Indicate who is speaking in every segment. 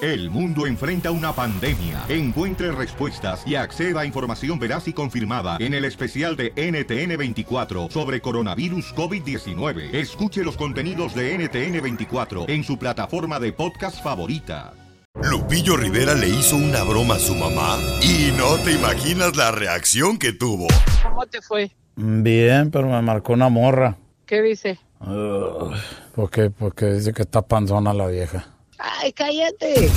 Speaker 1: El mundo enfrenta una pandemia. Encuentre respuestas y acceda a información veraz y confirmada en el especial de NTN24 sobre coronavirus COVID-19. Escuche los contenidos de NTN24 en su plataforma de podcast favorita.
Speaker 2: Lupillo Rivera le hizo una broma a su mamá y no te imaginas la reacción que tuvo.
Speaker 3: ¿Cómo te fue?
Speaker 4: Bien, pero me marcó una morra.
Speaker 3: ¿Qué dice?
Speaker 4: Ugh, ¿Por qué? Porque dice que está panzona la vieja.
Speaker 3: Ay, cállate.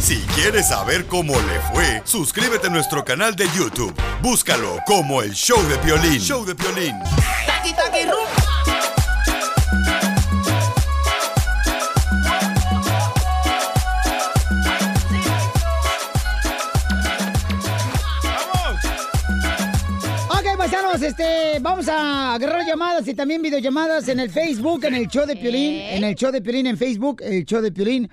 Speaker 2: Si quieres saber cómo le fue, suscríbete a nuestro canal de YouTube. Búscalo como el Show de Violín. Show de Violín.
Speaker 5: Ok, paisanos, este, vamos a agarrar llamadas y también videollamadas en el Facebook, en el show de Piolín, en el show de Piolín, en Facebook, el show de Piolín.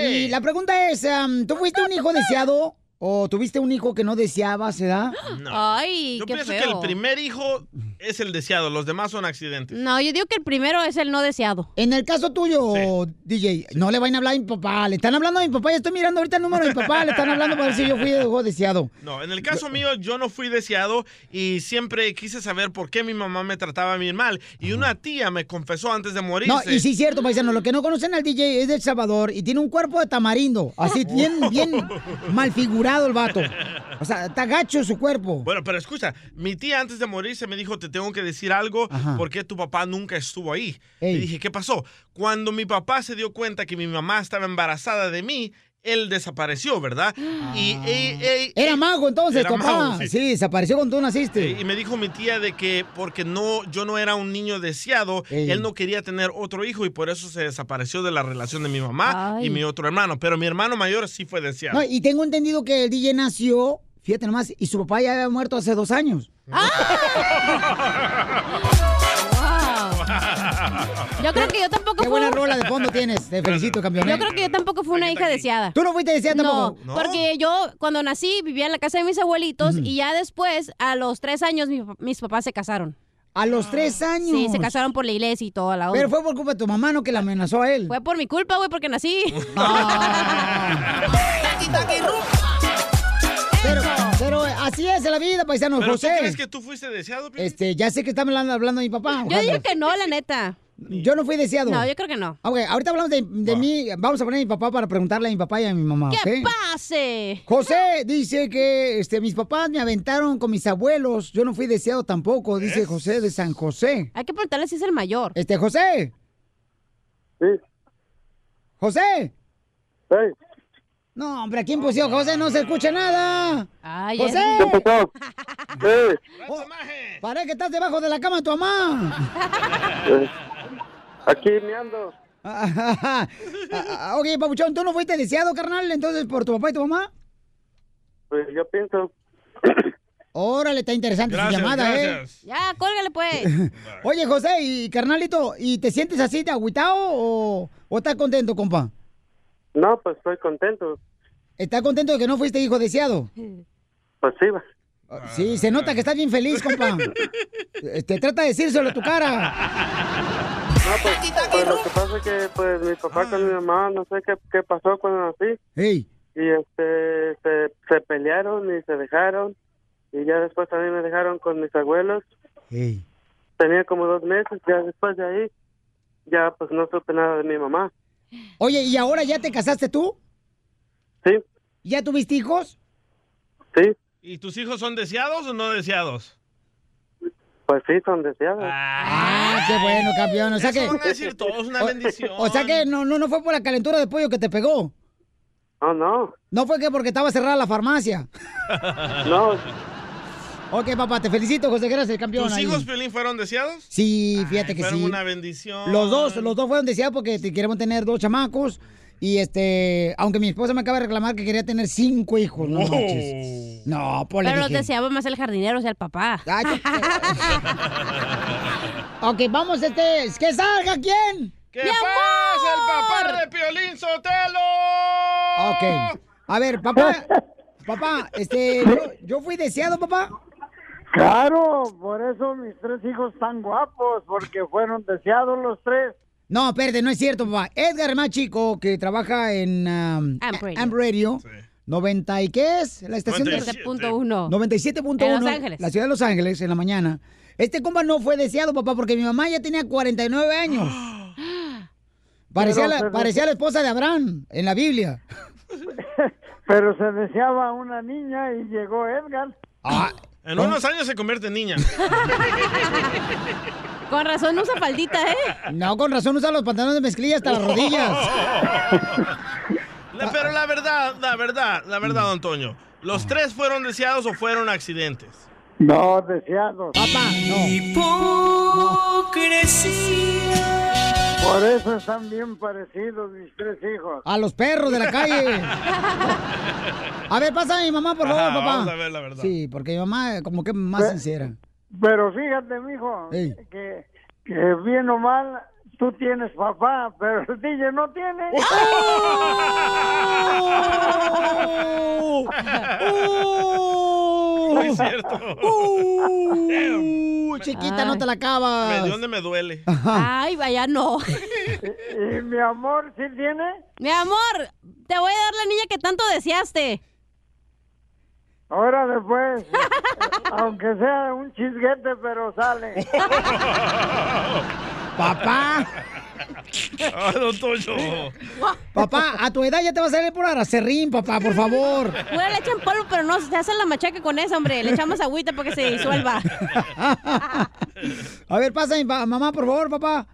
Speaker 5: Y la pregunta es, am, ¿tú fuiste un hijo deseado o tuviste un hijo que no deseabas, edad?
Speaker 6: No.
Speaker 7: Ay,
Speaker 6: Yo
Speaker 7: qué
Speaker 6: pienso
Speaker 7: feo.
Speaker 6: que el primer hijo es el deseado, los demás son accidentes.
Speaker 7: No, yo digo que el primero es el no deseado.
Speaker 5: En el caso tuyo, DJ, no le van a hablar a mi papá, le están hablando a mi papá, ya estoy mirando ahorita el número de mi papá, le están hablando para ver si yo fui hijo deseado.
Speaker 6: No, en el caso mío yo no fui deseado y siempre quise saber por qué mi mamá me trataba bien mal y una tía me confesó antes de morirse.
Speaker 5: No, y sí es cierto, paisano, lo que no conocen al DJ es de El Salvador y tiene un cuerpo de tamarindo, así
Speaker 6: Oh.
Speaker 5: bien, bien mal figurado el vato. O sea, está gacho su cuerpo.
Speaker 6: Bueno, pero escucha, mi tía antes de morirse me dijo, te tengo que decir algo porque tu papá nunca estuvo ahí.
Speaker 5: Ey.
Speaker 6: Y dije, ¿qué pasó? Cuando mi papá se dio cuenta que mi mamá estaba embarazada de mí, él desapareció, ¿verdad?
Speaker 4: Ah.
Speaker 6: Y, e, ey, ey,
Speaker 5: Era mago entonces,
Speaker 6: Era
Speaker 5: tu papá.
Speaker 6: mago, sí.
Speaker 5: sí. desapareció cuando tú naciste.
Speaker 6: y me dijo mi tía de que porque no yo no era un niño deseado,
Speaker 5: Ey.
Speaker 6: él no quería tener otro hijo y por eso se desapareció de la relación de mi mamá
Speaker 5: Ay.
Speaker 6: y mi otro hermano, pero mi hermano mayor sí fue deseado.
Speaker 5: No, y tengo entendido que el DJ nació, fíjate nomás, y su papá ya había muerto hace dos años.
Speaker 7: Yo creo que yo tampoco
Speaker 5: Qué
Speaker 7: fui-
Speaker 5: buena rola de fondo tienes. Te felicito, campeón.
Speaker 7: Yo creo que yo tampoco fui una hija deseada.
Speaker 5: ¿Tú no fuiste deseada
Speaker 7: No,
Speaker 5: tampoco? ¿No?
Speaker 7: porque yo cuando nací vivía en la casa de mis abuelitos
Speaker 5: Ujú.
Speaker 7: y ya después, a los tres años, mi pap- mis papás se casaron.
Speaker 5: ¿A los tres años?
Speaker 7: Sí, se casaron por la iglesia y toda la onda.
Speaker 5: Pero fue por culpa de tu mamá, ¿no? Que la amenazó a él.
Speaker 7: Fue por mi culpa, güey, porque nací.
Speaker 5: Pero, pero así es la vida, paisano.
Speaker 6: ¿Pero
Speaker 5: José.
Speaker 6: tú crees que tú fuiste deseado? Piolín?
Speaker 5: Este, ya sé que está hablando, hablando de mi papá.
Speaker 7: Yo digo que no, la neta.
Speaker 5: Yo no fui deseado.
Speaker 7: No, yo creo que no.
Speaker 5: Ok, ahorita hablamos de, de mí. Vamos a poner a mi papá para preguntarle a mi papá y a mi mamá, ¿ok?
Speaker 7: ¿Qué pase?
Speaker 5: José dice que este, mis papás me aventaron con mis abuelos. Yo no fui deseado tampoco, dice José de San José.
Speaker 7: Hay que preguntarle si es el mayor.
Speaker 5: Este, José. Sí. José. Sí. No, hombre, aquí en Puseo, José, no se escucha nada.
Speaker 7: Ay,
Speaker 5: José.
Speaker 7: es-
Speaker 5: Oh, parece que estás debajo de la cama de tu mamá.
Speaker 8: Aquí me ando.
Speaker 5: Ah, ah, ok, Papuchón, ¿tú no fuiste deseado, carnal, entonces, por tu papá y tu mamá?
Speaker 8: Pues yo pienso.
Speaker 5: Órale, está interesante su
Speaker 8: Gracias,
Speaker 5: llamada,
Speaker 8: gracias.
Speaker 5: ¿eh?
Speaker 7: Ya, cólgale pues.
Speaker 5: Oye, José, y carnalito, ¿y te sientes así de agüitado o, o estás contento, compa?
Speaker 8: No, pues estoy contento.
Speaker 5: ¿Estás contento de que no fuiste hijo deseado?
Speaker 8: Pues sí, va.
Speaker 6: Ah.
Speaker 5: Sí, se nota que estás bien feliz, compa. Este, trata de decírselo a tu cara.
Speaker 8: No, pues, pues lo que pasa es que pues mi papá con mi mamá, no sé qué, qué pasó cuando nací.
Speaker 5: Ey.
Speaker 8: Y este, se, se pelearon y se dejaron. Y ya después también me dejaron con mis abuelos.
Speaker 5: Ey.
Speaker 8: Tenía como dos meses. Ya después de ahí, ya pues no supe nada de mi mamá.
Speaker 5: Oye, ¿y ahora ya te casaste tú?
Speaker 8: Sí.
Speaker 5: ¿Ya tuviste hijos?
Speaker 8: Sí,
Speaker 6: ¿Y tus hijos son deseados o no deseados?
Speaker 8: pues sí, son deseados.
Speaker 5: Ah, qué bueno, campeón. O sea
Speaker 6: Eso
Speaker 5: que.
Speaker 6: van a decir todos, una
Speaker 5: o-
Speaker 6: bendición.
Speaker 5: O, sea que no, no, no fue por la calentura de pollo que te pegó.
Speaker 8: No, no.
Speaker 5: No fue que porque estaba cerrada la farmacia.
Speaker 8: No.
Speaker 5: Ok, papá, te felicito, José. Gracias, campeón.
Speaker 6: ¿Tus
Speaker 5: ahí.
Speaker 6: hijos, Piolín, fueron deseados?
Speaker 5: Sí, fíjate que
Speaker 6: fueron
Speaker 5: sí.
Speaker 6: una bendición.
Speaker 5: Los dos, los dos fueron deseados porque te- queremos tener dos chamacos. Y este, aunque mi esposa me acaba de reclamar que quería tener cinco hijos, no
Speaker 7: Wow.
Speaker 5: manches. No, por
Speaker 7: Pero los deseaba más el jardinero, o sea, el papá.
Speaker 5: Ok, vamos, este, que salga quién.
Speaker 6: ¿Qué pasa, el papá de Piolín Sotelo?
Speaker 5: Ok. A ver, papá, papá, este, yo, yo fui deseado, papá.
Speaker 9: Claro, por eso mis tres hijos están guapos, porque fueron deseados los tres.
Speaker 5: No, espérate, no es cierto, papá. Edgar es más chico que trabaja en um,
Speaker 7: Amp Radio.
Speaker 5: Amp Radio. 90 y qué es la estación de
Speaker 7: 97.1.
Speaker 5: 97.1
Speaker 7: En Los Ángeles.
Speaker 5: La ciudad de Los Ángeles en la mañana. Este compa no fue deseado, papá, porque mi mamá ya tenía 49 años. Parecía
Speaker 9: Pero,
Speaker 5: la,
Speaker 9: pero-
Speaker 5: parecía la esposa de Abraham en la Biblia.
Speaker 9: Pero se deseaba una niña y llegó Edgar.
Speaker 5: Ah.
Speaker 6: En unos años se convierte en niña.
Speaker 5: Con razón usa faldita, ¿eh? No, con razón usa los pantalones de mezclilla hasta las rodillas.
Speaker 6: La- pero la verdad, la verdad, la verdad,
Speaker 5: Mm.
Speaker 6: don Antonio. ¿Los tres fueron deseados o fueron accidentes?
Speaker 9: No, deseados.
Speaker 5: Papá,
Speaker 9: Hipocresía. Por eso están bien parecidos mis tres hijos.
Speaker 5: A los perros de la calle. A ver, pasa a mi mamá, por favor,
Speaker 9: Ajá,
Speaker 5: papá.
Speaker 9: vamos a ver la verdad.
Speaker 5: Sí, porque mi mamá eh, como que más
Speaker 9: Ve-
Speaker 5: sincera.
Speaker 9: Pero fíjate, mijo,
Speaker 5: Ey.
Speaker 9: que, que bien o mal, tú tienes papá, pero el DJ no tiene.
Speaker 6: No es cierto.
Speaker 5: Uh, chiquita, no te la
Speaker 6: Me dio
Speaker 5: acabas. Ah.
Speaker 6: donde me duele.
Speaker 7: Ay, vaya, no.
Speaker 9: ¿Y mi amor sí tiene?
Speaker 7: Mi amor, te voy a dar la niña que tanto deseaste.
Speaker 9: Ahora después, pues. aunque sea un chisguete, pero sale.
Speaker 5: Papá,
Speaker 6: Ah, don Toño.
Speaker 5: papá, a tu edad ya te va a salir por aracerrín, papá, por favor.
Speaker 7: Pura leche en polvo, pero no, se hace la machaca con esa, hombre. Le echamos agüita para que se disuelva.
Speaker 5: A ver, pasa mi pa- mamá, por favor, papá.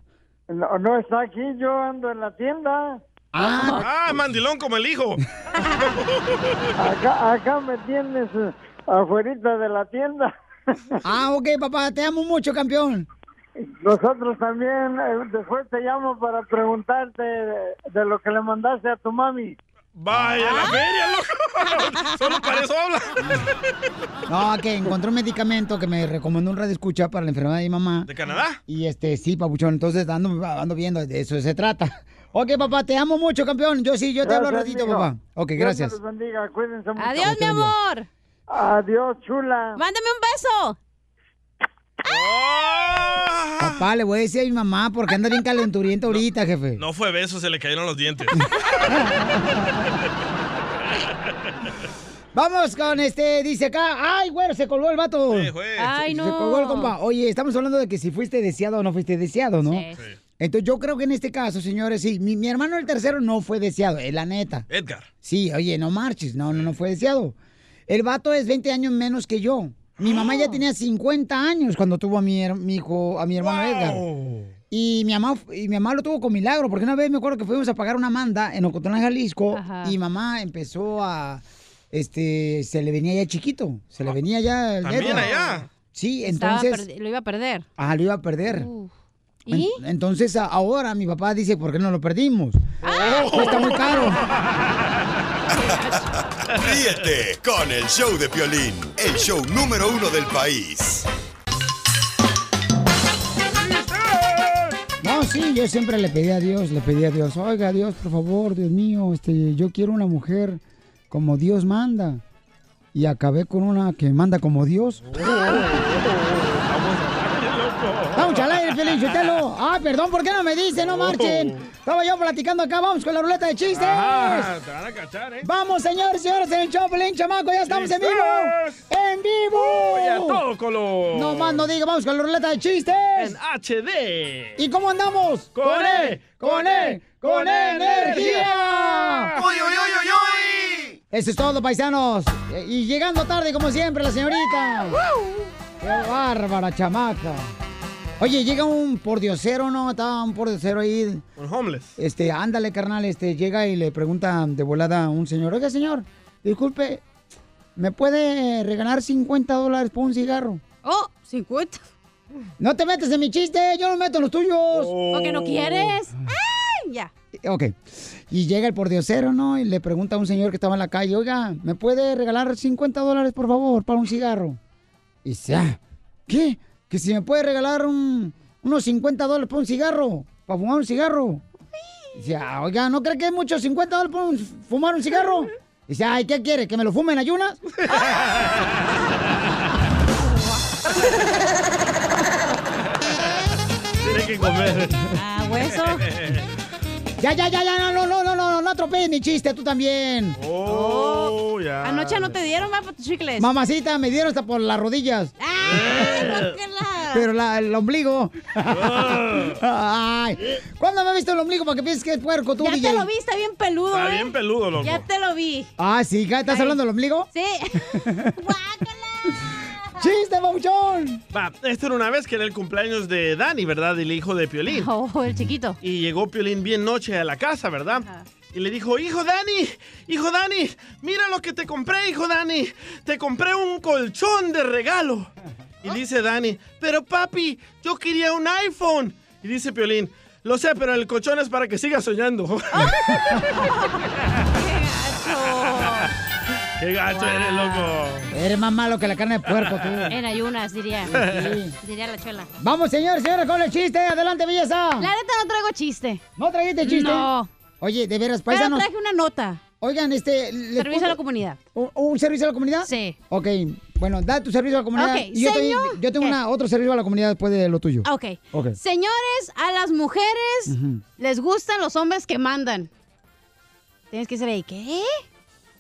Speaker 9: No, no está aquí, yo ando en la tienda.
Speaker 6: Ah, mandilón como el hijo.
Speaker 9: Acá, acá me tienes eh, afuerita de la tienda.
Speaker 5: Ah, ok, papá, te amo mucho, campeón.
Speaker 9: Nosotros también, eh, después te llamo para preguntarte de, de lo que le mandaste a tu mami.
Speaker 6: Vaya,
Speaker 7: Ah.
Speaker 6: la feria, loco. Solo para eso habla.
Speaker 5: No, que encontré un medicamento que me recomendó un radio escucha para la enfermedad de mi mamá.
Speaker 6: ¿De Canadá?
Speaker 5: Y este, sí, papuchón, entonces ando, ando viendo, de eso se trata. Ok, papá, te amo mucho, campeón. Yo sí, yo te hablo al ratito,
Speaker 9: mijo.
Speaker 5: papá. Ok,
Speaker 9: Dios
Speaker 5: gracias.
Speaker 9: me los bendiga, cuídense mucho.
Speaker 7: Adiós, mi amor.
Speaker 9: Adiós, chula.
Speaker 7: Mándame un beso.
Speaker 5: Papá, le voy a decir a mi mamá porque anda bien calenturienta ahorita, jefe.
Speaker 6: No fue beso, se le cayeron los dientes.
Speaker 5: Vamos con este, dice acá. ¡Ay, güero! Se colgó el vato. Se
Speaker 7: Ay,
Speaker 5: colgó el
Speaker 7: no.
Speaker 5: compa. Oye, estamos hablando de que si fuiste deseado o no fuiste deseado, ¿no?
Speaker 7: Sí.
Speaker 5: Entonces yo creo que en este caso, señores, sí, mi, mi hermano el tercero no fue deseado, es la neta.
Speaker 6: Edgar.
Speaker 5: Sí, oye, no marches, no, no, no fue deseado. El vato es 20 años menos que yo. Mi mamá
Speaker 7: Ah.
Speaker 5: ya tenía 50 años cuando tuvo a mi, her- mi hijo, a mi hermano Edgar. Y mi, mamá, y mi mamá lo tuvo con milagro, porque una vez me acuerdo que fuimos a pagar una manda en Ocotlán, Jalisco,
Speaker 7: Ajá.
Speaker 5: y mamá empezó a, este, se le venía ya chiquito, se le venía ya el
Speaker 6: También
Speaker 5: Edgar.
Speaker 6: allá.
Speaker 5: Sí,
Speaker 7: Estaba
Speaker 5: entonces,
Speaker 7: perdi- Lo iba a perder.
Speaker 5: ah, lo iba a perder.
Speaker 7: Uf.
Speaker 5: En-
Speaker 7: ¿Y?
Speaker 5: Entonces a- ahora mi papá dice, ¿por qué no lo perdimos? Cuesta muy caro.
Speaker 2: Ríete con el show de Piolín, el show número uno del país.
Speaker 5: No, sí, yo siempre le pedí a Dios, le pedí a Dios, oiga Dios, por favor, Dios mío, este, yo quiero una mujer como Dios manda. Y acabé con una que manda como Dios. Vamos al aire, Piolín, Sotelo. Ah, perdón, ¿por qué no me dicen?
Speaker 6: Oh.
Speaker 5: No marchen. Estaba yo platicando acá, vamos con la ruleta de chistes.
Speaker 6: Ah, te van a cachar, ¿eh?
Speaker 5: Vamos, señores, señores, en el show, Piolín, chamaco, ya estamos en vivo.
Speaker 6: ¡Chistes!
Speaker 5: ¡En vivo!
Speaker 6: Oye, a todo color.
Speaker 5: No más no diga, vamos con la ruleta de chistes.
Speaker 6: En HD.
Speaker 5: ¿Y cómo andamos?
Speaker 6: Con E,
Speaker 5: con E, con E energía.
Speaker 6: ¡Uy, uy, uy, uy, uy!
Speaker 5: Eso es todo, paisanos. Eh, Y llegando tarde, como siempre, la señorita. ¡Qué bárbara, chamaca! Oye, llega un pordiosero, ¿no? Estaba un pordiosero ahí.
Speaker 6: Un homeless.
Speaker 5: Este, ándale, carnal, este, llega y le pregunta de volada a un señor. Oiga, señor, disculpe, ¿me puede regalar 50 dólares por un cigarro?
Speaker 7: Oh, 50.
Speaker 5: No te metes en mi chiste, yo no me meto en los tuyos.
Speaker 7: Oh. Porque no quieres. Ay, ya.
Speaker 5: Ok. Y llega el pordiosero, ¿no? Y le pregunta a un señor que estaba en la calle, oiga, ¿me puede regalar 50 dólares, por favor, para un cigarro? Y dice, "Ah, ¿qué? ¿Que si me puede regalar un- unos 50 dólares por un cigarro? ¿Para fumar un cigarro? Y dice, "Ah, oiga, ¿no cree que es mucho 50 dólares por un- fumar un cigarro? Y dice, ay, ¿qué quiere? ¿Que me lo fumen ayunas?
Speaker 6: Tiene que comer.
Speaker 7: Ah, hueso.
Speaker 5: Ya, ya, ya, ya, no, no, no, no, no, no, no atropelles mi chiste, tú también.
Speaker 6: Oh, ya.
Speaker 7: Anoche no te dieron, va, por tus chicles.
Speaker 5: Mamacita, me dieron hasta por las rodillas.
Speaker 7: Ah,
Speaker 5: Pero la- el ombligo. Ay, ¿Cuándo me has visto el ombligo para que pienses que es puerco tú,
Speaker 7: Ah. Ya
Speaker 5: DJ?
Speaker 7: te lo vi, está bien peludo,
Speaker 6: Está
Speaker 7: eh.
Speaker 6: bien peludo, loco.
Speaker 7: Ya te lo vi.
Speaker 5: Ah, sí, ¿ca- ¿estás
Speaker 7: Ay.
Speaker 5: hablando del ombligo?
Speaker 7: Sí.
Speaker 5: ¡Chiste, babuchón!
Speaker 6: Va, esto era una vez que era el cumpleaños de Dani, ¿verdad? El hijo de Piolín.
Speaker 7: Oh, el chiquito.
Speaker 6: Y llegó Piolín bien noche a la casa, ¿verdad? Y le dijo, hijo Dani, hijo Dani, mira lo que te compré, hijo Dani. Te compré un colchón de regalo. Y
Speaker 7: Oh.
Speaker 6: dice Dani, pero papi, yo quería un iPhone. Y dice Piolín, lo sé, pero el colchón es para que sigas soñando.
Speaker 7: Oh.
Speaker 6: ¡Qué gacho eres, loco!
Speaker 5: Eres más malo que la carne de puerco, tú.
Speaker 7: En ayunas, diría.
Speaker 5: Sí.
Speaker 7: Diría la chuela.
Speaker 5: Vamos, señores, señores, con el chiste. Adelante, belleza.
Speaker 7: La neta no traigo chiste.
Speaker 5: ¿No trajiste chiste?
Speaker 7: No.
Speaker 5: Oye, de veras,
Speaker 7: Pero
Speaker 5: paisanos.
Speaker 7: traje una nota.
Speaker 5: Oigan, este... ¿les
Speaker 7: Servicio
Speaker 5: puedo-
Speaker 7: a la comunidad.
Speaker 5: ¿Un, un servicio a la comunidad?
Speaker 7: Sí.
Speaker 5: Ok, bueno, da tu servicio a la comunidad.
Speaker 7: Ok,
Speaker 5: y yo, te-
Speaker 7: señor.
Speaker 5: yo tengo
Speaker 7: ¿Qué?
Speaker 5: una, otro servicio a la comunidad después de lo tuyo.
Speaker 7: Ah, Ok.
Speaker 5: Ok.
Speaker 7: Señores, a las mujeres
Speaker 5: Ujú.
Speaker 7: les gustan los hombres que mandan. Tienes que ser ahí, ¿qué?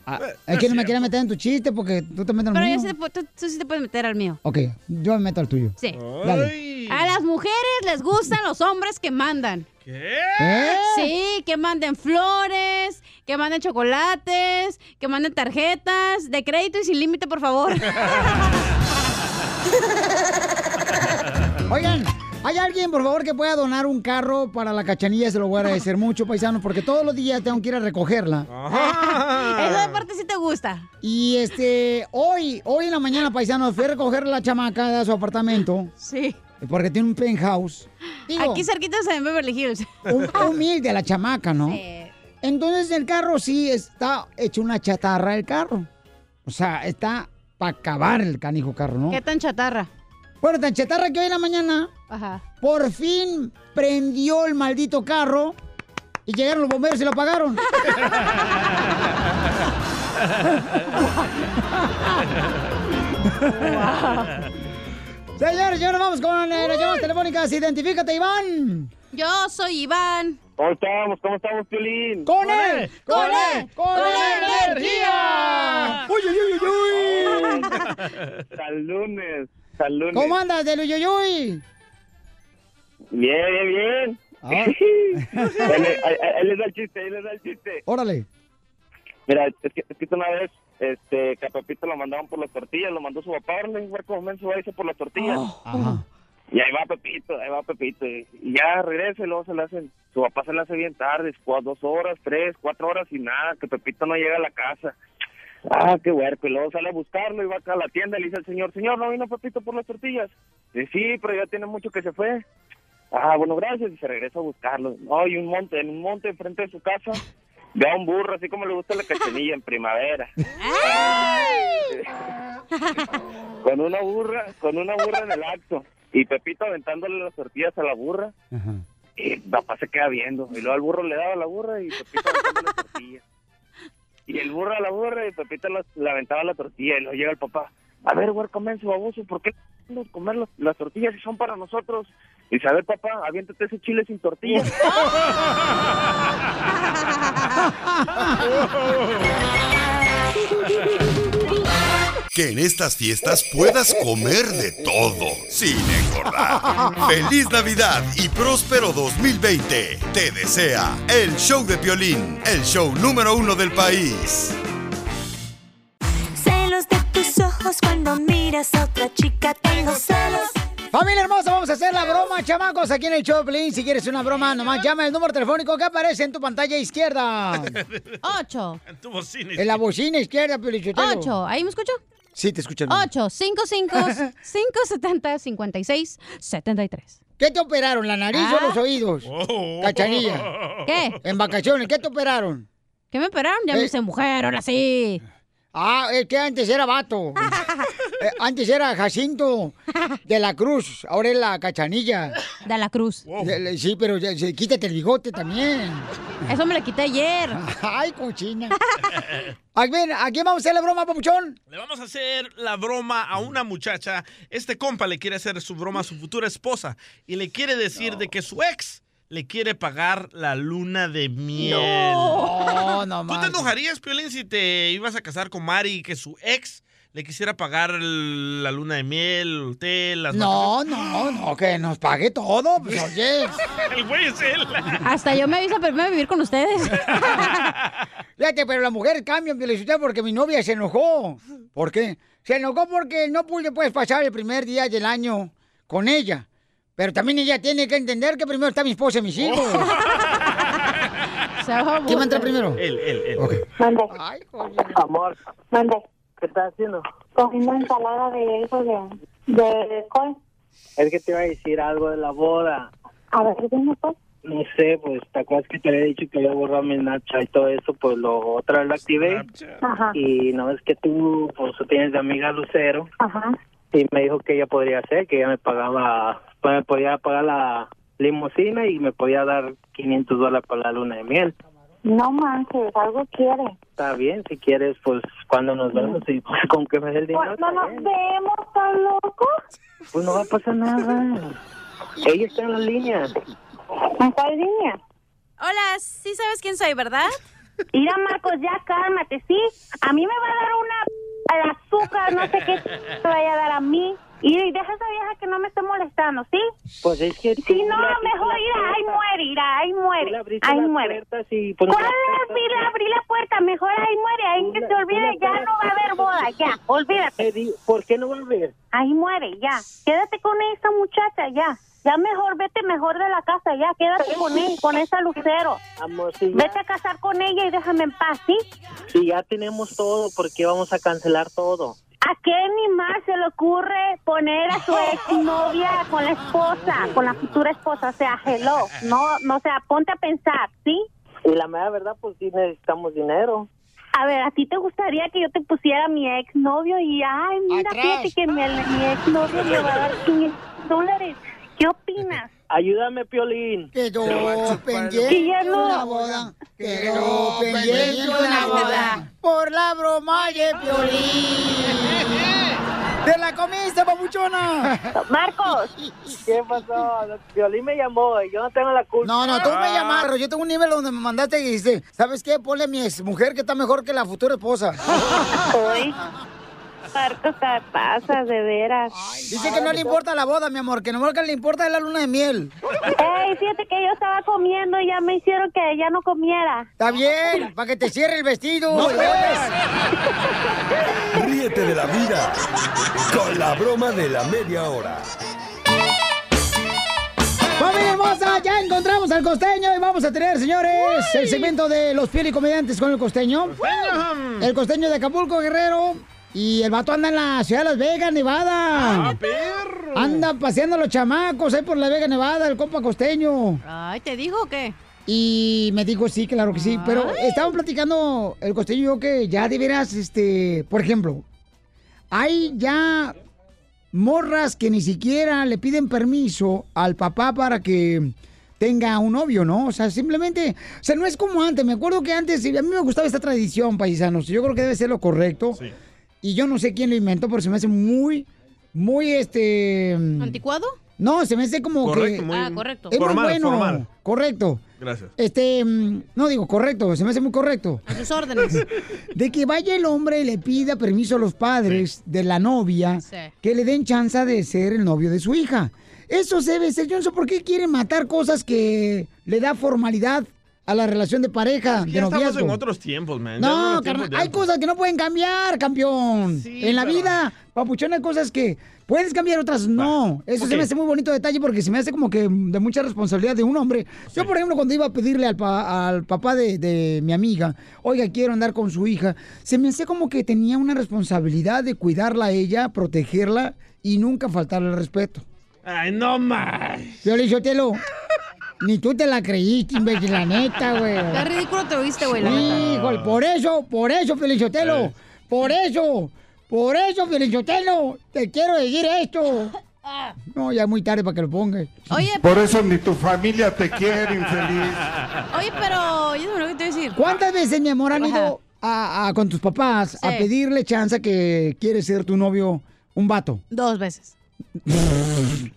Speaker 5: Ah, es que no me quieras meter en tu chiste porque tú te metes en
Speaker 7: Pero
Speaker 5: el mío.
Speaker 7: yo sí te pu- tú, tú sí te puedes meter al mío.
Speaker 5: Ok, yo me meto al tuyo.
Speaker 7: Sí.
Speaker 5: Dale.
Speaker 6: Ay,
Speaker 7: A las mujeres les gustan los hombres que mandan.
Speaker 6: ¿Qué?
Speaker 5: ¿Eh?
Speaker 7: Sí, que manden flores, que manden chocolates, que manden tarjetas de crédito y sin límite, por favor.
Speaker 5: Oigan, ¿hay alguien, por favor, que pueda donar un carro para la cachanilla? Se lo voy a agradecer mucho, paisano, porque todos los días tengo que ir a recogerla.
Speaker 7: Eso de parte sí te gusta.
Speaker 5: Y este, hoy, hoy en la mañana, paisano, fui a recoger a la chamaca a su apartamento
Speaker 7: Sí.
Speaker 5: porque tiene un penthouse. Digo,
Speaker 7: Aquí cerquita en Beverly Hills.
Speaker 5: un, humilde a la chamaca, ¿no?
Speaker 7: Eh,
Speaker 5: Entonces el carro sí está hecho una chatarra el carro. O sea, está para acabar el canijo carro, ¿no?
Speaker 7: ¿Qué tan chatarra?
Speaker 5: Bueno, tan chatarra que hoy en la mañana
Speaker 7: Ajá.
Speaker 5: por fin prendió el maldito carro y llegaron los bomberos y lo apagaron. Señores, señores, vamos con eh, las llamadas telefónicas. Identifícate, Iván.
Speaker 7: Yo soy Iván.
Speaker 10: ¿Cómo estamos? ¿Cómo estamos, Piolín?
Speaker 5: Con él,
Speaker 7: con él, con energía.
Speaker 11: Ah.
Speaker 5: ¡Uy, uy, uy, uy, uy!
Speaker 10: Hasta el lunes. Hasta el lunes.
Speaker 5: ¿Cómo andas del uyuyuy?
Speaker 10: Bien, bien, bien.
Speaker 5: Ah.
Speaker 10: ahí, le- ahí- ahí les da el chiste, ahí les da el chiste.
Speaker 5: Órale.
Speaker 10: Mira, es que, es que una vez este, que a Pepito lo mandaban por las tortillas, lo mandó su papá, le dijo, como menso, váyase por las tortillas.
Speaker 5: Ajá.
Speaker 10: Y ahí va Pepito, ahí va Pepito. Y ya regresa y luego se le hacen, su papá se le hace bien tarde, cua- dos horas, tres, cuatro horas y nada, que Pepito no llega a la casa. Ah, qué huerco. Y luego sale a buscarlo y va acá a la tienda y le dice al señor, señor, ¿no vino Pepito por las tortillas? Dice, sí, pero ya tiene mucho que se fue. Ah, bueno, gracias. Y se regresa a buscarlo. No, y un monte, en un monte enfrente de su casa, ve a un burro, así como le gusta la cachanilla en primavera. con una burra, con una burra en el acto. Y Pepito aventándole las tortillas a la burra. Y papá se queda viendo. Y luego al burro le daba la burra y Pepito aventando las tortillas. Y el burro a la burra y Pepito las- le aventaba la tortilla. Y luego llega el papá. A ver, güey, comen su baboso. ¿Por qué no comer las, las tortillas si son para nosotros? Y dice, a ver, papá, aviéntate ese chile sin tortillas.
Speaker 2: Que en estas fiestas puedas comer de todo, sin engordar. Feliz Navidad y próspero 2020. Te desea el show de Piolín, el show número uno del país.
Speaker 11: Celos de tus ojos cuando miras a otra chica, tengo celos.
Speaker 5: Familia hermosa, vamos a hacer la broma, chamacos, aquí en el show, de Piolín. Si quieres una broma, nomás llama el número telefónico que aparece en tu pantalla izquierda.
Speaker 7: Ocho.
Speaker 6: En tu bocina.
Speaker 5: En la bocina izquierda, Pelichotelo.
Speaker 7: Ocho. ¿Ahí me escucho?
Speaker 5: Sí, te escucho. bien.
Speaker 7: 8, 5, 5, 5, 70, 56, 73.
Speaker 5: ¿Qué te operaron, la nariz
Speaker 7: Ah.
Speaker 5: o los oídos? Cachanilla.
Speaker 7: ¿Qué?
Speaker 5: En vacaciones, ¿qué te operaron?
Speaker 7: ¿Qué me operaron? Ya
Speaker 5: Eh.
Speaker 7: me hice mujer, ahora sí.
Speaker 5: Ah, es que antes era vato. Eh, antes era Jacinto de la Cruz, ahora es la Cachanilla.
Speaker 7: De la cruz.
Speaker 5: Le- le- Sí, pero ya- sí, quítate el bigote también.
Speaker 7: Eso me lo quité ayer.
Speaker 5: Ay, cochina. A ver, ¿a quién vamos a hacer la broma, papuchón?
Speaker 6: Le vamos a hacer la broma a una muchacha. Este compa le quiere hacer su broma a su futura esposa y le quiere decir de que su ex le quiere pagar la luna de miel.
Speaker 5: No, no
Speaker 6: ¿Tú te enojarías, Piolín, si te ibas a casar con Mari y que su ex le quisiera pagar el- la luna de miel, el hotel, las
Speaker 5: No, no, no, que nos pague todo, pues oye.
Speaker 6: El güey es él.
Speaker 5: Hasta yo me aviso primero a vivir con ustedes. Fíjate, pero la mujer cambia, Piolichotelo, porque mi novia se enojó. ¿Por qué? Se enojó porque no pude pues, pasar el primer día del año con ella. Pero también ella tiene que entender que primero está mi esposa y mis hijos. ¿Quién va a entrar primero?
Speaker 6: Él, él, él.
Speaker 12: Mande.
Speaker 13: Amor.
Speaker 12: Mande.
Speaker 13: ¿Qué estás haciendo?
Speaker 12: Comiendo ensalada de eso de, de col.
Speaker 13: Es que te iba a decir algo de la boda.
Speaker 12: A ver, dime pues.
Speaker 13: No sé, pues, ¿te acuerdas que te había dicho que había borrado mi Snapchat y todo eso? Pues lo otra vez lo activé.
Speaker 12: Ajá.
Speaker 13: Y no es que tú, pues, tú tienes de amiga a Lucero.
Speaker 12: Ajá.
Speaker 13: Y me dijo que ella podría hacer, que ella me pagaba, pues, me podía pagar la limusina y me podía dar 500 dólares para la luna de miel.
Speaker 12: No manches, algo quiere.
Speaker 13: Está bien, si quieres, pues, cuando nos vemos y pues, con que me dé el dinero.
Speaker 12: Pues, no nos vemos, tan loco.
Speaker 13: Pues no va a pasar nada. Ella está en la línea.
Speaker 12: ¿Está en línea?
Speaker 7: Hola, sí sabes quién soy, ¿verdad?
Speaker 12: Mira, Marcos, ya cálmate, ¿sí? A mí me va a dar una... al azúcar, no sé qué te vaya a dar a mí. Y deja a esa vieja que no me esté molestando, ¿sí?
Speaker 13: Pues es que.
Speaker 12: Si no, mejor irá, ahí muere, irá, ahí
Speaker 13: Tú le
Speaker 12: muere,
Speaker 13: abriste
Speaker 12: ahí
Speaker 13: las
Speaker 12: muere.
Speaker 13: puertas y, pues,
Speaker 12: ¿Cuál
Speaker 13: no
Speaker 12: es abrir, abrir la puerta? Mejor ahí muere, ahí que se olvide, ya no va a haber boda, ya, olvídate.
Speaker 13: ¿Por qué no va a haber?
Speaker 12: Ahí muere, ya. Quédate con esa muchacha, ya. Ya mejor vete mejor de la casa, ya. Quédate con él, con esa lucero.
Speaker 13: Amor, sí, ya.
Speaker 12: Vete a casar con ella y déjame en paz, ¿sí?
Speaker 13: Si ya tenemos todo, ¿por qué vamos a cancelar todo?
Speaker 12: ¿A qué ni más se le ocurre poner a su exnovia con la esposa, con la futura esposa? O sea, hello, no, no, o sea, ponte a pensar, ¿sí?
Speaker 13: Y la mera verdad, pues sí necesitamos dinero.
Speaker 12: A ver, ¿a ti te gustaría que yo te pusiera a mi exnovio? Y, ay, mira, fíjate que mi, mi exnovio me va a dar 500 dólares. ¿Qué opinas?
Speaker 13: Ayúdame, Piolín.
Speaker 5: Pero
Speaker 12: Que ya
Speaker 5: pendiente
Speaker 12: no.
Speaker 5: una boda. Pero pendiente una boda. Por la broma de Piolín. ¡Te la comiste, papuchona!
Speaker 12: ¡Marcos!
Speaker 13: ¿Qué pasó? Piolín me llamó, yo no tengo la culpa.
Speaker 5: No,
Speaker 13: Ah.
Speaker 5: no, tú me llamaron. Yo tengo un nivel donde me mandaste y dijiste, ¿sabes qué? Ponle a mi ex mujer que está mejor que la futura esposa.
Speaker 12: Hoy, Marcos, te pasas, de veras.
Speaker 5: Dice que no le importa la boda, mi amor, que no que le importa es la luna de miel.
Speaker 12: Ey, fíjate que yo estaba comiendo y ya me hicieron que ya no comiera.
Speaker 5: Está bien, para que te cierre el vestido.
Speaker 12: No,
Speaker 5: pues.
Speaker 2: Ríete de la vida con la broma de la media hora.
Speaker 5: ¡Familia hermosa! Ya encontramos al costeño y vamos a tener, señores, el segmento de los fieles comediantes con el costeño. El costeño de Acapulco, Guerrero. Y el vato anda en la ciudad de Las Vegas, Nevada. Anda paseando los chamacos ahí por Las Vegas, Nevada, el compa costeño.
Speaker 7: Ay, ¿te digo o qué?
Speaker 5: Y me dijo, sí, claro que sí. Pero estaban platicando el costeño y yo que ya de veras, este, por ejemplo, hay ya morras que ni siquiera le piden permiso al papá para que tenga un novio, ¿no? O sea, simplemente, o sea, no es como antes. Me acuerdo que antes, y a mí me gustaba esta tradición, paisanos. Yo creo que debe ser lo correcto. Y yo no sé quién lo inventó, pero se me hace muy, muy, este...
Speaker 7: ¿Anticuado?
Speaker 5: No, se me hace como
Speaker 7: Correcto,
Speaker 5: que...
Speaker 7: muy- Ah, correcto.
Speaker 5: Es muy
Speaker 7: Formal,
Speaker 5: bueno.
Speaker 7: formal.
Speaker 5: Correcto.
Speaker 6: Gracias.
Speaker 5: Este, mm, no digo correcto, se me hace muy correcto.
Speaker 7: A sus órdenes.
Speaker 5: De que vaya el hombre y le pida permiso a los padres de la novia
Speaker 7: Sí.
Speaker 5: que le den chance de ser el novio de su hija. Eso se debe ser. Yo no sé por qué quieren matar cosas que le da formalidad a la relación de pareja, de
Speaker 6: Pues Ya estamos en
Speaker 5: noviazgo.
Speaker 6: otros tiempos, man. Ya
Speaker 5: No,
Speaker 6: los tiempos
Speaker 5: carnal,
Speaker 6: de
Speaker 5: hay
Speaker 6: antes.
Speaker 5: cosas que no pueden cambiar, campeón. en la
Speaker 6: pero-
Speaker 5: vida, papuchón, hay cosas que puedes cambiar, otras no. Eso se
Speaker 6: ok.
Speaker 5: me hace muy bonito detalle porque se me hace como que de mucha responsabilidad de un hombre. Yo, por ejemplo, cuando iba a pedirle al, pa- al papá de, de mi amiga, oiga, quiero andar con su hija, se me hace como que tenía una responsabilidad de cuidarla a ella, protegerla y nunca faltarle el respeto.
Speaker 6: Ay, no más.
Speaker 5: Yo le dije, Telo, ni tú te la creíste, imbécil, la neta, güey.
Speaker 7: Qué ridículo te oíste, güey, la neta.
Speaker 5: Híjole, por eso, por eso, Felicitelo.
Speaker 7: Eh.
Speaker 5: Por eso, por eso, Felicitelo. Te quiero decir esto. No, ya es muy tarde para que lo pongas.
Speaker 7: Oye,
Speaker 14: Por eso ni tu familia te quiere, infeliz.
Speaker 7: Oye, pero yo no lo que te voy a decir.
Speaker 5: ¿Cuántas veces, mi amor, han
Speaker 7: Ajá.
Speaker 5: ido a- a- con tus papás a
Speaker 7: Sí.
Speaker 5: pedirle chance que quiere ser tu novio un vato?
Speaker 7: Dos veces.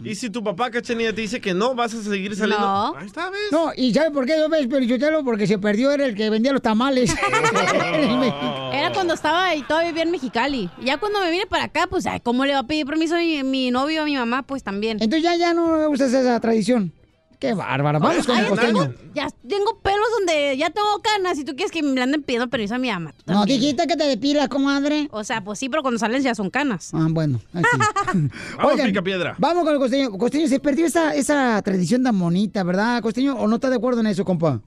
Speaker 6: Y si tu papá cachanilla te dice que no, vas a seguir saliendo.
Speaker 5: No.
Speaker 6: Ahí está,
Speaker 5: No, y ¿sabe por qué? Yo ves, Pelichotelo, porque se perdió, era el que vendía los tamales.
Speaker 7: Era cuando estaba y todavía vivía en Mexicali. Y Ya cuando me vine para acá, pues, ay, ¿cómo le va a pedir permiso a mi, mi novio, a mi mamá? Pues también.
Speaker 5: Entonces ya, ya no usas esa tradición. Qué bárbara. Vamos con
Speaker 7: Ay,
Speaker 5: el costeño.
Speaker 7: Ya tengo pelos donde ya tengo canas y tú quieres que me anden pidiendo permiso a mi mamá.
Speaker 5: No, dijiste que te depilas, comadre.
Speaker 7: O sea, pues sí, pero cuando salen ya son canas.
Speaker 5: Ah, bueno. así.
Speaker 7: Vamos,
Speaker 5: Oigan,
Speaker 7: pica piedra.
Speaker 5: Vamos con el costeño. Costeño, se perdió esa, esa tradición tan bonita, ¿verdad, costeño? ¿O no estás de acuerdo en eso, compa?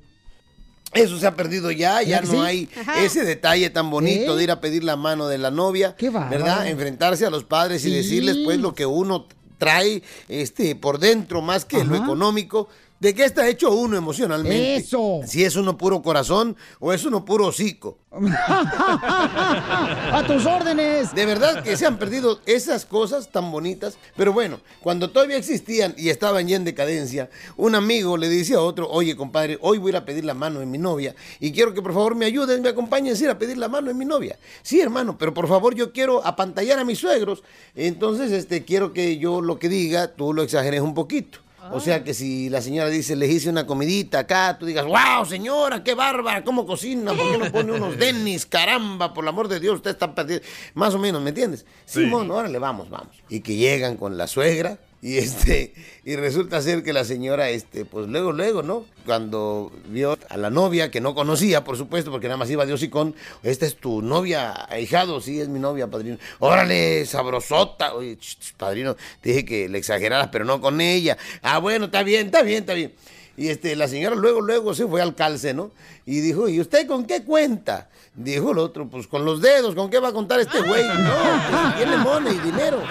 Speaker 15: Eso se ha perdido ya, ya
Speaker 5: ¿Verdad que
Speaker 15: no
Speaker 5: sí?
Speaker 15: hay
Speaker 5: Ajá.
Speaker 15: ese detalle tan bonito
Speaker 5: ¿Eh?
Speaker 15: de ir a pedir la mano de la novia,
Speaker 5: bárbaro.
Speaker 15: ¿verdad? Enfrentarse a los padres y
Speaker 5: Sí.
Speaker 15: decirles pues lo que uno trae este por dentro más que lo económico. ¿De qué está hecho uno emocionalmente?
Speaker 5: Eso.
Speaker 15: Si es uno puro corazón o es uno puro hocico.
Speaker 5: A tus órdenes.
Speaker 15: De verdad que se han perdido esas cosas tan bonitas. Pero bueno, cuando todavía existían y estaban ya en decadencia, un amigo le dice a otro, oye compadre, hoy voy a ir a pedir la mano de mi novia y quiero que por favor me ayuden, me acompañen a ir a pedir la mano de mi novia. Sí, hermano, pero por favor yo quiero apantallar a mis suegros. Entonces, este, quiero que yo lo que diga, tú lo exageres un poquito. O sea que si la señora dice, les hice una comidita acá, tú digas, wow, señora, qué bárbara, cómo cocina, ¿por qué no pone unos denis? Caramba, por el amor de Dios, usted está perdido. Más o menos, ¿me entiendes?
Speaker 16: Sí.
Speaker 15: Simón, órale, vamos, vamos. Y que llegan con la suegra y este, y resulta ser que la señora, este, pues luego, luego, ¿no? Cuando vio a la novia, que no conocía, por supuesto, porque nada más iba Dios y con, esta es tu novia, ahijado, sí, es mi novia, padrino. Órale, sabrosota. Oye, ch, ch, padrino, te dije que le exageraras, pero no con ella. Ah, bueno, está bien, está bien, está bien. Y este, la señora luego, luego se fue al calce, ¿no? Y dijo, ¿y usted con qué cuenta? Dijo el otro, pues con los dedos, ¿con qué va a contar este güey? No, pues, tiene money y dinero.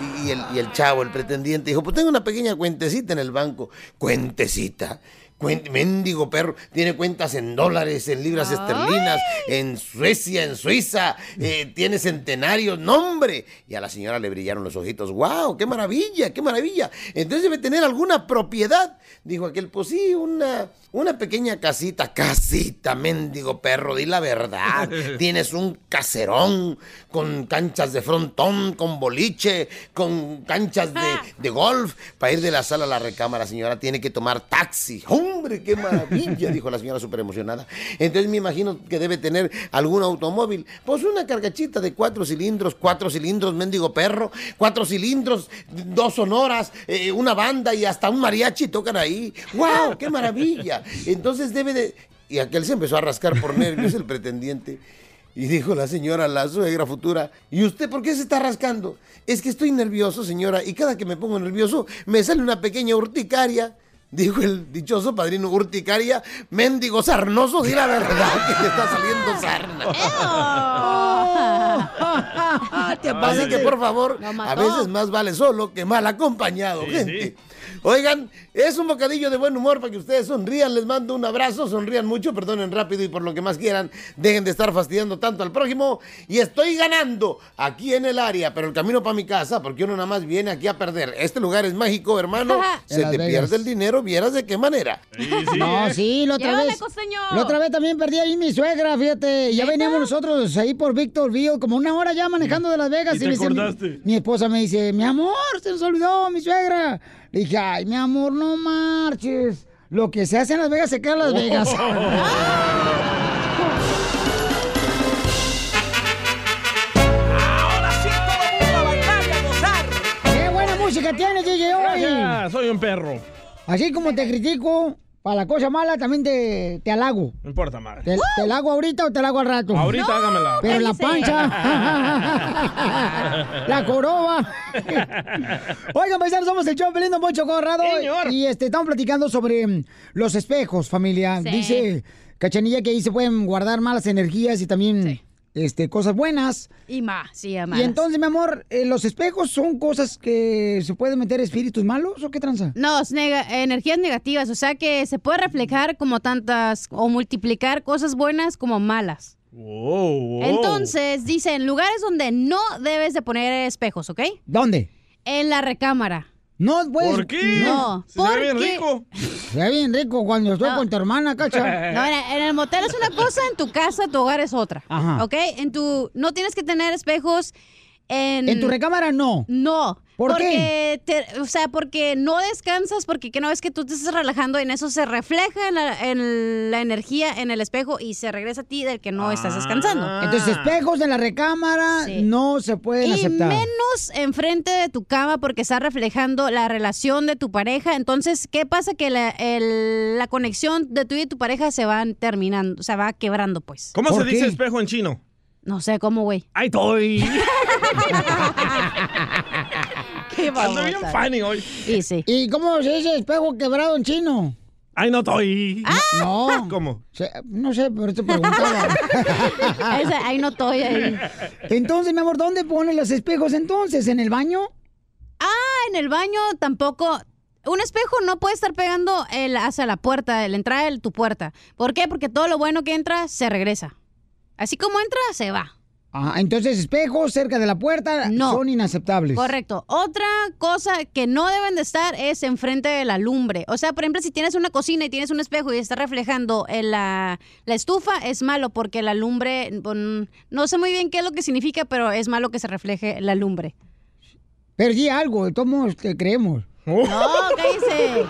Speaker 15: Y, y el, y el chavo, el pretendiente, dijo, pues tengo una pequeña cuentecita en el banco. Cuentecita. Cuen- mendigo perro, tiene cuentas en dólares, en libras esterlinas, en Suecia, en Suiza, eh, tiene centenarios, nombre. Y a la señora le brillaron los ojitos. ¡Wow! ¡Qué maravilla! ¡Qué maravilla! Entonces debe tener alguna propiedad. Dijo aquel, pues sí, una, una pequeña casita. Casita, mendigo perro, di la verdad. Tienes un caserón con canchas de frontón, con boliche, con canchas de, de golf. Para ir de la sala a la recámara, señora, tiene que tomar taxi. ¡Hombre, qué maravilla! Dijo la señora súper emocionada. Entonces me imagino que debe tener algún automóvil. Pues una cargachita de cuatro cilindros, cuatro cilindros, mendigo perro, cuatro cilindros, dos sonoras, eh, una banda y hasta un mariachi tocan ahí. ¡Wow, qué maravilla! Entonces debe de... Y aquel se empezó a rascar por nervios el pretendiente. Y dijo la señora, la suegra futura, ¿y usted por qué se está rascando? Es que estoy nervioso, señora, y cada que me pongo nervioso me sale una pequeña urticaria. Dijo el dichoso padrino urticaria, mendigo sarnoso, di la verdad que te está saliendo sarna.
Speaker 5: Te
Speaker 15: Así que
Speaker 5: pasaste.
Speaker 15: por favor,
Speaker 5: Lo
Speaker 15: a
Speaker 5: mató.
Speaker 15: veces más vale solo que mal acompañado, gente. Oigan, es un bocadillo de buen humor para que ustedes sonrían. Les mando un abrazo, sonrían mucho, perdonen rápido y por lo que más quieran, dejen de estar fastidiando tanto al prójimo. Y estoy ganando aquí en el área, pero el camino para mi casa, porque uno nada más viene aquí a perder. Este lugar es mágico, hermano.
Speaker 5: En
Speaker 15: Se
Speaker 5: Las
Speaker 15: te
Speaker 5: Vegas.
Speaker 15: pierde el dinero, vieras de qué manera.
Speaker 5: No, sí, la otra
Speaker 7: Llévame,
Speaker 5: vez.
Speaker 7: costeño.
Speaker 5: La otra vez también perdí ahí mi suegra, fíjate. Ya veníamos nosotros ahí por Víctor Vío, como una hora ya manejando de Las Vegas.
Speaker 10: ¿Y te
Speaker 5: me dice mi-
Speaker 10: acordaste?
Speaker 5: mi esposa me dice, mi amor, se nos olvidó mi suegra. Le dije, ay, mi amor, no marches. Lo que se hace en Las Vegas se queda en
Speaker 11: Oh.
Speaker 5: Las Vegas. ¡Qué buena música tienes, DJ, hoy!
Speaker 6: Gracias, soy un perro.
Speaker 5: Así como te critico, para la cosa mala también te, te halago.
Speaker 6: No importa, madre.
Speaker 5: ¿Te, te la hago ahorita o te la hago al rato?
Speaker 6: Ahorita No, hágamela.
Speaker 5: Pero la
Speaker 6: cállese.
Speaker 5: pancha. la coroba. Oigan, paisanos, somos el show Pelín Poncho Corrado. Y este, estamos platicando sobre mm, los espejos, familia.
Speaker 10: Sí.
Speaker 5: Dice Cachanilla que ahí se pueden guardar malas energías y también este, cosas buenas.
Speaker 7: Y más, sí, más.
Speaker 5: Y entonces, mi amor, eh, ¿los espejos son cosas que se pueden meter espíritus malos o qué tranza?
Speaker 7: No, es nega- energías negativas, o sea que se puede reflejar como tantas o multiplicar cosas buenas como malas. Entonces, dice, en lugares donde no debes de poner espejos, ¿ok?
Speaker 5: ¿Dónde?
Speaker 7: En la recámara.
Speaker 5: No, pues.
Speaker 7: ¿Por qué? No, Si se ve bien porque- rico.
Speaker 5: Se ve bien rico cuando estoy con tu hermana, cacha.
Speaker 7: No, en, en el motel es una cosa, en tu casa, tu hogar es otra.
Speaker 5: Ajá.
Speaker 7: ¿Ok? En tu, no tienes que tener espejos en...
Speaker 5: En tu recámara no.
Speaker 7: No.
Speaker 5: ¿Por
Speaker 7: porque te- o sea, porque no descansas, porque que no es que tú te estás relajando, en eso se refleja en la, en la energía en el espejo y se regresa a ti del que no estás
Speaker 5: Ah.
Speaker 7: descansando.
Speaker 5: Entonces, espejos en la recámara no se pueden
Speaker 7: y
Speaker 5: aceptar.
Speaker 7: menos enfrente de tu cama porque está reflejando la relación de tu pareja. Entonces, ¿qué pasa? Que la, el- la conexión de tú y tu pareja se van terminando, o sea, va quebrando, pues.
Speaker 6: ¿Cómo se dice espejo en chino?
Speaker 7: No sé cómo, güey.
Speaker 6: ¡Ay, estoy!
Speaker 7: Qué
Speaker 6: Ando bien
Speaker 7: babosa.
Speaker 6: funny hoy.
Speaker 7: Y sí.
Speaker 5: ¿Y cómo se dice espejo quebrado en chino?
Speaker 6: ¡Ay, no estoy!
Speaker 7: Ah.
Speaker 5: No.
Speaker 6: ¿Cómo?
Speaker 5: Se- No sé, pero te preguntaba.
Speaker 7: Esa, ahí no estoy ahí.
Speaker 5: Entonces, mi amor, ¿dónde pones los espejos entonces? ¿En el baño?
Speaker 7: Ah, en el baño tampoco. Un espejo no puede estar pegando el, hacia la puerta, la entrada de tu puerta. ¿Por qué? Porque todo lo bueno que entra se regresa. Así como entra, se va.
Speaker 5: Ah, entonces espejos cerca de la puerta son inaceptables.
Speaker 7: Correcto. Otra cosa que no deben de estar es enfrente de la lumbre. O sea, por ejemplo, si tienes una cocina y tienes un espejo y está reflejando en la, la estufa, es malo porque la lumbre, mm, no sé muy bien qué es lo que significa, pero es malo que se refleje la lumbre.
Speaker 5: Pero di algo, de todos modos te creemos.
Speaker 7: No, cállese.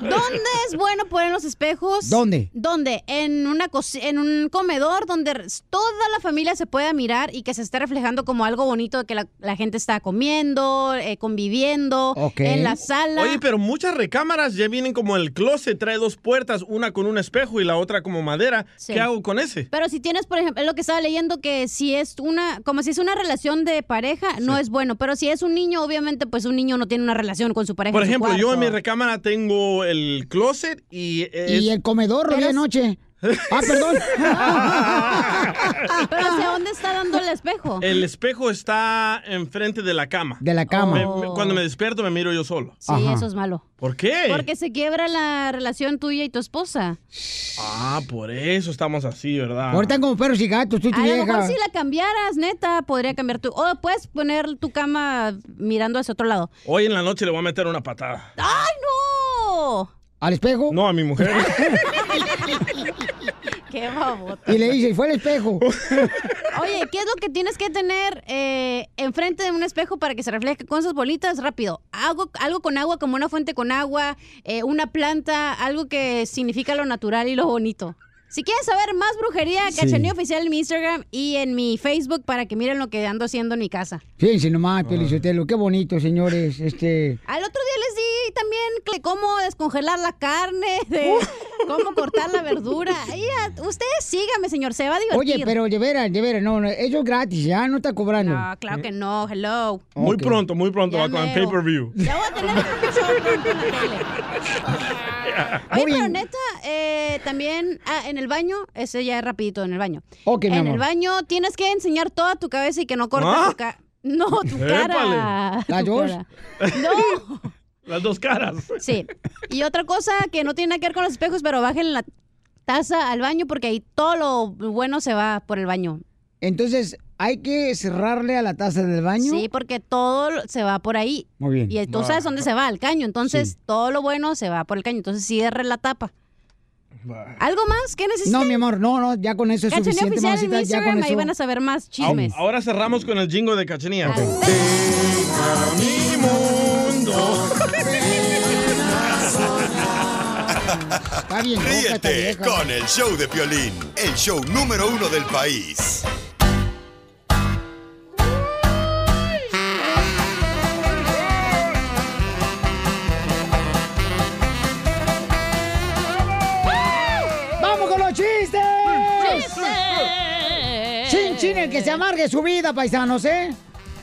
Speaker 7: ¿Dónde es bueno poner los espejos?
Speaker 5: ¿Dónde?
Speaker 7: ¿Dónde? En, una cosi- en un comedor donde r- toda la familia se pueda mirar y que se esté reflejando como algo bonito de que la, la gente está comiendo, eh, conviviendo, en la sala.
Speaker 6: Oye, pero muchas recámaras ya vienen como el closet, trae dos puertas, una con un espejo y la otra como madera.
Speaker 7: Sí.
Speaker 6: ¿Qué hago con ese?
Speaker 7: Pero si tienes, por ejemplo, es lo que estaba leyendo, que si es una, como si es una relación de pareja, no es bueno. Pero si es un niño, obviamente, pues un niño no tiene una relación con su pareja.
Speaker 6: Por
Speaker 7: en su
Speaker 6: ejemplo, yo en mi
Speaker 7: cuarto.
Speaker 6: recámara tengo el closet y... es-
Speaker 5: Y el comedor lo vi anoche. Ah, perdón.
Speaker 7: Pero ¿hacia dónde está dando el espejo?
Speaker 6: El espejo está enfrente de la cama.
Speaker 5: De la cama.
Speaker 6: Me- me- cuando me despierto me miro yo solo.
Speaker 7: Sí, eso es malo.
Speaker 6: ¿Por qué?
Speaker 7: Porque se quiebra la relación tuya y tu esposa.
Speaker 6: Ah, por eso estamos así, ¿verdad?
Speaker 5: Ahorita como perros y gatos, tú y tu
Speaker 7: A lo
Speaker 5: vieja.
Speaker 7: mejor si la cambiaras, neta, podría cambiar tu... O puedes poner tu cama mirando hacia otro lado.
Speaker 6: Hoy en la noche le voy a meter una patada.
Speaker 7: ¡Ay, no!
Speaker 5: ¿Al espejo?
Speaker 6: No, a mi mujer.
Speaker 7: ¡Qué babota!
Speaker 5: Y le dice, y fue el espejo.
Speaker 7: Oye, ¿qué es lo que tienes que tener eh, enfrente de un espejo para que se refleje con sus bolitas? Rápido. Algo, algo con agua, como una fuente con agua, eh, una planta, algo que significa lo natural y lo bonito. Si quieres saber más brujería,
Speaker 5: Sí.
Speaker 7: cachaneo oficial en mi Instagram y en mi Facebook para que miren lo que ando haciendo en mi casa.
Speaker 5: Fíjense
Speaker 7: Ah.
Speaker 5: nomás, Pelizotelo, qué bonito, señores. Este.
Speaker 7: Al otro día les di también que cómo descongelar la carne, de cómo cortar la verdura. Ahí a- ustedes síganme, señor, se va a divertir.
Speaker 5: Oye, pero de veras, de veras, no, no, eso es gratis, ya no está cobrando.
Speaker 7: No, Ah, claro que no, hello.
Speaker 6: Muy pronto, muy pronto
Speaker 7: Ya
Speaker 6: va con el
Speaker 7: mero.
Speaker 6: pay-per-view.
Speaker 7: Ya voy a tener un show pronto en la tele. Oye, pero neta, eh, también ah, en el baño, ese ya es rapidito, en el baño.
Speaker 5: Ok, mi
Speaker 7: en
Speaker 5: amor.
Speaker 7: el baño tienes que enseñar toda tu cabeza y que no cortes
Speaker 6: ¿Ah?
Speaker 7: tu cara. No, tu cara.
Speaker 6: Épale. ¿La
Speaker 7: Tu
Speaker 6: George?
Speaker 7: cara. No.
Speaker 6: Las dos caras.
Speaker 7: Sí. Y otra cosa que no tiene nada que ver con los espejos, pero bajen la taza al baño porque ahí todo lo bueno se va por el baño.
Speaker 5: Entonces, hay que cerrarle a la taza del baño.
Speaker 7: Sí, porque todo lo- se va por ahí.
Speaker 5: Muy bien.
Speaker 7: Y tú
Speaker 5: Va.
Speaker 7: sabes dónde se va, al caño. Entonces, todo lo bueno se va por el caño. Entonces, cierre la tapa. ¿Algo más? ¿Qué necesitas?
Speaker 5: No, mi amor, no, no, ya con eso es
Speaker 7: Cachaneo
Speaker 5: suficiente,
Speaker 7: oficial en mi
Speaker 5: mamacita, ya
Speaker 7: Instagram,
Speaker 5: con
Speaker 7: ahí
Speaker 5: eso.
Speaker 7: van a saber más
Speaker 6: Ahora,
Speaker 7: chismes.
Speaker 6: ahora cerramos con el jingo de Cachenía.
Speaker 2: Ríete con el show de Piolín, el show número uno del país.
Speaker 5: ¡Vamos con los chistes! Chin, chin,
Speaker 7: Eh.
Speaker 5: el que se amargue su vida, paisanos, ¿eh?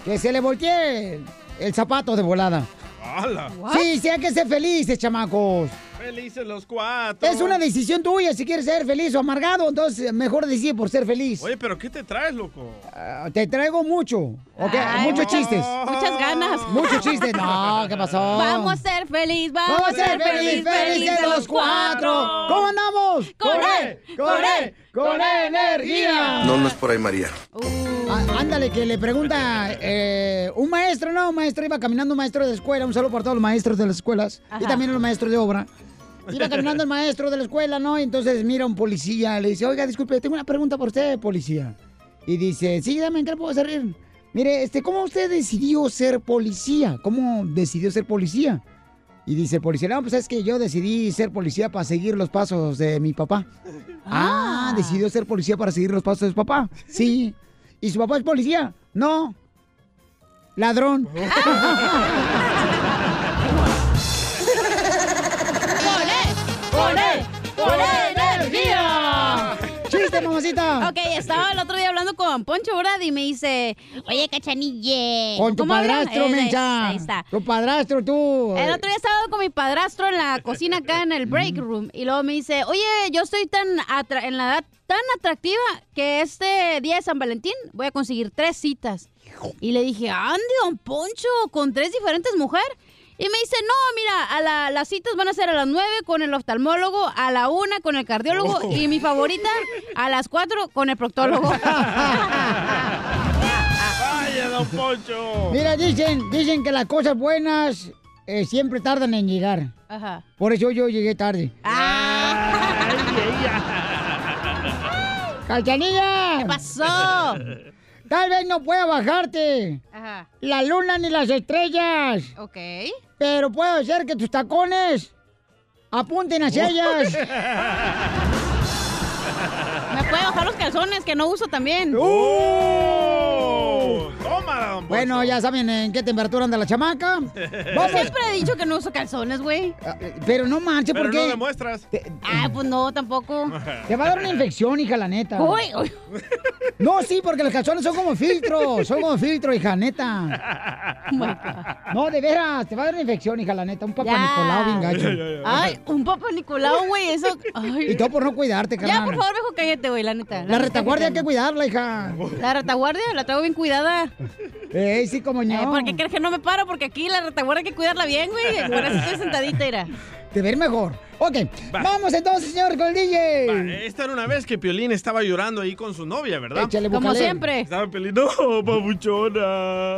Speaker 5: Que se le voltee el zapato de volada.
Speaker 6: ¡Hala!
Speaker 5: Sí, sí, hay que ser felices, chamacos.
Speaker 6: Felices los cuatro.
Speaker 5: Es una decisión tuya si quieres ser feliz o amargado, entonces mejor decide por ser feliz.
Speaker 6: Oye, pero ¿qué te traes, loco?
Speaker 5: Ah, Te traigo mucho, ¿ok?
Speaker 6: Ay,
Speaker 5: muchos
Speaker 6: muchas-
Speaker 5: chistes.
Speaker 7: Muchas ganas.
Speaker 5: Muchos chistes. No, ¿qué pasó?
Speaker 7: Vamos a ser feliz, vamos,
Speaker 5: Vamos a ser feliz, felices los cuatro. ¿Cómo andamos?
Speaker 7: Con él,
Speaker 5: con él, con
Speaker 17: Ah,
Speaker 5: energía.
Speaker 16: No, no es por ahí, María.
Speaker 5: Á- Ándale, que le pregunta eh, un maestro, no, un maestro iba caminando, un maestro de escuela, un saludo para todos los maestros de las escuelas y
Speaker 10: Ajá.
Speaker 5: también los maestros de obra. Iba caminando el maestro de la escuela, ¿no? Y entonces mira a un policía, le dice, oiga, disculpe, tengo una pregunta por usted, policía. Y dice, sí, dame, ¿en qué le puedo servir? Mire, este, ¿cómo usted decidió ser policía? ¿Cómo decidió ser policía? Y dice el policía, no, pues es que yo decidí ser policía para seguir los pasos de mi papá. Ah, decidió ser policía para seguir los pasos de su papá. Sí. ¿Y su papá es policía? No. Ladrón.
Speaker 7: ¡Poné!
Speaker 5: ¡Poné energía! ¡Chiste, mamacita!
Speaker 7: Ok, estaba el otro día hablando con Poncho, ¿verdad? Y me dice, oye, cachanille.
Speaker 5: Con tu
Speaker 7: ¿Cómo habla?
Speaker 5: padrastro,
Speaker 7: Eh,
Speaker 5: mencha.
Speaker 7: Ahí está.
Speaker 5: Tu padrastro, tú.
Speaker 7: El otro día estaba con mi padrastro en la cocina acá en el break room y luego me dice, oye, yo estoy tan atra- en la edad tan atractiva que este día de San Valentín voy a conseguir tres citas. Y le dije, ande, don Poncho, con tres diferentes mujeres. Y me dice, no, mira, a la- las citas van a ser a las nueve con el oftalmólogo, a la una con el cardiólogo
Speaker 18: Oh.
Speaker 7: y mi favorita a las cuatro con el proctólogo.
Speaker 6: ¡Vaya, don é Poncho!
Speaker 5: Mira, dicen, dicen que las cosas buenas eh, siempre tardan en llegar.
Speaker 7: Ajá.
Speaker 5: Por eso yo llegué tarde. ¡Cachanilla! ¿Qué
Speaker 7: pasó?
Speaker 5: Tal vez no pueda bajarte
Speaker 7: Ajá.
Speaker 5: la luna ni las estrellas,
Speaker 7: Ok.
Speaker 5: pero puedo hacer que tus tacones apunten hacia ellas.
Speaker 7: Me puede bajar los calzones que no uso también.
Speaker 5: Oh.
Speaker 7: Oh.
Speaker 5: Bueno, ya saben en qué temperatura anda la chamaca. Vamos,
Speaker 7: Siempre he dicho que no uso calzones, güey.
Speaker 5: Ah, pero no manches,
Speaker 7: Pero
Speaker 5: ¿por qué?
Speaker 7: no
Speaker 6: demuestras.
Speaker 7: Ah, pues no, tampoco.
Speaker 5: Te va a dar una infección, hija, la neta.
Speaker 7: Uy, uy.
Speaker 5: No, sí, porque los calzones son como filtro, son como filtro, hija, neta.
Speaker 7: Oh
Speaker 5: No, de veras, te va a dar una infección, hija, la neta. Un papá Nicolau bien gacho.
Speaker 7: Ay, un papá Nicolau, güey, eso. Ay.
Speaker 5: Y todo por no cuidarte, carnal.
Speaker 7: Ya, por favor, mejor cállate, güey, la neta.
Speaker 5: La retaguardia hay que cuidarla, hija.
Speaker 7: La retaguardia la traigo bien cuidada.
Speaker 5: Ey, sí, como
Speaker 7: Eh,
Speaker 5: no.
Speaker 7: ¿Por qué crees que no me paro? Porque aquí la retaguardia hay que cuidarla bien, güey. Por eso estoy sentadita, era.
Speaker 5: Te ver mejor. Ok, vamos entonces, señor, con el DJ.
Speaker 6: Ah, Esta era una vez que Piolín estaba llorando ahí con su novia, ¿verdad?
Speaker 5: Échale, Como búscale. siempre.
Speaker 6: Estaba Piolín, no, papuchona.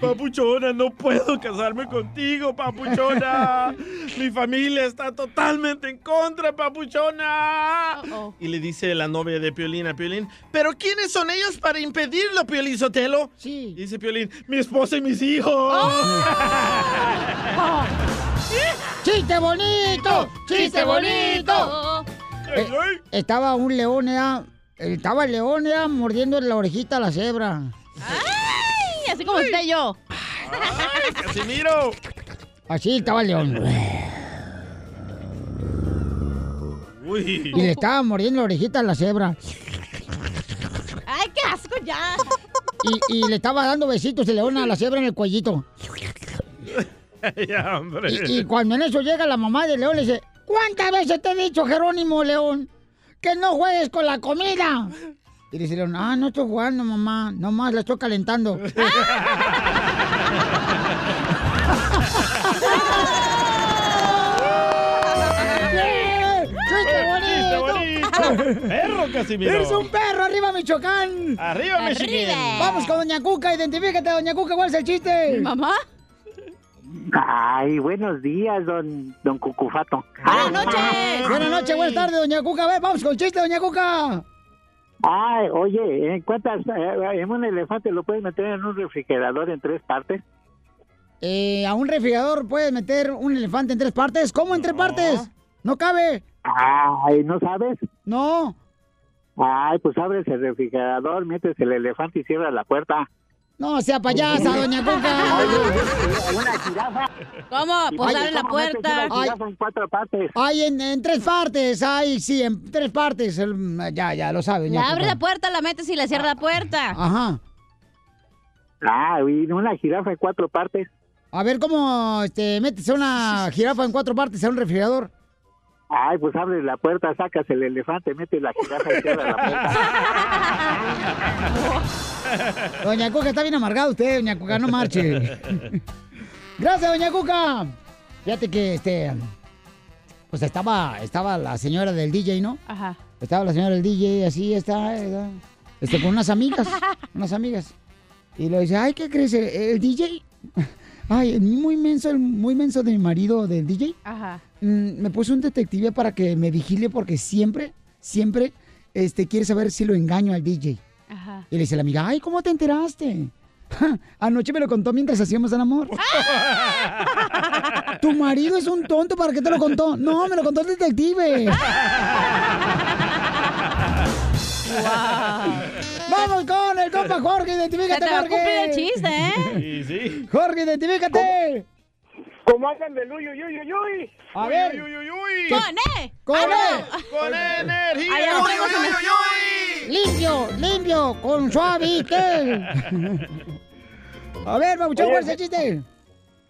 Speaker 6: Papuchona, no puedo casarme contigo, papuchona. Mi familia está totalmente en contra, papuchona. Y le dice la novia de Piolín a Piolín, ¿pero quiénes son ellos para impedirlo, Piolín Sotelo?
Speaker 5: Sí. ¡Oh!
Speaker 6: Dice Piolín, mi esposa y mis hijos.
Speaker 5: ¡Chiste bonito! ¡Chiste bonito! Eh, estaba un león, ¿eh? Estaba el león, ¿eh? mordiendo la orejita a la cebra.
Speaker 7: Ay, así como esté yo.
Speaker 6: Casimiro.
Speaker 5: Así estaba el león.
Speaker 6: Uy.
Speaker 5: Y le estaba mordiendo la orejita a la cebra.
Speaker 7: Ay, qué asco ya.
Speaker 5: Y, y le estaba dando besitos el león a la cebra en el cuellito.
Speaker 6: ya, É, hombre.
Speaker 5: Y, y cuando en eso llega la mamá de León, le dice, ¿cuántas veces te he dicho, Jerónimo León, que no juegues con la comida? Y dice León, ah, no estoy jugando, mamá, nomás la estoy calentando.
Speaker 18: ¡Chiste bonito!
Speaker 6: ¡Perro, Casimiro!
Speaker 5: ¡Eres un perro! ¡Arriba, Michoacán!
Speaker 6: ¡Arriba, ¡Arriba! Michiquín!
Speaker 5: Vamos con Doña Cuca, identifícate, Doña Cuca, ¿cuál es el chiste?
Speaker 7: ¿Mamá?
Speaker 9: Ay, buenos días, don, don Cucufato.
Speaker 7: Buenas noches.
Speaker 5: Buenas noches, buenas tardes, Doña Cuca. A ver, vamos con el chiste, Doña Cuca.
Speaker 9: Ay, oye, ¿en cuántas, eh, en un elefante lo puedes meter en un refrigerador en tres partes?
Speaker 5: Eh, a un refrigerador puedes meter un elefante en tres partes. ¿Cómo en tres partes? No cabe.
Speaker 9: Ay, ¿no sabes?
Speaker 5: No.
Speaker 9: Ay, pues abres el refrigerador, metes el elefante y cierras la puerta.
Speaker 5: No sea payasa, Doña Cuca.
Speaker 9: Una jirafa.
Speaker 7: ¿Cómo?
Speaker 9: Y
Speaker 7: Pues
Speaker 9: oye,
Speaker 7: abre la
Speaker 9: ¿cómo metes
Speaker 7: puerta.
Speaker 9: una jirafa en cuatro partes?
Speaker 5: Ay, en, en tres partes. Ay, sí, en tres partes. El- Ya, ya, lo sabe, Doña
Speaker 7: La abre
Speaker 5: Cuca.
Speaker 7: la puerta, la metes y le cierra la puerta.
Speaker 5: Ajá.
Speaker 9: Ah, y una jirafa en cuatro partes.
Speaker 5: A ver, ¿cómo este, metes a una jirafa en cuatro partes a un refrigerador?
Speaker 9: Ay, pues abres la puerta, sacas el elefante, metes la jirafa y cierras la puerta.
Speaker 5: Doña Cuca, está bien amargado usted, Doña Cuca, no marche. Gracias, Doña Cuca. Fíjate que, este, pues estaba, estaba la señora del DJ, ¿no?
Speaker 7: Ajá.
Speaker 5: Estaba la señora del DJ, así está, está, este, con unas amigas, unas amigas. Y le dice, ay, ¿qué crees? ¿El, el DJ? Ay, el muy menso, el muy menso de mi marido, del DJ.
Speaker 7: Ajá.
Speaker 5: Mm, me puso un detective para que me vigile porque siempre, siempre, este, quiere saber si lo engaño al DJ.
Speaker 7: Ajá.
Speaker 5: Y le dice la amiga, ay, ¿cómo te enteraste? Anoche me lo contó mientras hacíamos el amor. tu marido es un tonto, ¿para qué te lo contó? No, me lo contó el detective. Vamos con el compa Jorge, identifícate,
Speaker 18: Se te va a
Speaker 5: Jorge.
Speaker 18: cumplir el chiste,
Speaker 5: ¿eh? Jorge, identifícate.
Speaker 16: ¿Cómo andan de luyo, yuyo, yuy?
Speaker 5: A ver.
Speaker 18: ¿Qué?
Speaker 5: Con
Speaker 18: Ah,
Speaker 5: E.
Speaker 18: no.
Speaker 16: Con energía.
Speaker 18: Allá
Speaker 16: Uy,
Speaker 18: traigo
Speaker 16: uy,
Speaker 18: su
Speaker 16: uy,
Speaker 18: mes-
Speaker 5: Limpio, limpio, con suavitel. A ver, Mabuchón,
Speaker 16: Oye,
Speaker 5: ¿cuál es el chiste?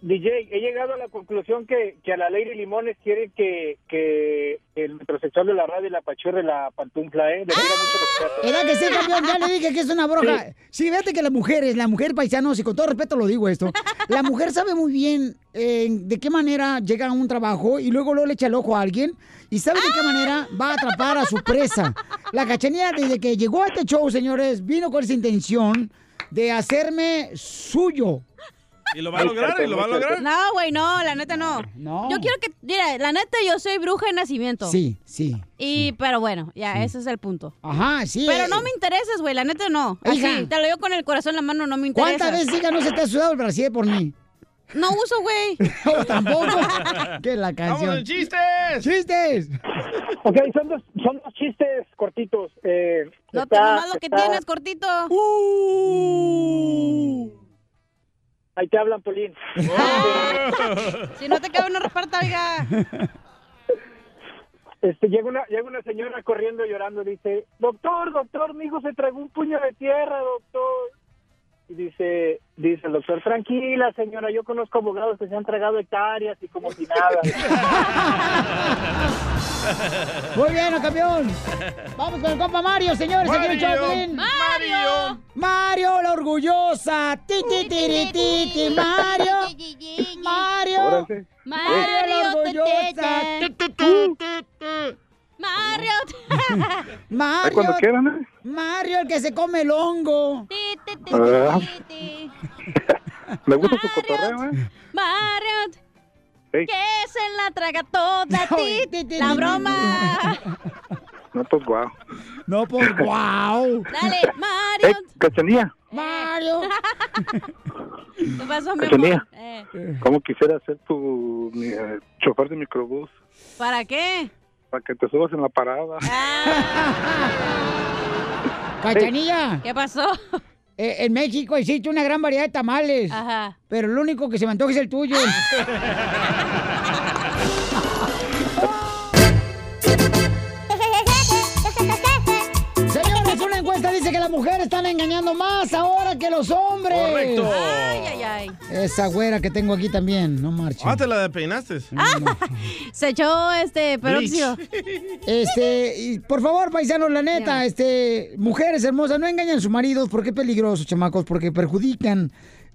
Speaker 16: DJ, he llegado a la conclusión que, que a la Lady Limones quiere que, que el metrosexual de la radio y la pachurre la pantufla, ¿eh? Le tengo mucho respeto.
Speaker 5: Era que sí, campeón, ya le dije que es una broja. Sí, fíjate que las mujeres, la mujer paisanos, y con todo respeto lo digo esto, la mujer sabe muy bien eh, de qué manera llega a un trabajo y luego luego le echa el ojo a alguien y sabe de qué manera va a atrapar a su presa. La cachanilla desde que llegó a este show, señores, vino con esa intención de hacerme suyo.
Speaker 6: Y lo va a lograr, y lo va a lograr.
Speaker 7: No, güey, no, la neta no.
Speaker 5: No.
Speaker 7: Yo quiero que, mira, la neta yo soy bruja de nacimiento.
Speaker 5: Sí, sí.
Speaker 7: Y, pero bueno, ya, ese es el punto.
Speaker 5: Ajá, sí.
Speaker 7: Pero
Speaker 5: eh.
Speaker 7: no me intereses, güey, la neta no.
Speaker 5: Hija.
Speaker 7: Así, te lo digo con el corazón en la mano, no me interesa.
Speaker 5: ¿Cuántas veces diga no se te ha sudado el brasier por mí?
Speaker 7: No uso, güey.
Speaker 5: No, tampoco. Que la
Speaker 16: ¡Vamos
Speaker 5: canción.
Speaker 16: chistes!
Speaker 5: ¡Chistes!
Speaker 16: Ok, son dos, son dos chistes cortitos. Eh,
Speaker 7: No te
Speaker 16: está-
Speaker 7: nomás lo que
Speaker 16: está-
Speaker 7: tienes, cortito.
Speaker 5: ¡Uh!
Speaker 16: Ahí te hablan, Polín.
Speaker 7: Si no te queda una reparta, oiga.
Speaker 16: Este, llega, una, llega una señora corriendo llorando y dice, doctor, doctor, mi hijo se tragó un puño de tierra, doctor. Y dice, dice el doctor, tranquila señora, yo conozco abogados que se han tragado hectáreas y como si nada.
Speaker 5: Muy bien, campeón. Vamos con el compa Mario, señores. aquí en el
Speaker 18: Mario,
Speaker 5: Choplin.
Speaker 18: Mario.
Speaker 5: Mario, la orgullosa. Ti, ti, tiri, ti, ti, Mario. Mario.
Speaker 18: Órale.
Speaker 5: Mario, la orgullosa.
Speaker 18: te,
Speaker 5: Tu, tu, tu.
Speaker 7: Mario.
Speaker 5: Mario.
Speaker 18: cuando quieran, ¿eh?
Speaker 5: Mario, el que se come el hongo.
Speaker 18: Ah.
Speaker 10: Me gusta tu cotorreo, ¿eh?
Speaker 7: Mario.
Speaker 10: Ey.
Speaker 7: Que se la traga toda ti, la broma.
Speaker 10: No, pues guau.
Speaker 5: No, pues guau.
Speaker 7: Dale, Mario.
Speaker 10: ¡Ey, Cachanía!
Speaker 5: Mario.
Speaker 7: ¿Qué pasó, mi amor?
Speaker 10: Cachanía.
Speaker 7: Eh,
Speaker 10: ¿Cómo quisiera ser tu eh, chofer de microbús?
Speaker 7: ¿Para qué?
Speaker 10: Para que te subas en la parada.
Speaker 5: Cachanilla. Eh,
Speaker 7: ¿Qué pasó?
Speaker 5: en México existe una gran variedad de tamales.
Speaker 7: Ajá.
Speaker 5: Pero el único que se me antoja es el tuyo.
Speaker 18: Ah,
Speaker 5: Señores, una encuesta dice que las mujeres están engañando más ahora que los hombres.
Speaker 6: Correcto.
Speaker 7: Ay, ay, ay.
Speaker 5: Esa güera que tengo aquí también, no marcha.
Speaker 6: Ah, te la peinaste.
Speaker 7: Se echó este peróxido.
Speaker 5: Este, y por favor, paisanos, la neta, este, mujeres hermosas, no engañen a sus maridos porque es peligroso, chamacos, porque perjudican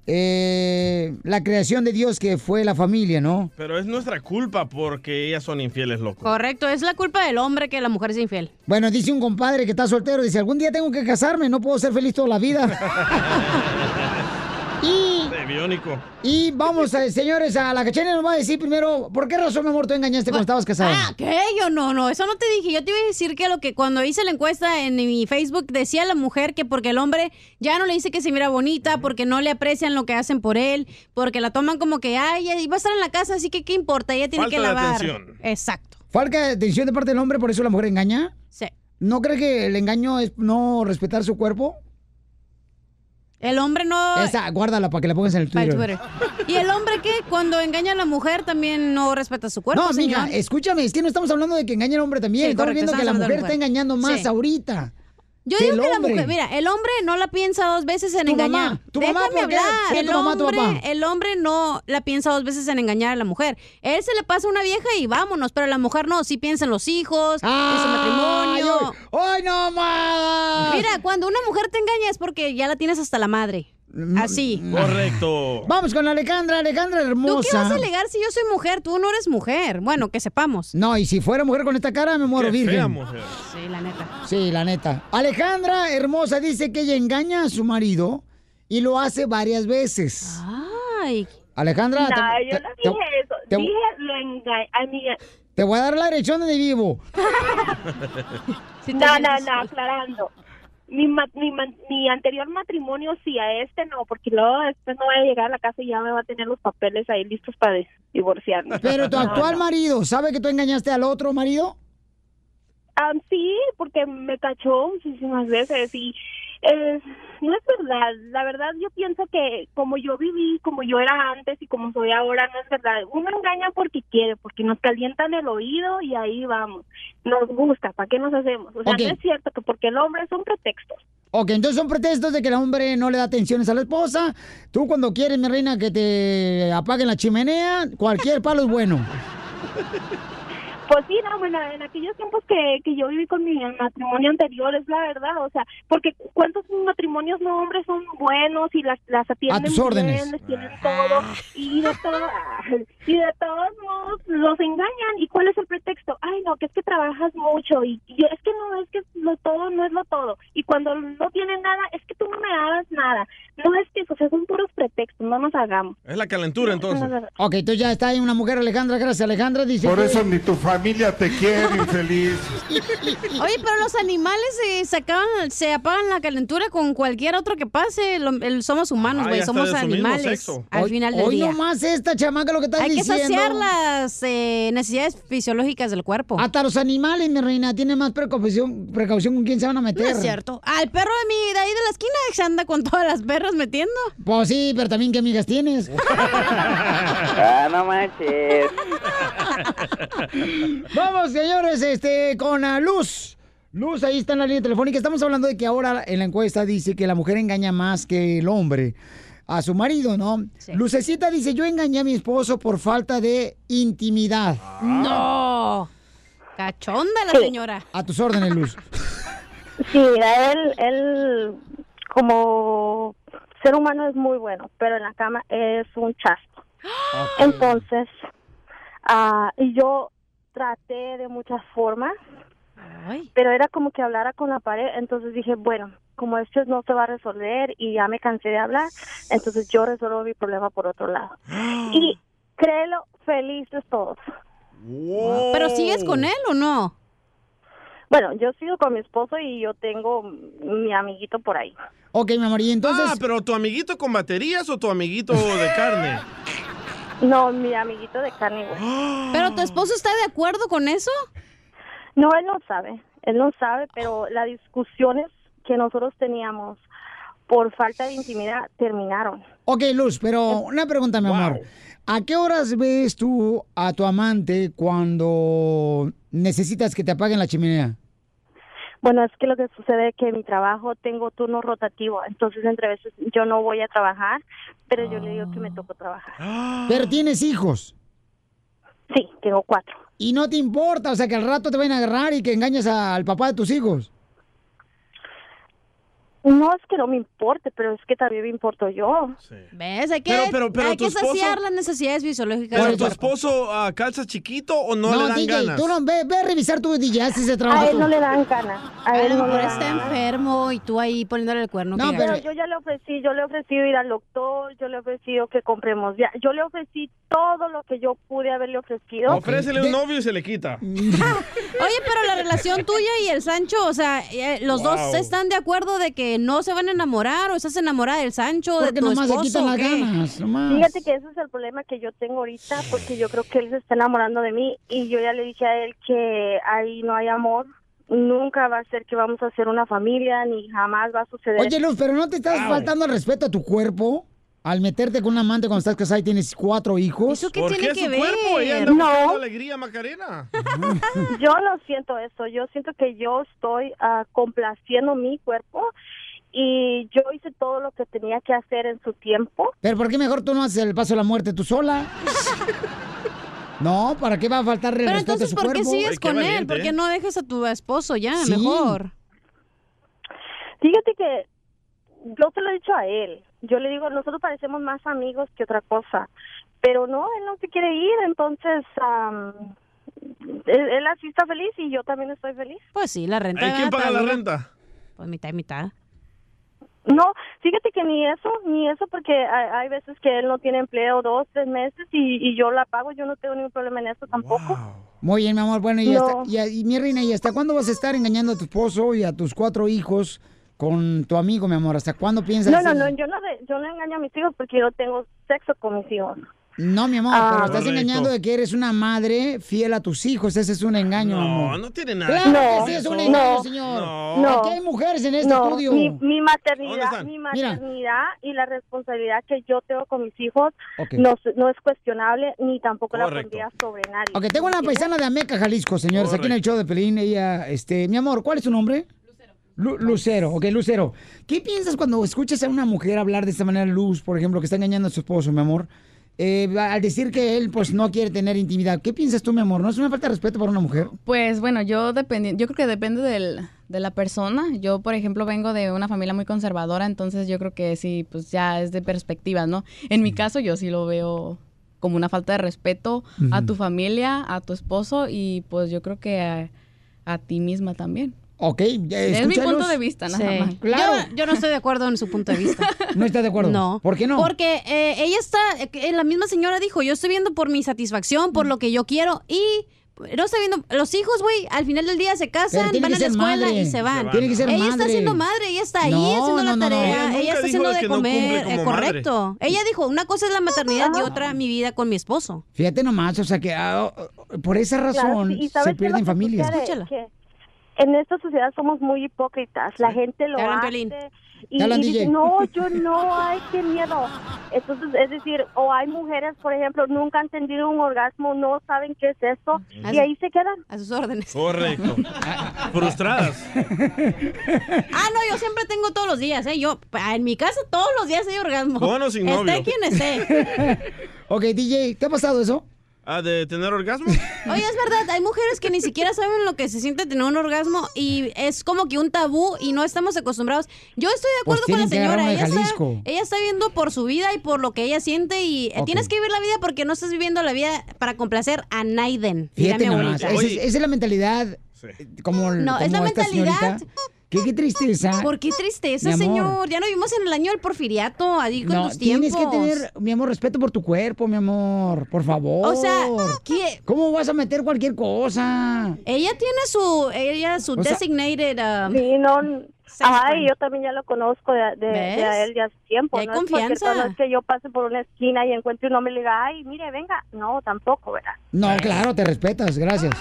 Speaker 5: eh, la creación de Dios que fue la familia, ¿no?
Speaker 6: Pero es nuestra culpa porque ellas son infieles, loco.
Speaker 7: Correcto, es la culpa del hombre que la mujer es infiel.
Speaker 5: Bueno, dice un compadre que está soltero, dice, algún día tengo que casarme, no puedo ser feliz toda la vida. y,
Speaker 6: De biónico.
Speaker 5: y vamos, eh, señores, a la cachena nos va a decir primero, ¿por qué razón, mi amor, tú engañaste cuando estabas casada?
Speaker 7: Ah, ¿qué? Yo no, no, eso no te dije. Yo te iba a decir que lo que cuando hice la encuesta en mi Facebook decía la mujer que porque el hombre ya no le dice que se mira bonita, porque no le aprecian lo que hacen por él, porque la toman como que, ay, ella iba a estar en la casa, así que qué importa, ella tiene
Speaker 5: Falta
Speaker 7: que
Speaker 5: de
Speaker 7: lavar.
Speaker 5: atención.
Speaker 7: Exacto.
Speaker 5: ¿Falta de atención de parte del hombre, por eso la mujer engaña?
Speaker 7: Sí.
Speaker 5: ¿No cree que el engaño es no respetar su cuerpo?
Speaker 7: El hombre no.
Speaker 5: Esa, guárdala para que la pongas en el
Speaker 7: Para
Speaker 5: Twitter.
Speaker 7: el Twitter. Y el hombre que cuando engaña a la mujer también no respeta su cuerpo.
Speaker 5: No, mija,
Speaker 7: señor.
Speaker 5: escúchame, es que no estamos hablando de que engañe al hombre también.
Speaker 7: Sí,
Speaker 5: estamos viendo
Speaker 7: correcto,
Speaker 5: que la
Speaker 7: estamos
Speaker 5: mujer
Speaker 7: hablando
Speaker 5: está
Speaker 7: de la mujer.
Speaker 5: engañando más
Speaker 7: Sí.
Speaker 5: ahorita.
Speaker 7: Yo
Speaker 5: que
Speaker 7: digo
Speaker 5: el
Speaker 7: que la
Speaker 5: hombre.
Speaker 7: mujer, mira, el hombre no la piensa dos veces en
Speaker 5: Tu mamá,
Speaker 7: engañar.
Speaker 5: tu mamá,
Speaker 7: Déjame
Speaker 5: ¿por qué?
Speaker 7: hablar.
Speaker 5: Era
Speaker 7: El
Speaker 5: tu mamá, tu
Speaker 7: hombre,
Speaker 5: papá.
Speaker 7: el hombre no la piensa dos veces en engañar a la mujer. Él se le pasa a una vieja y vámonos, pero la mujer no, sí piensa en los hijos, en su matrimonio.
Speaker 5: ¡Ay, no más!
Speaker 7: Mira, cuando una mujer te engaña es porque ya la tienes hasta la madre. Así.
Speaker 6: Correcto.
Speaker 5: Mm, Vamos con Alejandra, Alejandra
Speaker 7: ¿Tú
Speaker 5: hermosa.
Speaker 7: qué vas a alegar si yo soy mujer? Tú no eres mujer. Bueno, que sepamos.
Speaker 5: No, y si fuera mujer con esta cara, me muero virgen.
Speaker 7: Sí, la neta.
Speaker 5: Sí, la neta. Alejandra hermosa dice que ella engaña a su marido y lo hace varias veces.
Speaker 7: Ay.
Speaker 5: Alejandra, te-
Speaker 19: No, yo
Speaker 5: te-
Speaker 19: no
Speaker 5: te-
Speaker 19: dije eso.
Speaker 5: te-
Speaker 19: Dije lo engañé.
Speaker 5: te voy a dar la dirección donde vivo.
Speaker 19: No, no, no, aclarando.
Speaker 20: mi, ma- mi, man- mi anterior matrimonio sí, a este no, porque luego después no voy a llegar a la casa y ya me va a tener los papeles ahí listos para des- divorciarme.
Speaker 5: Pero tu
Speaker 20: No,
Speaker 5: actual
Speaker 20: no.
Speaker 5: marido, ¿sabe que tú engañaste al otro marido?
Speaker 20: Ah, sí, porque me cachó muchísimas veces y eh, no es verdad. La verdad yo pienso que como yo viví, como yo era antes y como soy ahora, no es verdad. Uno engaña porque quiere, porque nos calientan el oído y ahí vamos. Nos gusta, ¿para qué nos hacemos? O sea,
Speaker 5: Ok.
Speaker 20: no es cierto que porque el hombre son pretextos.
Speaker 5: Ok, entonces son pretextos de que el hombre no le da atenciones a la esposa. Tú cuando quieres, mi reina, que te apaguen la chimenea, cualquier palo es bueno.
Speaker 20: Pues sí, no, bueno, en aquellos tiempos que, que yo viví con mi matrimonio anterior, es la verdad, o sea, porque cuántos matrimonios no hombres son buenos y las, las atienden
Speaker 5: A tus
Speaker 20: muy
Speaker 5: órdenes.
Speaker 20: bien, les tienen todo, y de, todo, y de todos modos los engañan, ¿y cuál es el pretexto? Ay, no, que es que trabajas mucho, y, y es que no, es que lo todo no es lo todo, y cuando no tienen nada, es que tú no me hagas nada, no es que, o sea, son puros pretextos, no nos hagamos.
Speaker 6: Es la calentura entonces.
Speaker 5: Ok, entonces ya está ahí una mujer, Alejandra, gracias, Alejandra. Dice
Speaker 21: Por
Speaker 5: que-
Speaker 21: eso ni tu familia te quiere, infeliz.
Speaker 7: Oye, pero los animales eh, se, acaban- se apagan la calentura con cualquier otro que pase. Lo- el- somos
Speaker 6: Ah,
Speaker 7: humanos, güey, somos animales al
Speaker 5: Hoy-
Speaker 7: final del
Speaker 5: hoy
Speaker 7: día.
Speaker 5: nomás esta chamaca lo que estás
Speaker 7: Hay que
Speaker 5: diciendo.
Speaker 7: saciar las eh, necesidades fisiológicas del cuerpo.
Speaker 5: Hasta los animales, mi reina, tienen más precaución, precaución con quién se van a
Speaker 7: No
Speaker 5: meter.
Speaker 7: es cierto. Al perro de mi, de ahí de la esquina, se anda con todas las perras metiendo.
Speaker 5: Pues sí, pero también qué amigas tienes.
Speaker 19: Ah, no manches.
Speaker 5: Vamos, señores, este, con la luz. Luz, ahí está en la línea telefónica. Estamos hablando de que ahora en la encuesta dice que la mujer engaña más que el hombre a su marido, ¿no? Lucecita dice, yo engañé a mi esposo por falta de intimidad.
Speaker 7: No. Cachonda la señora.
Speaker 5: A tus órdenes, Luz.
Speaker 20: Sí, mira, él, él como ser humano es muy bueno, pero en la cama es un chasco. Entonces, ah, y yo traté de muchas formas, pero era como que hablara con la pared, entonces dije, bueno, como esto no se va a resolver y ya me cansé de hablar, entonces yo resuelvo mi problema por otro lado. Y créelo, felices todos.
Speaker 7: ¿Pero sigues con él o no?
Speaker 20: Bueno, yo sigo con mi esposo y yo tengo mi amiguito por ahí.
Speaker 5: Ok, mi amor, y entonces...
Speaker 6: Ah, pero tu amiguito con baterías o tu amiguito de carne.
Speaker 20: No, mi amiguito de carne. güey.
Speaker 7: ¿Pero tu esposo está de acuerdo con eso?
Speaker 20: No, él no sabe. Él no sabe, pero las discusiones que nosotros teníamos por falta de intimidad terminaron.
Speaker 5: Ok, Luz, pero una pregunta, mi amor. ¿A qué horas ves tú a tu amante cuando necesitas que te apaguen la chimenea?
Speaker 20: Bueno, es que lo que sucede es que en mi trabajo tengo turno rotativo, entonces entre veces yo no voy a trabajar, pero yo le digo que me tocó trabajar.
Speaker 6: Ah.
Speaker 5: Pero tienes hijos.
Speaker 20: Sí, tengo cuatro.
Speaker 5: Y no te importa, o sea, que al rato te van a agarrar y que engañas a- al papá de tus hijos.
Speaker 20: No es que no me importe, pero es que también me importo yo.
Speaker 7: ¿Ves? Hay que,
Speaker 6: Pero- pero- pero
Speaker 7: hay
Speaker 6: tu
Speaker 7: que
Speaker 6: esposo-
Speaker 7: saciar las necesidades fisiológicas
Speaker 6: ¿Pero
Speaker 7: del
Speaker 6: tu
Speaker 7: cuerpo.
Speaker 6: esposo ah, calza chiquito o no, le dan
Speaker 5: DJ,
Speaker 6: ganas?
Speaker 5: tú no, ve, ve a revisar tu DJ, haces ese trabajo.
Speaker 20: A él
Speaker 5: tú.
Speaker 20: no le dan ganas. A
Speaker 7: A
Speaker 20: él
Speaker 7: lo
Speaker 20: no le
Speaker 7: mejor
Speaker 20: dan
Speaker 7: está
Speaker 20: ganas.
Speaker 7: enfermo y tú ahí poniéndole el cuerno.
Speaker 20: No,
Speaker 7: qué
Speaker 20: pero
Speaker 7: gacho.
Speaker 20: yo ya le ofrecí, yo le he ofrecido ir al doctor, yo le he ofrecido que compremos ya, yo le ofrecí todo lo que yo pude haberle ofrecido.
Speaker 6: Ofrécele un novio y se le quita.
Speaker 7: Oye, pero la relación tuya y el Sancho, o sea, eh, los
Speaker 6: Wow.
Speaker 7: dos están de acuerdo de que no se van a enamorar o estás enamorada del Sancho, de
Speaker 5: Porque
Speaker 7: tu
Speaker 5: nomás se
Speaker 7: esposo.
Speaker 5: quitan las
Speaker 7: ¿o qué?
Speaker 5: ganas, nomás.
Speaker 20: Fíjate que ese es el problema que yo tengo ahorita, porque yo creo que él se está enamorando de mí y yo ya le dije a él que ahí no hay amor, nunca va a ser que vamos a hacer una familia, ni jamás va a suceder.
Speaker 5: Oye, Luz, pero ¿no te estás
Speaker 20: Au.
Speaker 5: faltando al respeto a tu cuerpo? Al meterte con un amante cuando estás casada y tienes cuatro hijos. ¿Eso
Speaker 6: ¿Por qué su cuerpo? Ella anda buscando alegría, Macarena.
Speaker 20: Yo no siento eso, yo siento que yo estoy ah, complaciendo mi cuerpo y yo hice todo lo que tenía que hacer en su tiempo.
Speaker 5: Pero ¿por qué mejor tú no haces el paso de la muerte tú sola? no, ¿para qué va a faltar el
Speaker 7: Pero
Speaker 5: respeto a
Speaker 7: entonces,
Speaker 5: su
Speaker 7: ¿por qué
Speaker 5: cuerpo?
Speaker 7: sigues con él? ¿Por
Speaker 6: ¿eh?
Speaker 7: qué no dejas a tu esposo ya?
Speaker 5: Sí.
Speaker 7: Mejor.
Speaker 20: Fíjate que yo se lo he dicho a él. Yo le digo, nosotros parecemos más amigos que otra cosa. Pero no, él no se quiere ir, entonces am, él, él así está feliz y yo también estoy feliz.
Speaker 7: Pues sí, la renta.
Speaker 6: ¿Y
Speaker 7: gana,
Speaker 6: quién paga la
Speaker 7: tabula.
Speaker 6: renta?
Speaker 7: Pues mitad y mitad.
Speaker 20: No, fíjate que ni eso, ni eso, porque hay, hay veces que él no tiene empleo dos, tres meses y, y yo la pago, yo no tengo ningún problema en eso tampoco.
Speaker 5: Muy bien, mi amor. Bueno, y,
Speaker 20: No.
Speaker 5: hasta- y, y mi reina, ¿y hasta cuándo vas a estar engañando a tu esposo y a tus cuatro hijos con tu amigo, mi amor? ¿Hasta cuándo piensas?
Speaker 20: No, no, no,
Speaker 5: eso?
Speaker 20: yo no, de- yo no engaño a mis hijos porque yo tengo sexo con mis hijos.
Speaker 5: No, mi amor,
Speaker 20: Ah.
Speaker 5: pero estás
Speaker 20: Correcto.
Speaker 5: engañando de que eres una madre fiel a tus hijos. Ese es un engaño,
Speaker 6: No,
Speaker 5: amor.
Speaker 6: no tiene nada
Speaker 5: Claro
Speaker 6: que ver
Speaker 5: que sí, es un
Speaker 6: eso.
Speaker 5: engaño,
Speaker 6: No,
Speaker 5: señor.
Speaker 6: no.
Speaker 5: Aquí hay mujeres en este
Speaker 20: No,
Speaker 5: estudio.
Speaker 20: Mi, mi
Speaker 5: ¿Dónde
Speaker 20: maternidad,
Speaker 5: están?
Speaker 20: mi
Speaker 5: Mira.
Speaker 20: maternidad y la responsabilidad que yo tengo con mis hijos
Speaker 5: Ok.
Speaker 20: no, es- no es cuestionable ni tampoco la
Speaker 5: Correcto.
Speaker 20: pondría sobre nadie.
Speaker 5: Ok, tengo una paisana de Ameca, Jalisco, señores, aquí en el show de Pelín. Ella, este, mi amor, ¿cuál es tu nombre? Lucero. Lucero, ok, Lucero. ¿Qué piensas cuando escuchas a una mujer hablar de esta manera, Luz, por ejemplo, que está engañando a su esposo, mi amor? Eh, al decir que él, pues, no quiere tener intimidad. ¿Qué piensas tú, mi amor? ¿No es una falta de respeto para una mujer?
Speaker 22: Pues bueno, yo dependi- yo creo que depende del- de la persona. Yo, por ejemplo, vengo de una familia muy conservadora, entonces yo creo que sí, pues ya es de perspectiva, ¿no? En mi caso yo sí lo veo como una falta de respeto a
Speaker 5: Ujú.
Speaker 22: tu familia, a tu esposo y pues yo creo que a, a ti misma también.
Speaker 5: Ok, ya,
Speaker 22: Es mi
Speaker 5: escúchalos.
Speaker 22: punto de vista, nada
Speaker 7: Sí.
Speaker 22: más.
Speaker 7: Yo, yo no estoy de acuerdo en su punto de vista.
Speaker 5: ¿No estás de acuerdo?
Speaker 7: No.
Speaker 5: ¿Por qué no?
Speaker 7: Porque eh, ella está, eh, la misma señora dijo, yo estoy viendo por mi satisfacción,
Speaker 5: Mm.
Speaker 7: por lo que yo quiero y no está viendo, los hijos, güey, al final del día se
Speaker 5: Pero
Speaker 7: casan,
Speaker 5: tiene
Speaker 7: van
Speaker 5: que
Speaker 7: a la
Speaker 5: ser
Speaker 7: escuela
Speaker 5: madre.
Speaker 7: y se van.
Speaker 5: Tiene que ser
Speaker 7: ella está
Speaker 5: madre.
Speaker 7: siendo madre, ella está ahí
Speaker 5: No,
Speaker 7: haciendo
Speaker 5: no,
Speaker 7: la
Speaker 5: no, no.
Speaker 7: tarea,
Speaker 5: Ella nunca
Speaker 7: ella
Speaker 5: dijo
Speaker 7: está haciendo
Speaker 5: de
Speaker 7: de
Speaker 5: que no cumple
Speaker 7: comer, eh,
Speaker 5: como madre.
Speaker 7: correcto. Ella dijo, una cosa es la maternidad y otra mi vida con mi esposo.
Speaker 5: Fíjate nomás, o sea, que ah, por esa
Speaker 20: Claro,
Speaker 5: razón
Speaker 20: sí,
Speaker 5: se
Speaker 20: y ¿sabes qué es lo
Speaker 5: pierden
Speaker 20: que
Speaker 5: familias.
Speaker 20: sucede? Que en esta sociedad somos muy hipócritas. La gente lo
Speaker 7: Te hablan,
Speaker 20: hace.
Speaker 7: Piolín.
Speaker 20: Y,
Speaker 7: Te hablan,
Speaker 20: y dice,
Speaker 7: DJ.
Speaker 20: no, yo no, ay, qué miedo. Entonces, es decir, o hay mujeres, por ejemplo, nunca han tenido un orgasmo, no saben qué es eso, y ahí se quedan.
Speaker 7: A sus órdenes.
Speaker 6: Correcto. Frustradas.
Speaker 7: Ah, no, yo siempre tengo todos los días, ¿eh? Yo, pa- en mi casa todos los días hay orgasmo.
Speaker 6: Con o sin novio.
Speaker 7: Esté quien esté.
Speaker 5: Ok, DJ, ¿te ha pasado eso?
Speaker 6: Ah, de tener orgasmo?
Speaker 7: Oye, es verdad, hay mujeres que ni siquiera saben lo que se siente tener un orgasmo y es como que un tabú y no estamos acostumbrados. Yo estoy de
Speaker 5: Pues
Speaker 7: acuerdo con la
Speaker 5: tienen que agarrar una
Speaker 7: señora,
Speaker 5: de
Speaker 7: ella está,
Speaker 5: Jalisco.
Speaker 7: ella está viendo por su vida y por lo que ella siente y eh,
Speaker 5: Ok.
Speaker 7: tienes que vivir la vida porque no estás viviendo la vida para complacer a Naiden. dirá
Speaker 5: Fíjate
Speaker 7: mi
Speaker 5: nomás, esa
Speaker 7: abuelita.
Speaker 5: es, esa es la mentalidad, eh, como,
Speaker 7: No,
Speaker 5: como
Speaker 7: es la
Speaker 5: esta
Speaker 7: mentalidad.
Speaker 5: señorita. Qué, qué tristeza.
Speaker 7: ¿Por qué tristeza,
Speaker 5: Mi amor.
Speaker 7: señor? Ya no vivimos en el año del porfiriato, ahí con
Speaker 5: No,
Speaker 7: tus
Speaker 5: tienes
Speaker 7: tiempos.
Speaker 5: que tener, mi amor, respeto por tu cuerpo, mi amor, por favor.
Speaker 7: O sea, ¿qué?
Speaker 5: ¿Cómo vas a meter cualquier cosa?
Speaker 7: Ella tiene su, ella su
Speaker 5: O sea-
Speaker 7: designated. um,
Speaker 20: Sí, no.
Speaker 7: sex
Speaker 20: Ay,
Speaker 7: friend.
Speaker 20: yo también ya lo conozco de, de,
Speaker 7: ¿Ves?
Speaker 20: de a él ya hace tiempo.
Speaker 7: Ya hay
Speaker 20: no es cualquier
Speaker 7: confianza.
Speaker 20: cosa, no es que yo pase por una esquina y encuentre un hombre y le diga, ay, mire, venga. No, tampoco, ¿verdad?
Speaker 5: No, claro, te respetas, gracias.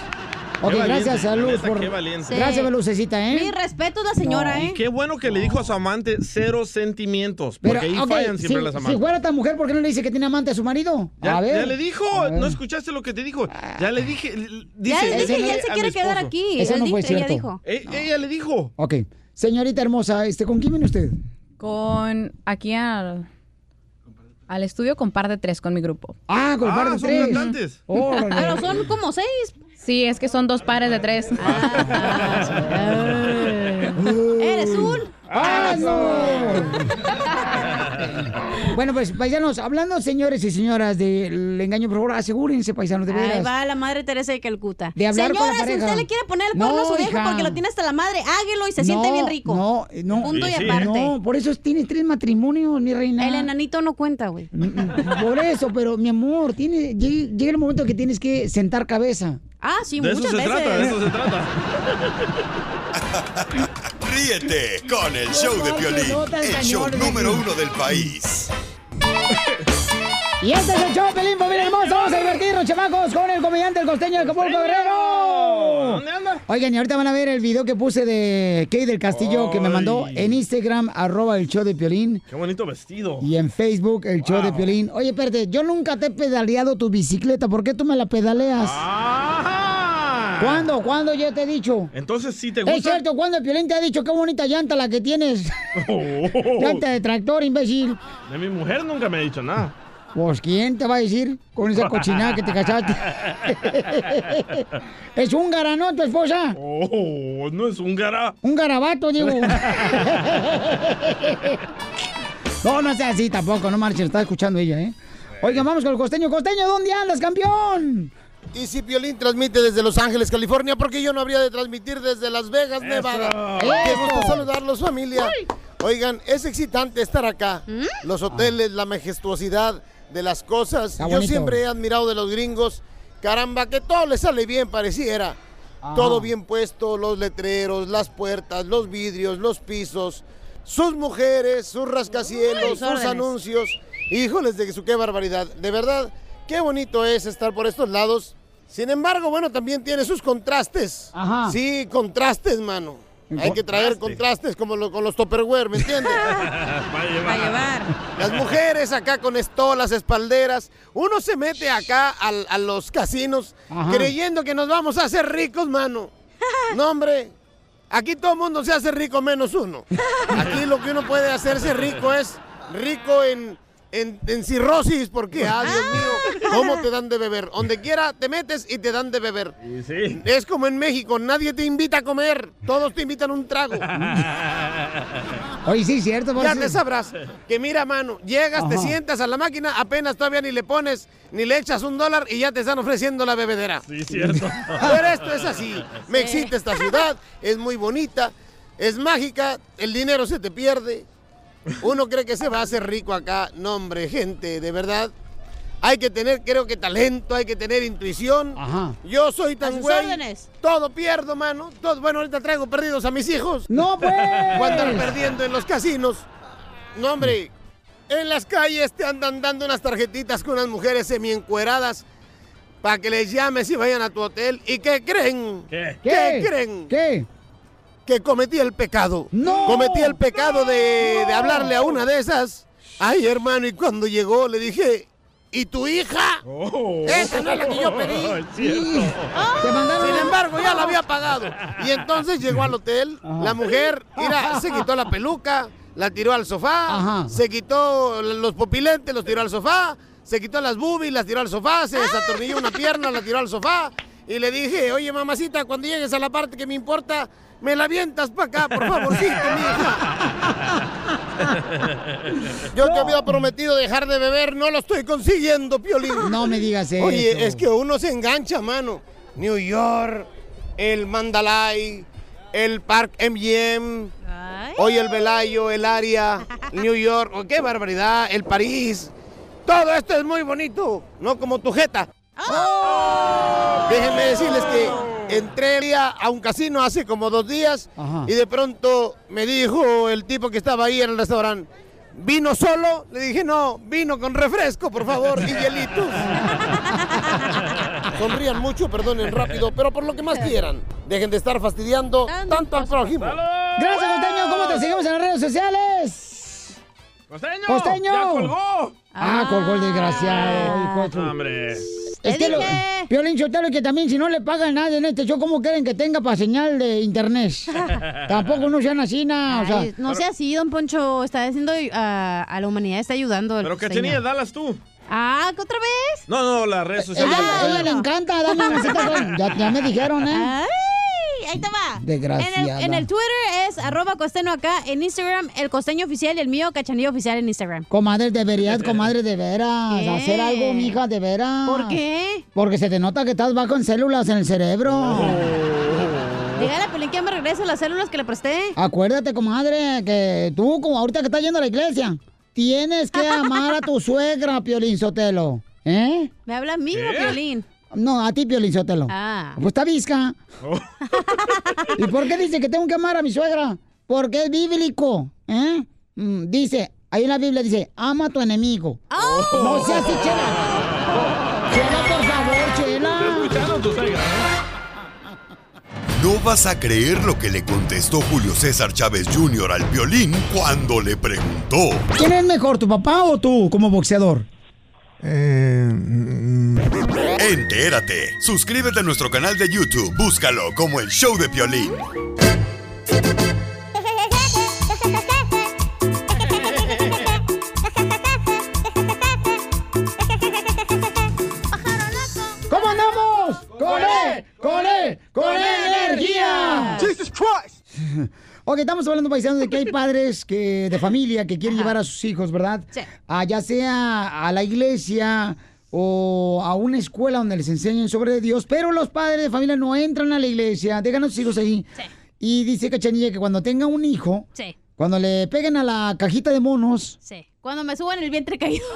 Speaker 5: Ok,
Speaker 6: valiente,
Speaker 5: gracias a
Speaker 6: la
Speaker 5: Luz
Speaker 6: neta,
Speaker 5: por...
Speaker 6: qué valiente.
Speaker 5: Gracias,
Speaker 6: Sí.
Speaker 5: Belucecita, ¿eh?
Speaker 7: Mi respeto a la señora,
Speaker 6: Y
Speaker 7: ¿eh?
Speaker 6: qué bueno que le dijo a su amante cero sentimientos. Porque
Speaker 5: Pero,
Speaker 6: ahí
Speaker 5: ok,
Speaker 6: fallan
Speaker 5: si,
Speaker 6: siempre las
Speaker 5: si
Speaker 6: amantes.
Speaker 5: fuera tan mujer, ¿por qué no le dice que tiene amante a su marido?
Speaker 6: Ya,
Speaker 5: a ver.
Speaker 6: ya le dijo,
Speaker 5: A ver.
Speaker 6: no escuchaste lo que te dijo. Ya le dije. l- l- Dice,
Speaker 7: ya le dije,
Speaker 6: "Dile
Speaker 7: y él se
Speaker 6: a
Speaker 7: quiere
Speaker 6: mi
Speaker 7: quedar
Speaker 6: esposo".
Speaker 7: aquí.
Speaker 5: Eso
Speaker 7: Él
Speaker 5: no fue
Speaker 7: dijo- ella
Speaker 5: cierto.
Speaker 7: dijo.
Speaker 6: Eh, Ella le dijo.
Speaker 5: Ok. Señorita hermosa, este, ¿con quién viene usted?
Speaker 22: Con aquí al, al estudio con par de tres con mi grupo.
Speaker 5: Ah,
Speaker 22: con
Speaker 5: par de Ah, son tres. cantantes. Órale. Pero
Speaker 22: son como seis. Sí, es que son dos pares de tres.
Speaker 5: Ah,
Speaker 7: Eres un.
Speaker 5: ¡Ah, no! bueno, pues, paisanos, hablando, señores y señoras, del engaño, por favor, asegúrense, paisanos, de
Speaker 7: Ahí
Speaker 5: veras.
Speaker 7: va la madre Teresa de Calcuta.
Speaker 5: De hablar con la
Speaker 7: Señora, si
Speaker 5: pareja.
Speaker 7: usted le quiere poner el cuerno a su
Speaker 5: No,
Speaker 7: viejo
Speaker 5: hija.
Speaker 7: porque lo tiene hasta la madre, hágalo y se siente
Speaker 5: No,
Speaker 7: bien rico.
Speaker 5: No, no.
Speaker 7: Punto y Sí, sí, ¿eh? aparte.
Speaker 5: No, por eso tiene tres matrimonios, mi reina. Mm,
Speaker 7: El enanito no cuenta, güey.
Speaker 5: Por eso, pero mi amor, tiene, llega llega el momento que tienes que sentar cabeza.
Speaker 7: Ah, sí,
Speaker 5: De eso
Speaker 7: muchas
Speaker 5: se
Speaker 7: veces.
Speaker 5: trata, de eso
Speaker 6: se trata.
Speaker 2: Ríete con el show de
Speaker 5: No,
Speaker 2: Piolín,
Speaker 5: no, tan ¿eh?
Speaker 2: el show
Speaker 5: cañones
Speaker 2: número
Speaker 5: aquí.
Speaker 2: uno del país.
Speaker 5: Y este es el show, de Pelín, familia hermosa. Vamos a divertirnos, chamacos, con el comediante, el costeño de Acapulco Guerrero.
Speaker 6: ¿Dónde anda?
Speaker 5: Oigan, y ahorita van a ver el video que puse de Kay del Castillo que me mandó en Instagram, arroba el show de Piolín.
Speaker 6: Qué bonito vestido.
Speaker 5: Y en Facebook, el show de Piolín. Oye, espérate, yo nunca te he pedaleado tu bicicleta. ¿Por qué tú me la pedaleas? ¿Cuándo? ¿Cuándo ya te he dicho?
Speaker 6: Entonces sí te
Speaker 5: Es
Speaker 6: gusta.
Speaker 5: cierto, cuando el Piolín te ha dicho qué bonita llanta la que tienes.
Speaker 6: Oh.
Speaker 5: llanta de tractor, imbécil.
Speaker 6: De mi mujer nunca me ha dicho nada.
Speaker 5: Pues, ¿quién te va a decir con esa cochinada que te casaste? es un garanón tu esposa.
Speaker 6: Oh, no es un gara.
Speaker 5: Un garabato, digo. no, no sea así tampoco, no marches, está escuchando ella, ¿eh? Oigan, vamos con el costeño. Costeño, ¿dónde andas, campeón?
Speaker 15: Y si Piolín transmite desde Los Ángeles, California, porque yo no habría de transmitir desde Las Vegas, Nevada. Qué
Speaker 5: Eso.
Speaker 15: gusto saludarlos, familia. Oigan, es excitante estar acá.
Speaker 11: ¿Mm?
Speaker 15: Los hoteles, la majestuosidad de las cosas.
Speaker 5: Está
Speaker 15: yo
Speaker 5: bonito.
Speaker 15: siempre he admirado de los gringos. Caramba, que todo les sale bien, pareciera. Todo bien puesto, los letreros, las puertas, los vidrios, los pisos, sus mujeres, sus rascacielos,
Speaker 11: Uy,
Speaker 15: sus
Speaker 11: órdenes.
Speaker 15: anuncios. Híjoles de su qué barbaridad. De verdad, qué bonito es estar por estos lados. Sin embargo, bueno, también tiene sus contrastes.
Speaker 5: Ajá.
Speaker 15: Sí, contrastes, mano. Hay que traer contrastes como lo- con los Topperware, ¿me entiendes?
Speaker 6: Va a llevar.
Speaker 15: Las mujeres acá con estolas, espalderas. Uno se mete acá al- a, los casinos
Speaker 11: Ajá.
Speaker 15: creyendo que nos vamos a hacer ricos, mano. No, hombre. Aquí todo el mundo se hace rico menos uno. Aquí lo que uno puede hacerse rico es rico en, en, en cirrosis, porque, ah, Dios mío, ¿cómo te dan de beber? Donde quiera te metes y te dan de beber. Es como en México, nadie te invita a comer, todos te invitan un trago.
Speaker 5: Oye, sí, es cierto.
Speaker 15: Ya
Speaker 5: Marce.
Speaker 15: te sabrás que mira, mano, llegas, te
Speaker 5: Ajá.
Speaker 15: sientas a la máquina, apenas todavía ni le pones, ni le echas un dólar y ya te están ofreciendo la bebedera. Sí,
Speaker 6: cierto.
Speaker 15: Pero esto es así. Me excita esta ciudad, es muy bonita, es mágica, el dinero se te pierde. Uno cree que se va a hacer rico acá. No, hombre, gente, de verdad. Hay que tener, creo que talento, hay que tener intuición.
Speaker 5: Ajá.
Speaker 15: Yo soy
Speaker 5: A
Speaker 15: tan
Speaker 5: sus
Speaker 15: güey.
Speaker 5: órdenes.
Speaker 15: Todo pierdo, mano. Todo, bueno, ahorita traigo perdidos a mis hijos.
Speaker 5: No, pues.
Speaker 15: Cuando andan perdiendo en los casinos. No, hombre. En las calles te andan dando unas tarjetitas con unas mujeres semiencueradas para que les llames y vayan a tu hotel. ¿Y qué creen? ¿Qué?
Speaker 11: ¿Qué?
Speaker 15: creen?
Speaker 5: ¿Qué?
Speaker 15: Que cometí el pecado.
Speaker 5: ¡No!
Speaker 15: Cometí el pecado de, de hablarle a una de esas. Ay, hermano, y cuando llegó le dije, ¿y tu hija? Esa no es la que yo pedí.
Speaker 11: Te mandaron
Speaker 15: Sin
Speaker 11: a-
Speaker 15: embargo, ya la había pagado. Y entonces llegó al hotel, la mujer, mira, se quitó la peluca, la tiró al sofá, se quitó los popiletes, los tiró al sofá, se quitó las boobies, las tiró al sofá, se desatornilló una pierna, la tiró al sofá. Y le dije, oye, mamacita, cuando llegues a la parte que me importa, me la avientas para acá, por favorcito, mija. Yo te había prometido dejar de beber, no lo estoy consiguiendo, Piolín.
Speaker 5: No me digas eso.
Speaker 15: Oye, es que uno se engancha, mano. New York, el Mandalay, el Park MGM, hoy el Velayo, el área, New York, oh, qué barbaridad, el París. Todo esto es muy bonito, no como tu jeta. Déjenme decirles que entré a un casino hace como dos días
Speaker 11: Ajá.
Speaker 15: y de pronto me dijo el tipo que estaba ahí en el restaurante, ¿vino solo? Le dije, no, vino con refresco, por favor, y hielitos. Sonrían mucho, perdonen rápido, pero por lo que más quieran, dejen de estar fastidiando tanto al prójimo.
Speaker 5: Gracias, Costeño. ¿Cómo te seguimos en las redes sociales?
Speaker 6: ¡Costeño!
Speaker 5: ¡Costeño!
Speaker 6: ¡Ya colgó! Ah,
Speaker 5: Ah, colgó el desgraciado. hijo de su-
Speaker 6: ¡Hombre!
Speaker 5: Es que lo, Piolín Sotelo, que también si no le pagan nada en este show, ¿cómo quieren que tenga para señal de internet? Tampoco no sean así, na, o sea.
Speaker 7: Ay, no sea así, don Poncho. Está haciendo ah, a la humanidad, está ayudando.
Speaker 6: Pero
Speaker 7: que
Speaker 6: Cachanilla, dalas tú.
Speaker 7: Ah, ¿que ¿otra vez? Ah,
Speaker 6: No, no, las redes sociales.
Speaker 5: Ella, ella le encanta darme mensajes con- pues. ya, ya me dijeron, ¿eh?
Speaker 7: Ay, ahí te va. En
Speaker 5: Desgraciada.
Speaker 7: el, en el Twitter es arroba costeño acá. En Instagram, el costeño oficial y el mío, cachanilla oficial en Instagram. Eh.
Speaker 5: Comadre, deberías, comadre, de veras,
Speaker 7: ¿Qué?
Speaker 5: hacer algo, mija, de veras.
Speaker 7: ¿Por qué?
Speaker 5: Porque se te nota que estás bajo en células en el cerebro.
Speaker 7: Dígale a Pelín que ya me regrese las células que le presté.
Speaker 5: Acuérdate, comadre, que tú, como ahorita que estás yendo a la iglesia, tienes que amar a tu suegra, Piolín Sotelo. ¿Eh?
Speaker 7: ¿Me habla a mí o a
Speaker 5: ¿Qué?
Speaker 7: Piolín?
Speaker 5: No, a ti, Piolín Sotelo.
Speaker 7: Ah.
Speaker 5: Pues está visca. ¿Y por qué dice que tengo que amar a mi suegra? Porque es bíblico. ¿eh? Mm, Dice, ahí en la Biblia dice, ama a tu enemigo.
Speaker 7: Oh.
Speaker 5: No seas así, chela. Chela, por favor, chela.
Speaker 2: No vas a creer lo que le contestó Julio César Chávez Jr. al violín cuando le preguntó.
Speaker 5: ¿Quién es mejor, tu papá o tú como boxeador?
Speaker 11: Eh,
Speaker 2: Entérate. Suscríbete a nuestro canal de YouTube. Búscalo como el show de violín.
Speaker 5: ¿Cómo andamos? ¡Con él! ¡Con él! ¡Con él, energía!
Speaker 11: Jesus
Speaker 5: Christ! Ok, estamos hablando, paisanos, de que hay padres que, de familia que quieren llevar a sus hijos, ¿verdad?
Speaker 11: Sí.
Speaker 5: A, ya sea a la iglesia o a una escuela donde les enseñen sobre Dios, pero los padres de familia no entran a la iglesia, dejan a sus hijos ahí. Y dice Cachanilla que cuando tenga un hijo,
Speaker 7: Sí,
Speaker 5: cuando le peguen a la cajita de monos,
Speaker 7: sí. Cuando me suban el vientre caído.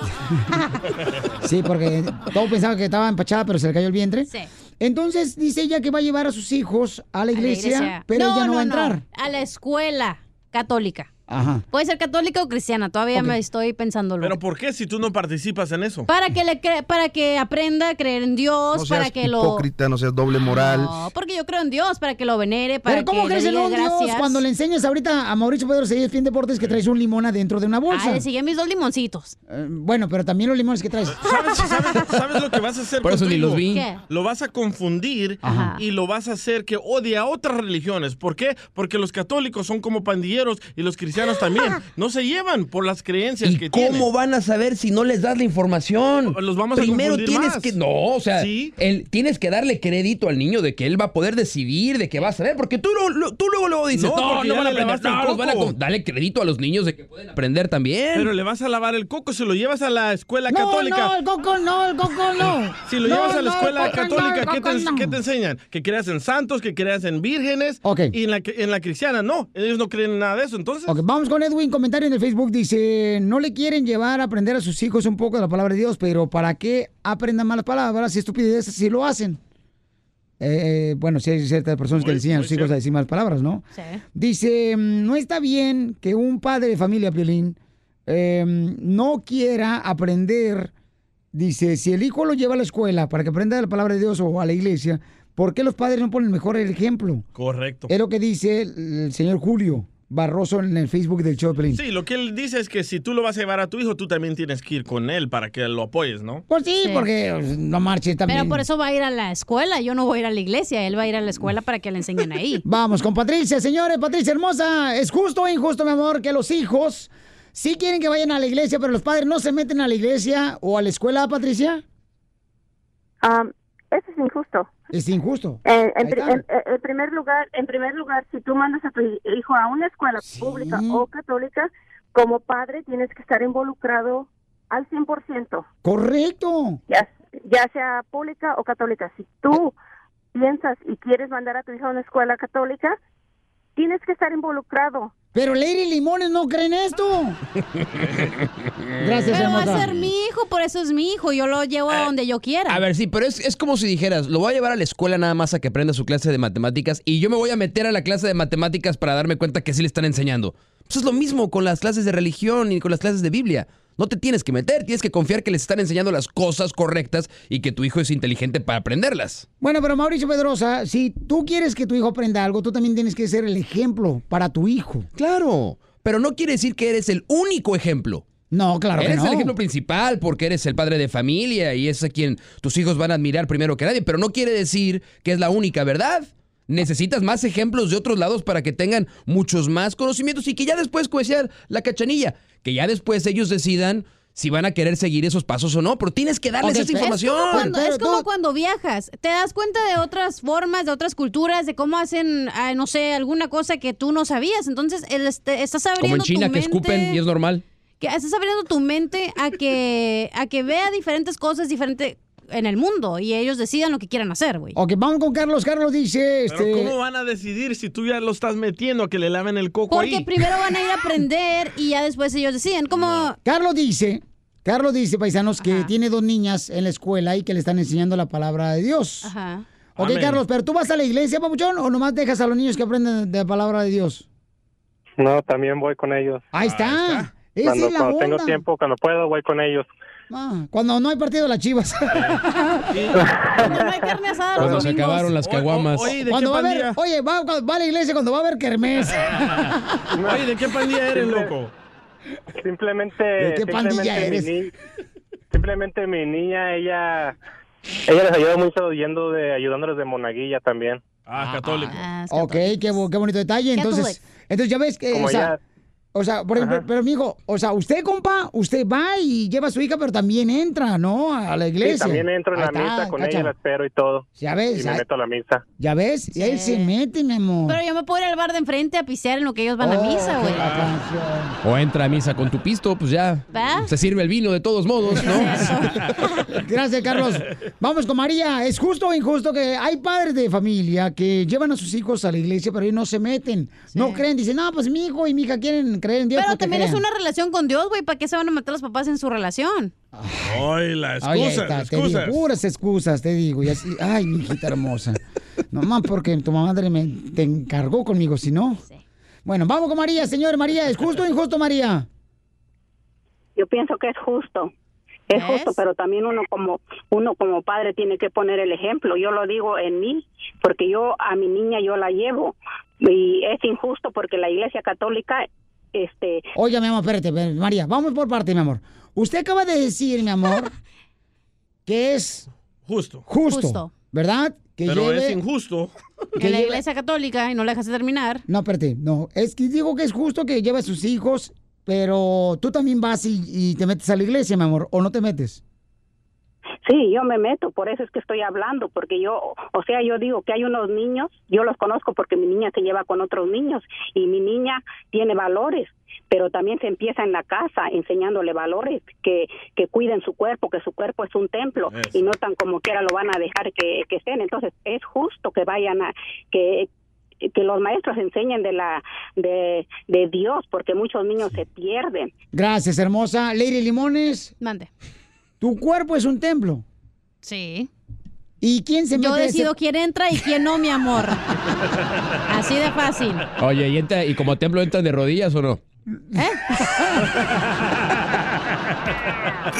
Speaker 5: Sí, porque todo pensaba que estaba empachada, pero se le cayó el vientre.
Speaker 7: Sí.
Speaker 5: Entonces dice ella que va a llevar a sus hijos a la iglesia, pero ella no, va a entrar.
Speaker 7: a la escuela católica.
Speaker 5: Ajá.
Speaker 7: Puede ser católica o cristiana, todavía me estoy pensándolo.
Speaker 6: ¿Pero por qué si tú no participas en eso?
Speaker 7: Para que le cre- para que aprenda a creer en Dios,
Speaker 6: No seas
Speaker 7: para que lo
Speaker 6: hipócrita,
Speaker 17: no seas doble moral.
Speaker 7: No, porque yo creo en Dios, para que lo venere, para
Speaker 5: Pero ¿cómo
Speaker 7: que
Speaker 5: crees
Speaker 7: le
Speaker 5: en
Speaker 7: diga
Speaker 5: un Dios
Speaker 7: gracias.
Speaker 5: cuando le enseñas ahorita a Mauricio Pedro Seguí Fin Deportes que traes un limón adentro de una bolsa?
Speaker 7: Ah, le siguen mis dos limoncitos.
Speaker 5: Eh, bueno, pero también los limones que traes.
Speaker 6: ¿Sabes lo que vas a hacer
Speaker 5: Por eso
Speaker 6: con tu
Speaker 5: ni los
Speaker 6: hijo?
Speaker 5: vi. ¿Qué?
Speaker 6: Lo vas a confundir
Speaker 5: Ajá.
Speaker 6: y lo vas a hacer que odie a otras religiones. ¿Por qué? Porque los católicos son como pandilleros y los cristianos también. No se llevan por las creencias que
Speaker 23: ¿Cómo
Speaker 6: tienen.
Speaker 17: van a saber si no les das la información?
Speaker 6: Los vamos a
Speaker 17: Primero
Speaker 6: confundir
Speaker 17: tienes
Speaker 6: más.
Speaker 17: que. No, o sea,
Speaker 6: Sí.
Speaker 17: él- tienes que darle crédito al niño de que él va a poder decidir, de que va a saber, porque tú, lo- lo- tú luego, luego dices,
Speaker 6: No,
Speaker 17: no, no,
Speaker 6: porque ya
Speaker 17: van a
Speaker 6: le
Speaker 17: aprender.
Speaker 6: lavaste el
Speaker 17: No, los van a
Speaker 6: coco.
Speaker 17: con- Dale crédito a los niños de que pueden aprender también.
Speaker 6: Pero le vas a lavar el coco si lo llevas a la escuela
Speaker 5: no,
Speaker 6: católica.
Speaker 5: no, el coco no, el coco no.
Speaker 6: Si lo
Speaker 5: No,
Speaker 6: llevas a la
Speaker 5: no,
Speaker 6: escuela
Speaker 5: el coco no,
Speaker 6: católica,
Speaker 5: el
Speaker 6: ¿qué,
Speaker 5: coco
Speaker 6: te,
Speaker 5: no.
Speaker 6: qué te enseñan? Que creas en santos, que creas en vírgenes. Y en la, en la cristiana, no. Ellos no creen en nada de eso. Entonces,
Speaker 5: Ok, vamos con Edwin. Comentario en el Facebook dice: No le quieren llevar a aprender a sus hijos un poco de la palabra de Dios, pero ¿para qué aprendan malas palabras y estupideces si lo hacen? Eh, bueno, sí hay ciertas personas que le enseñan a sus hijos a decir malas palabras, ¿no? Dice, mm, no está bien que un padre de familia, Piolín, eh, no quiera aprender. Dice, si el hijo lo lleva a la escuela para que aprenda la palabra de Dios o a la iglesia, ¿por qué los padres no ponen mejor el ejemplo?
Speaker 6: correcto.
Speaker 5: Es lo que dice el, el señor Julio Barroso en el Facebook del show de Piolín.
Speaker 6: Sí, lo que él dice es que si tú lo vas a llevar a tu hijo, tú también tienes que ir con él para que lo apoyes, ¿no?
Speaker 5: Pues sí, porque pues, no marche también.
Speaker 7: Pero por eso va a ir a la escuela, yo no voy a ir a la iglesia, él va a ir a la escuela para que le enseñen ahí.
Speaker 5: Vamos con Patricia, señores, Patricia hermosa. Es justo o injusto, mi amor, que los hijos sí quieren que vayan a la iglesia, pero los padres no se meten a la iglesia o a la escuela, Patricia.
Speaker 12: Um, eso es injusto.
Speaker 5: Es injusto.
Speaker 12: Eh, en,
Speaker 5: Ahí
Speaker 12: pri-
Speaker 5: está.
Speaker 12: en- en- en primer lugar, en primer lugar, si tú mandas a tu hi- hijo a una escuela pública o católica, como padre tienes que estar involucrado al 100%,
Speaker 5: Correcto.
Speaker 12: ya, ya sea pública o católica. Si tú piensas y quieres mandar a tu hijo a una escuela católica, tienes que estar involucrado.
Speaker 5: Pero Lady Limones no creen esto.
Speaker 7: Pero va
Speaker 17: hermosa.
Speaker 7: a ser mi hijo, por eso es mi hijo, yo lo llevo
Speaker 17: Eh,
Speaker 7: a donde yo quiera.
Speaker 17: A ver, sí, pero es, es como si dijeras, lo voy a llevar a la escuela nada más a que aprenda su clase de matemáticas y yo me voy a meter a la clase de matemáticas para darme cuenta que sí le están enseñando. Pues es lo mismo con las clases de religión y con las clases de Biblia. No te tienes que meter, tienes que confiar que les están enseñando las cosas correctas y que tu hijo es inteligente para aprenderlas.
Speaker 5: Bueno, pero Mauricio Pedrosa, si tú quieres que tu hijo aprenda algo, tú también tienes que ser el ejemplo para tu hijo.
Speaker 17: Claro, pero no quiere decir que eres el único ejemplo.
Speaker 5: No, claro que
Speaker 17: eres
Speaker 5: no.
Speaker 17: el ejemplo principal porque eres el padre de familia y es a quien tus hijos van a admirar primero que nadie, pero no quiere decir que es la única verdad. Necesitas más ejemplos de otros lados para que tengan muchos más conocimientos y que ya después, como decía la cachanilla, que ya después ellos decidan si van a querer seguir esos pasos o no, pero tienes que darles
Speaker 7: Ok,
Speaker 17: esa
Speaker 7: es como
Speaker 17: información.
Speaker 7: cuando- Es como, cuando, viajas, te das cuenta de otras formas, de otras culturas, de cómo hacen, ah, no sé, alguna cosa que tú no sabías. Entonces, el este- estás
Speaker 17: como
Speaker 7: abriendo
Speaker 17: en China
Speaker 7: tu
Speaker 17: que
Speaker 7: mente,
Speaker 17: escupen y es normal.
Speaker 7: que estás abriendo tu mente a que a que vea diferentes cosas diferentes en el mundo y ellos decidan lo que quieran hacer, güey.
Speaker 5: Ok, vamos con Carlos. Carlos dice,
Speaker 6: Pero
Speaker 5: este...
Speaker 6: ¿cómo van a decidir si tú ya lo estás metiendo a que le laven el coco
Speaker 7: Porque
Speaker 6: ahí?
Speaker 7: primero van a ir a aprender y ya después ellos deciden como
Speaker 5: Carlos dice, Carlos dice, paisanos, que tiene dos niñas en la escuela y que le están enseñando la palabra de Dios.
Speaker 7: Ajá.
Speaker 5: Ok,
Speaker 12: Amén.
Speaker 5: Carlos, pero tú vas a la iglesia, papuchón, o nomás dejas a los niños que aprendan de la palabra de Dios.
Speaker 10: No, también voy con ellos.
Speaker 5: Ahí está. Esa
Speaker 10: Cuando,
Speaker 5: es la
Speaker 10: cuando tengo
Speaker 5: onda.
Speaker 10: tiempo, cuando puedo, voy con ellos.
Speaker 5: Ah, cuando no hay partido de las chivas.
Speaker 7: cuando no hay carne asada.
Speaker 17: Cuando se acabaron las caguamas.
Speaker 5: Cuando va a haber- oye, va, va a la iglesia cuando va a haber kermés.
Speaker 6: Oye, ¿de qué pandilla eres,
Speaker 10: Simple-
Speaker 6: loco?
Speaker 10: Simplemente.
Speaker 5: ¿De qué pandilla
Speaker 10: simplemente
Speaker 5: eres?
Speaker 10: Mi ni- simplemente mi niña, ella. Ella les ayuda mucho yendo de, ayudándoles de monaguilla también.
Speaker 6: Ah, católico.
Speaker 5: Ok, qué, bo- qué bonito detalle. Entonces, entonces ya ves que,
Speaker 10: Como
Speaker 5: o sea,
Speaker 10: ya-
Speaker 5: o sea, por ejemplo,
Speaker 10: Ajá.
Speaker 5: pero mijo, o sea, usted, compa, usted va y lleva a su hija, pero también entra, ¿no? A la iglesia.
Speaker 10: Sí, también entro en
Speaker 5: Ahí
Speaker 10: la
Speaker 5: está,
Speaker 10: misa con
Speaker 5: cacha.
Speaker 10: ella, la espero y todo.
Speaker 5: Ya ves,
Speaker 10: Y me
Speaker 5: ahí-
Speaker 10: meto a la misa.
Speaker 5: Ya ves, y él se mete, mi amor. Oh,
Speaker 7: Pero yo me puedo ir al bar de enfrente a pisear en lo que ellos van a misa, güey.
Speaker 17: O entra a misa con tu pisto, pues ya.
Speaker 7: ¿Va?
Speaker 17: Se sirve el vino de todos modos, ¿no?
Speaker 5: Gracias, Carlos. Vamos con María. ¿Es justo o injusto que hay padres de familia que llevan a sus hijos a la iglesia, pero ellos no se meten? No creen, dicen, no, pues mi hijo y mi hija quieren creer en Dios.
Speaker 7: Pero
Speaker 5: porque
Speaker 7: también es
Speaker 5: crean.
Speaker 7: una relación con Dios, güey. ¿Para qué se van a meter los papás en su relación?
Speaker 6: Ay, la
Speaker 5: Ay, ahí
Speaker 6: excusa,
Speaker 5: está,
Speaker 6: la
Speaker 5: te digo, uh.
Speaker 6: excusa.
Speaker 5: puras excusas, te digo. Y así, ay, mi hijita hermosa. Nomás porque tu madre me te encargó conmigo, si no. Bueno, vamos con María, señor. María, ¿es justo o injusto, María?
Speaker 23: Yo pienso que es justo. Es justo, pero también uno como uno como padre tiene que poner el ejemplo. Yo lo digo en mí, porque yo a mi niña yo la llevo y es injusto porque la Iglesia Católica este
Speaker 5: Oye, mi amor, espérate, espérate, María, vamos por parte, mi amor. Usted acaba de decir, mi amor, que es
Speaker 6: justo.
Speaker 5: Justo.
Speaker 7: Justo.
Speaker 5: ¿Verdad? Que
Speaker 6: Pero
Speaker 5: lleve-
Speaker 6: es injusto.
Speaker 5: Que
Speaker 7: En la
Speaker 5: lleve-
Speaker 7: iglesia católica y no la dejas de terminar.
Speaker 5: No, espérate, no. Es que digo que es justo que lleve a sus hijos, pero tú también vas y, y te metes a la iglesia, mi amor, o no te metes.
Speaker 23: Sí, yo me meto, por eso es que estoy hablando, porque yo, o sea, yo digo que hay unos niños, yo los conozco porque mi niña se lleva con otros niños y mi niña tiene valores, pero también se empieza en la casa enseñándole valores, que, que cuiden su cuerpo, que su cuerpo es un templo y no tan como quiera lo van a dejar que, que estén. Entonces, es justo que vayan a, que que los maestros enseñen de la de, de Dios porque muchos niños se pierden
Speaker 5: Gracias, hermosa. Lady Limones.
Speaker 7: Mande.
Speaker 5: Tu cuerpo es un templo.
Speaker 7: Sí.
Speaker 5: ¿Y quién se
Speaker 7: Yo
Speaker 5: mete a ese-
Speaker 7: decido quién entra y quién no, mi amor. Así de fácil.
Speaker 17: Oye, ¿y, entra- ¿y como templo entran de rodillas o no?
Speaker 7: ¿eh?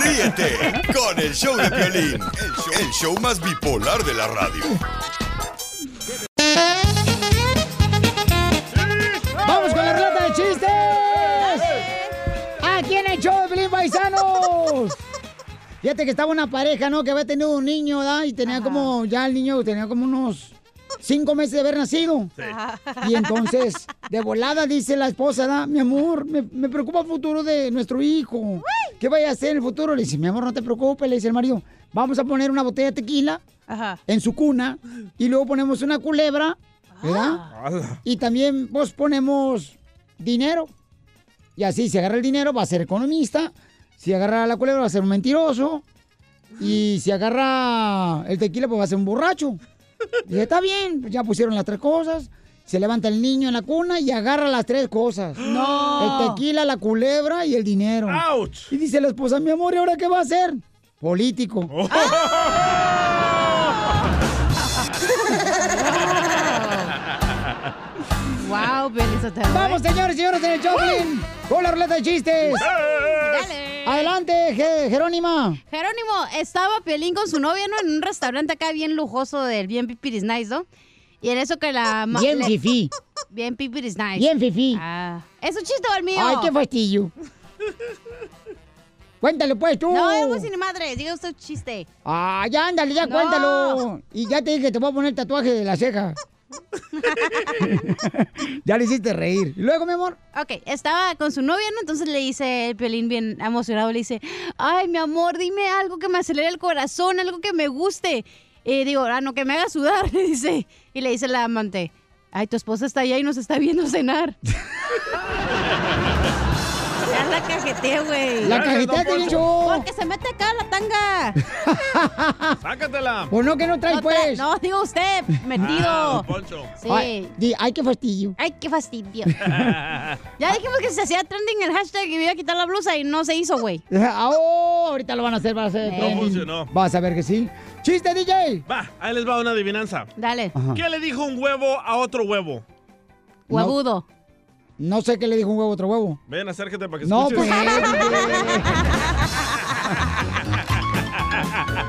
Speaker 2: Ríete con el show de Piolín, el show, el show más bipolar de la radio.
Speaker 5: ¡Vamos con la relata de chistes! ¡Aquí en el show de Pelín Paisanos! Fíjate que estaba una pareja, ¿no? Que había tenido un niño, ¿da? Y tenía como, ya el niño tenía como unos cinco meses de haber nacido.
Speaker 7: Ah.
Speaker 5: Y entonces, de volada, dice la esposa, ¿da? Mi amor, me, me preocupa el futuro de nuestro hijo. ¿Qué vaya a hacer en el futuro? Le dice, mi amor, no te preocupes, le dice el marido. Vamos a poner una botella de tequila en su cuna y luego ponemos una culebra, ¿verdad? Y también vos ponemos dinero. Y así, si agarra el dinero, va a ser economista. Si agarra la culebra, va a ser un mentiroso. Y si agarra el tequila, pues va a ser un borracho. Dije, está bien, pues ya pusieron las tres cosas. Se levanta el niño en la cuna y agarra las tres cosas.
Speaker 11: ¡No!
Speaker 5: El tequila, la culebra y el dinero. Y dice la esposa, mi amor, ¿y ahora qué va a hacer? Político.
Speaker 7: Wow,
Speaker 5: Vamos,
Speaker 7: eh.
Speaker 5: señores y señores, en el Choplin. Con la ruleta de chistes.
Speaker 7: Dale.
Speaker 5: Adelante, Ge- Jerónima.
Speaker 7: Jerónimo, estaba Piolín con su novia, ¿no? En un restaurante acá bien lujoso del bien pipiris nice, ¿no? Y en eso que la... ma-
Speaker 5: Bien
Speaker 7: le-
Speaker 5: fifí.
Speaker 7: Bien pipiris nice.
Speaker 5: Bien, Fifi.
Speaker 7: Es un chiste o el Ah. mío.
Speaker 5: Ay, qué fastidio. Cuéntalo, pues, tú.
Speaker 7: No, yo voy sin madre. Diga usted un chiste.
Speaker 5: Ay, ya, ándale, ya,
Speaker 7: No.
Speaker 5: cuéntalo. Y ya te dije que te voy a poner tatuaje de la ceja. ya le hiciste reír. ¿Y luego, mi amor?
Speaker 7: Ok, estaba con su novia, ¿no? Entonces le dice el Piolín bien emocionado, le dice, ay, mi amor, dime algo que me acelere el corazón, algo que me guste. Y digo, ah, no, que me haga sudar, le dice. Y le dice la amante, ay, tu esposa está allá y nos está viendo cenar. ya la cajeté, güey.
Speaker 5: La cajeteaste, bicho.
Speaker 7: Porque se mete acá la tanga.
Speaker 6: Sácatela.
Speaker 5: Pues no, que no trae,
Speaker 7: No trae-
Speaker 5: pues.
Speaker 7: no, digo usted,
Speaker 6: Ah,
Speaker 7: metido.
Speaker 6: don Poncho.
Speaker 7: Sí.
Speaker 5: Ay, di- ay, qué fastidio.
Speaker 7: Ay, qué fastidio. Ya dijimos que se hacía trending el hashtag y me iba a quitar la blusa y no se hizo, güey.
Speaker 5: Ah, oh, ahorita lo van a hacer, van a hacer.
Speaker 6: No
Speaker 5: trending.
Speaker 6: funcionó.
Speaker 5: Vas a ver que sí. ¡Chiste, DJ!
Speaker 6: Va, ahí les va una adivinanza.
Speaker 7: Dale.
Speaker 6: ¿Qué le dijo un huevo a otro huevo?
Speaker 5: Huevudo. No, sé qué le dijo un huevo a otro huevo.
Speaker 6: Ven, acércate para que
Speaker 5: No, pues,
Speaker 6: escuches.
Speaker 5: Mira,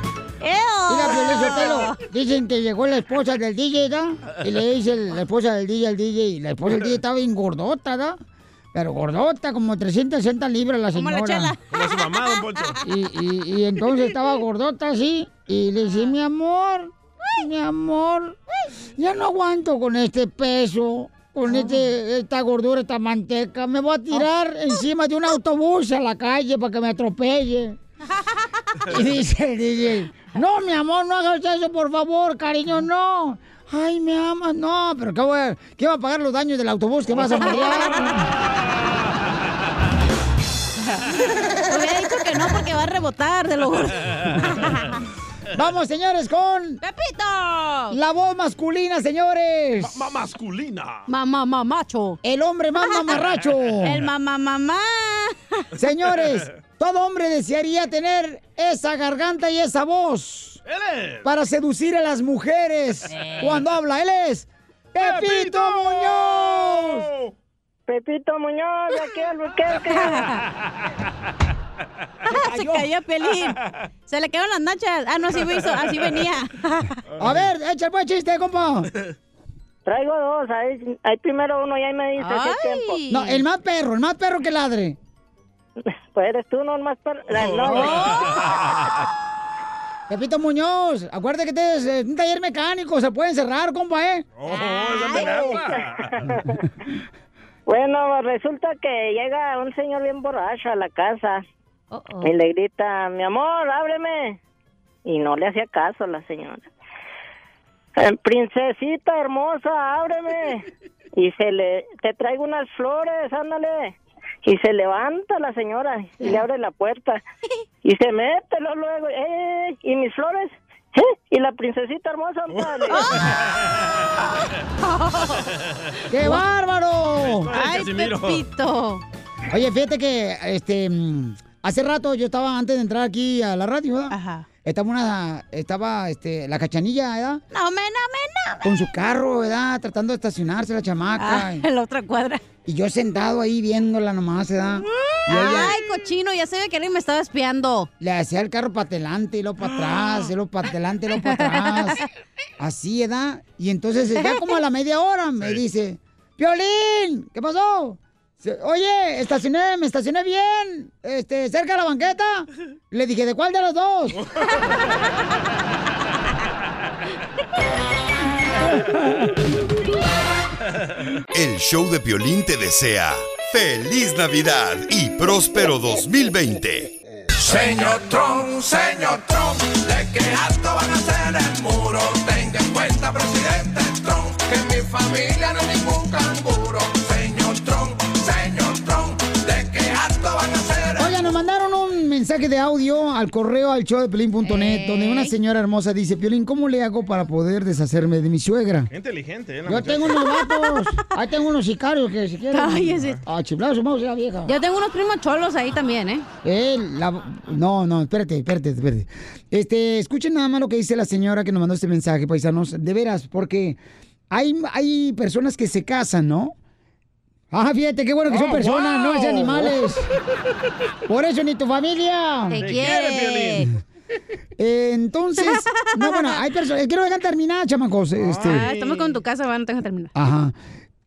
Speaker 5: Piolín Sotelo, dicen que llegó la esposa del DJ, ¿da? Y le dice la esposa del DJ al DJ. Y la esposa del DJ estaba bien gordota, ¿da? Pero gordota, como 360 libras la
Speaker 6: Como
Speaker 5: señora.
Speaker 6: la chela. Como su mamá, don Poncho.
Speaker 5: Y, y- y entonces estaba gordota así. Y le dice, mi amor, mi amor, ya no aguanto con este peso. Con este, esta gordura, esta manteca, me voy a tirar
Speaker 6: Oh.
Speaker 5: encima de un autobús a la calle para que me atropelle. Y dice el DJ, no, mi amor, no hagas eso, por favor, cariño, no. Ay, me amas, no, pero ¿qué, voy a, ¿qué va a pagar los daños del autobús que vas a pagar?
Speaker 7: Hubiera dicho que no porque va a rebotar de lo gordo.
Speaker 5: Vamos, señores, con.
Speaker 7: ¡Pepito!
Speaker 5: La voz masculina, señores.
Speaker 6: Ma- ma- masculina.
Speaker 7: Mamá, mamacho.
Speaker 5: El hombre más mamarracho.
Speaker 7: El mamá, mamá.
Speaker 5: Señores, todo hombre desearía tener esa garganta y esa voz. Para seducir a las mujeres cuando habla. Él es. ¡Pepito Muñoz!
Speaker 1: Pepito Muñoz, de aquí al
Speaker 7: Se cayó Pelín. Se le quedaron las nachas. Ah, no, así, hizo, así venía.
Speaker 5: A ver, echa pues chiste, compa.
Speaker 1: Traigo dos, ahí, ahí primero uno y ahí me dice qué tiempo.
Speaker 5: No, el más perro, el más perro que ladre.
Speaker 1: Pues eres tú, no el más perro. la- no,
Speaker 5: Oh. Pepito Muñoz, acuérdate que tienes eh, un taller mecánico, se pueden cerrar, compa, ¿eh?
Speaker 1: Bueno, resulta que llega un señor bien borracho a la casa y le grita, mi amor, ábreme. Y no le hacía caso la señora. "Eh, Princesita hermosa, ábreme. Y se le, te traigo unas flores, ándale. Y se levanta la señora y le abre la puerta. Y se mete luego, luego, "Eh, ¿y mis flores? "Eh, ¿Y la princesita hermosa? ándale".
Speaker 5: ¡Qué bárbaro!
Speaker 1: Ay, Casimiro.
Speaker 7: Pepito.
Speaker 5: Oye, fíjate que este mm, hace rato yo estaba antes de entrar aquí a la radio, ¿verdad? Ajá. Estaba una estaba este la cachanilla, ¿verdad?
Speaker 7: No me, no
Speaker 5: Con su carro, ¿verdad? Tratando de estacionarse la chamaca.
Speaker 7: Ah,
Speaker 5: Y-
Speaker 7: en la otra cuadra.
Speaker 5: Y yo sentado ahí viéndola nomás, ¿verdad? Y
Speaker 7: me,
Speaker 5: ella-
Speaker 7: no. Ay, cochino, ya sabía que alguien me estaba espiando.
Speaker 5: Le hacía el carro para adelante y luego para atrás, y luego para adelante y luego para atrás. Así, ¿verdad? Y entonces, ya como a la media hora, me dice, Piolín, ¿qué pasó? Se- Oye, estacioné, me estacioné bien, este, cerca de la banqueta. Le dije, ¿de cuál de los dos?
Speaker 2: El show de Piolín te desea feliz Navidad y próspero 2020.
Speaker 11: Señor Trump, señor Trump, de qué alto van a hacer el muro. Tenga en cuenta, presidente Trump, que mi familia no es ningún canguro. Señor Trump, señor Trump, de qué alto van a hacer
Speaker 5: Oiga, nos mandaron un mensaje de audio al correo al show de Piolín.net, donde una señora hermosa dice, Piolín, ¿cómo le hago para poder deshacerme de mi suegra?
Speaker 6: Qué inteligente, ¿eh? la
Speaker 5: Yo
Speaker 6: muchacha.
Speaker 5: tengo pues, unos gatos, ahí tengo unos sicarios que si quieren. Ah,
Speaker 7: Cállese.
Speaker 5: A chiflar su mouse, la vieja.
Speaker 7: Yo tengo unos primos cholos ahí también, ¿eh?
Speaker 5: Eh, la- No, no, espérate, espérate, espérate. Este, escuchen nada más lo que dice la señora que nos mandó este mensaje, paisanos. De veras, porque hay, hay personas que se casan, ¿no? Ah, fíjate, qué bueno que son
Speaker 11: Oh,
Speaker 5: personas, no
Speaker 11: wow.
Speaker 5: es animales. Por eso ni tu familia.
Speaker 11: Te Te quiere, quiere. Piolín.
Speaker 5: Eh, entonces, no, bueno, hay personas. Quiero dejar terminar, chamacos. Este.
Speaker 7: Ah, estamos con tu casa, van, tengo que terminar.
Speaker 5: Ajá.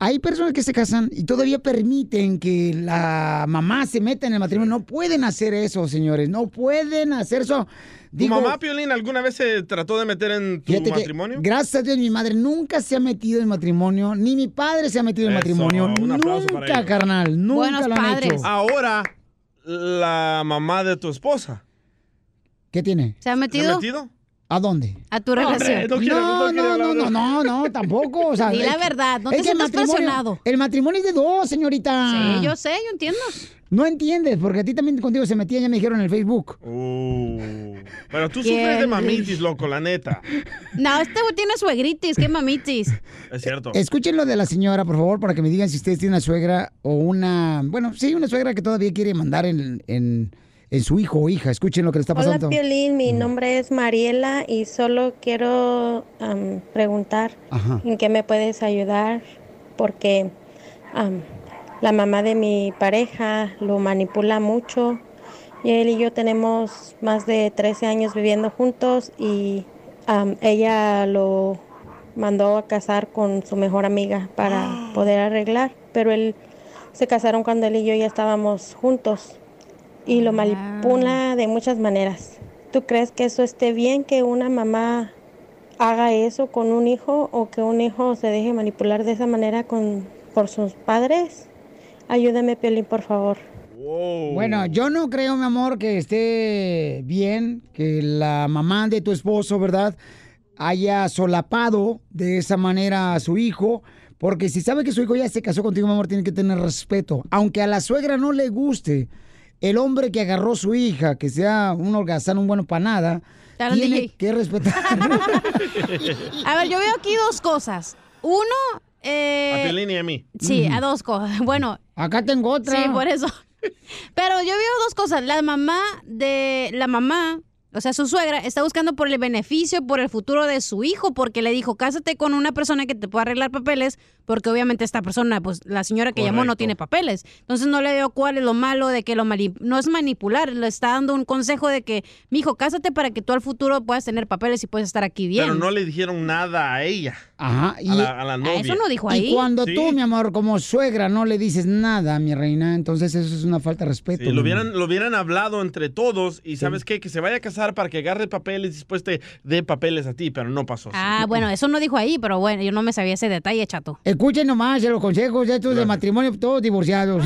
Speaker 5: Hay personas que se casan y todavía permiten que la mamá se meta en el matrimonio. No pueden hacer eso, señores. No pueden hacer eso.
Speaker 6: ¿Tu
Speaker 5: Digo,
Speaker 6: mamá, Piolín, alguna vez se trató de meter en tu
Speaker 5: fíjate que,
Speaker 6: matrimonio?
Speaker 5: gracias a Dios, mi madre nunca se ha metido en matrimonio, ni mi padre se ha metido en
Speaker 6: Eso,
Speaker 5: matrimonio.
Speaker 6: un aplauso para
Speaker 5: Nunca,
Speaker 6: ellos.
Speaker 5: carnal. Nunca lo han hecho.
Speaker 6: Ahora, la mamá de tu esposa.
Speaker 5: ¿Qué tiene?
Speaker 7: ¿Se ha metido?
Speaker 6: ¿Se ha metido?
Speaker 5: ¿A dónde?
Speaker 7: A tu relación.
Speaker 5: no, no, no, no, no, no, tampoco. O sea,
Speaker 7: Di la
Speaker 5: es que-
Speaker 7: verdad, no
Speaker 5: es
Speaker 7: te
Speaker 5: que el
Speaker 7: sientas
Speaker 5: matrimonio-
Speaker 7: presionado.
Speaker 5: El matrimonio es de dos, señorita.
Speaker 7: Sí, yo sé, yo entiendo.
Speaker 5: No entiendes, porque a ti también contigo se metían, ya me dijeron en el Facebook.
Speaker 6: Uh, pero tú
Speaker 7: ¿Quién?
Speaker 6: sufres de mamitis, loco, la neta.
Speaker 7: No, este güey tiene suegritis, qué mamitis.
Speaker 6: Es cierto.
Speaker 5: Escuchen lo de la señora, por favor, para que me digan si ustedes tienen una suegra o una. Bueno, sí, una suegra que todavía quiere mandar en, en- en su hijo o hija. Escuchen lo que le está
Speaker 24: Hola
Speaker 5: pasando.
Speaker 24: Piolín, mi nombre es Mariela y solo quiero am, preguntar
Speaker 5: Ajá.
Speaker 24: en qué me puedes ayudar porque am, la mamá de mi pareja lo manipula mucho y él y yo tenemos más de 13 años viviendo juntos y am, ella lo mandó a casar con su mejor amiga para poder arreglar, pero él se casaron cuando él y yo ya estábamos juntos y lo manipula de muchas maneras. ¿Tú crees que eso esté bien que una mamá haga eso con un hijo o que un hijo se deje manipular de esa manera con por sus padres? Ayúdame, Piolín, por favor.
Speaker 5: Bueno, yo no creo, mi amor, que esté bien que la mamá de tu esposo, ¿verdad? Haya solapado de esa manera a su hijo. Porque si sabe que su hijo ya se casó contigo, mi amor, tiene que tener respeto. Aunque a la suegra no le guste, el hombre que agarró su hija, que sea un holgazán, un bueno para nada,
Speaker 7: Claro,
Speaker 5: tiene
Speaker 7: DJ.
Speaker 5: que respetar.
Speaker 7: A ver, yo veo aquí dos cosas. Uno, eh,
Speaker 6: A Piolín y a mí.
Speaker 7: Sí,
Speaker 5: Mm.
Speaker 7: a dos cosas. Bueno.
Speaker 5: Acá tengo otra.
Speaker 7: Sí, por eso. Pero yo veo dos cosas. La mamá de la mamá, o sea, su suegra, está buscando por el beneficio, por el futuro de su hijo, porque le dijo, cásate con una persona que te pueda arreglar papeles, porque obviamente esta persona, pues la señora que llamó no
Speaker 3: Correcto.
Speaker 7: tiene papeles. Entonces no le veo cuál es lo malo de que lo mani- no es manipular, le está dando un consejo de que, mijo, cásate para que tú al futuro puedas tener papeles y puedas estar aquí bien.
Speaker 6: Pero no le dijeron nada a ella.
Speaker 5: Ajá.
Speaker 6: a, la, a la novia.
Speaker 5: Y cuando
Speaker 6: Sí,
Speaker 5: tú, mi amor, como suegra, no le dices nada, mi reina, entonces eso es una falta de respeto.
Speaker 6: sí, lo,
Speaker 5: mi
Speaker 6: hubieran, lo hubieran hablado entre todos y ¿sabes qué? Que se vaya a casar para que agarre papeles y después te dé papeles a ti, pero no pasó. así.
Speaker 7: Ah, bueno, eso no dijo ahí, pero bueno, yo no me sabía ese detalle, chato.
Speaker 5: Escuchen nomás los consejos de estos de matrimonio, todos divorciados.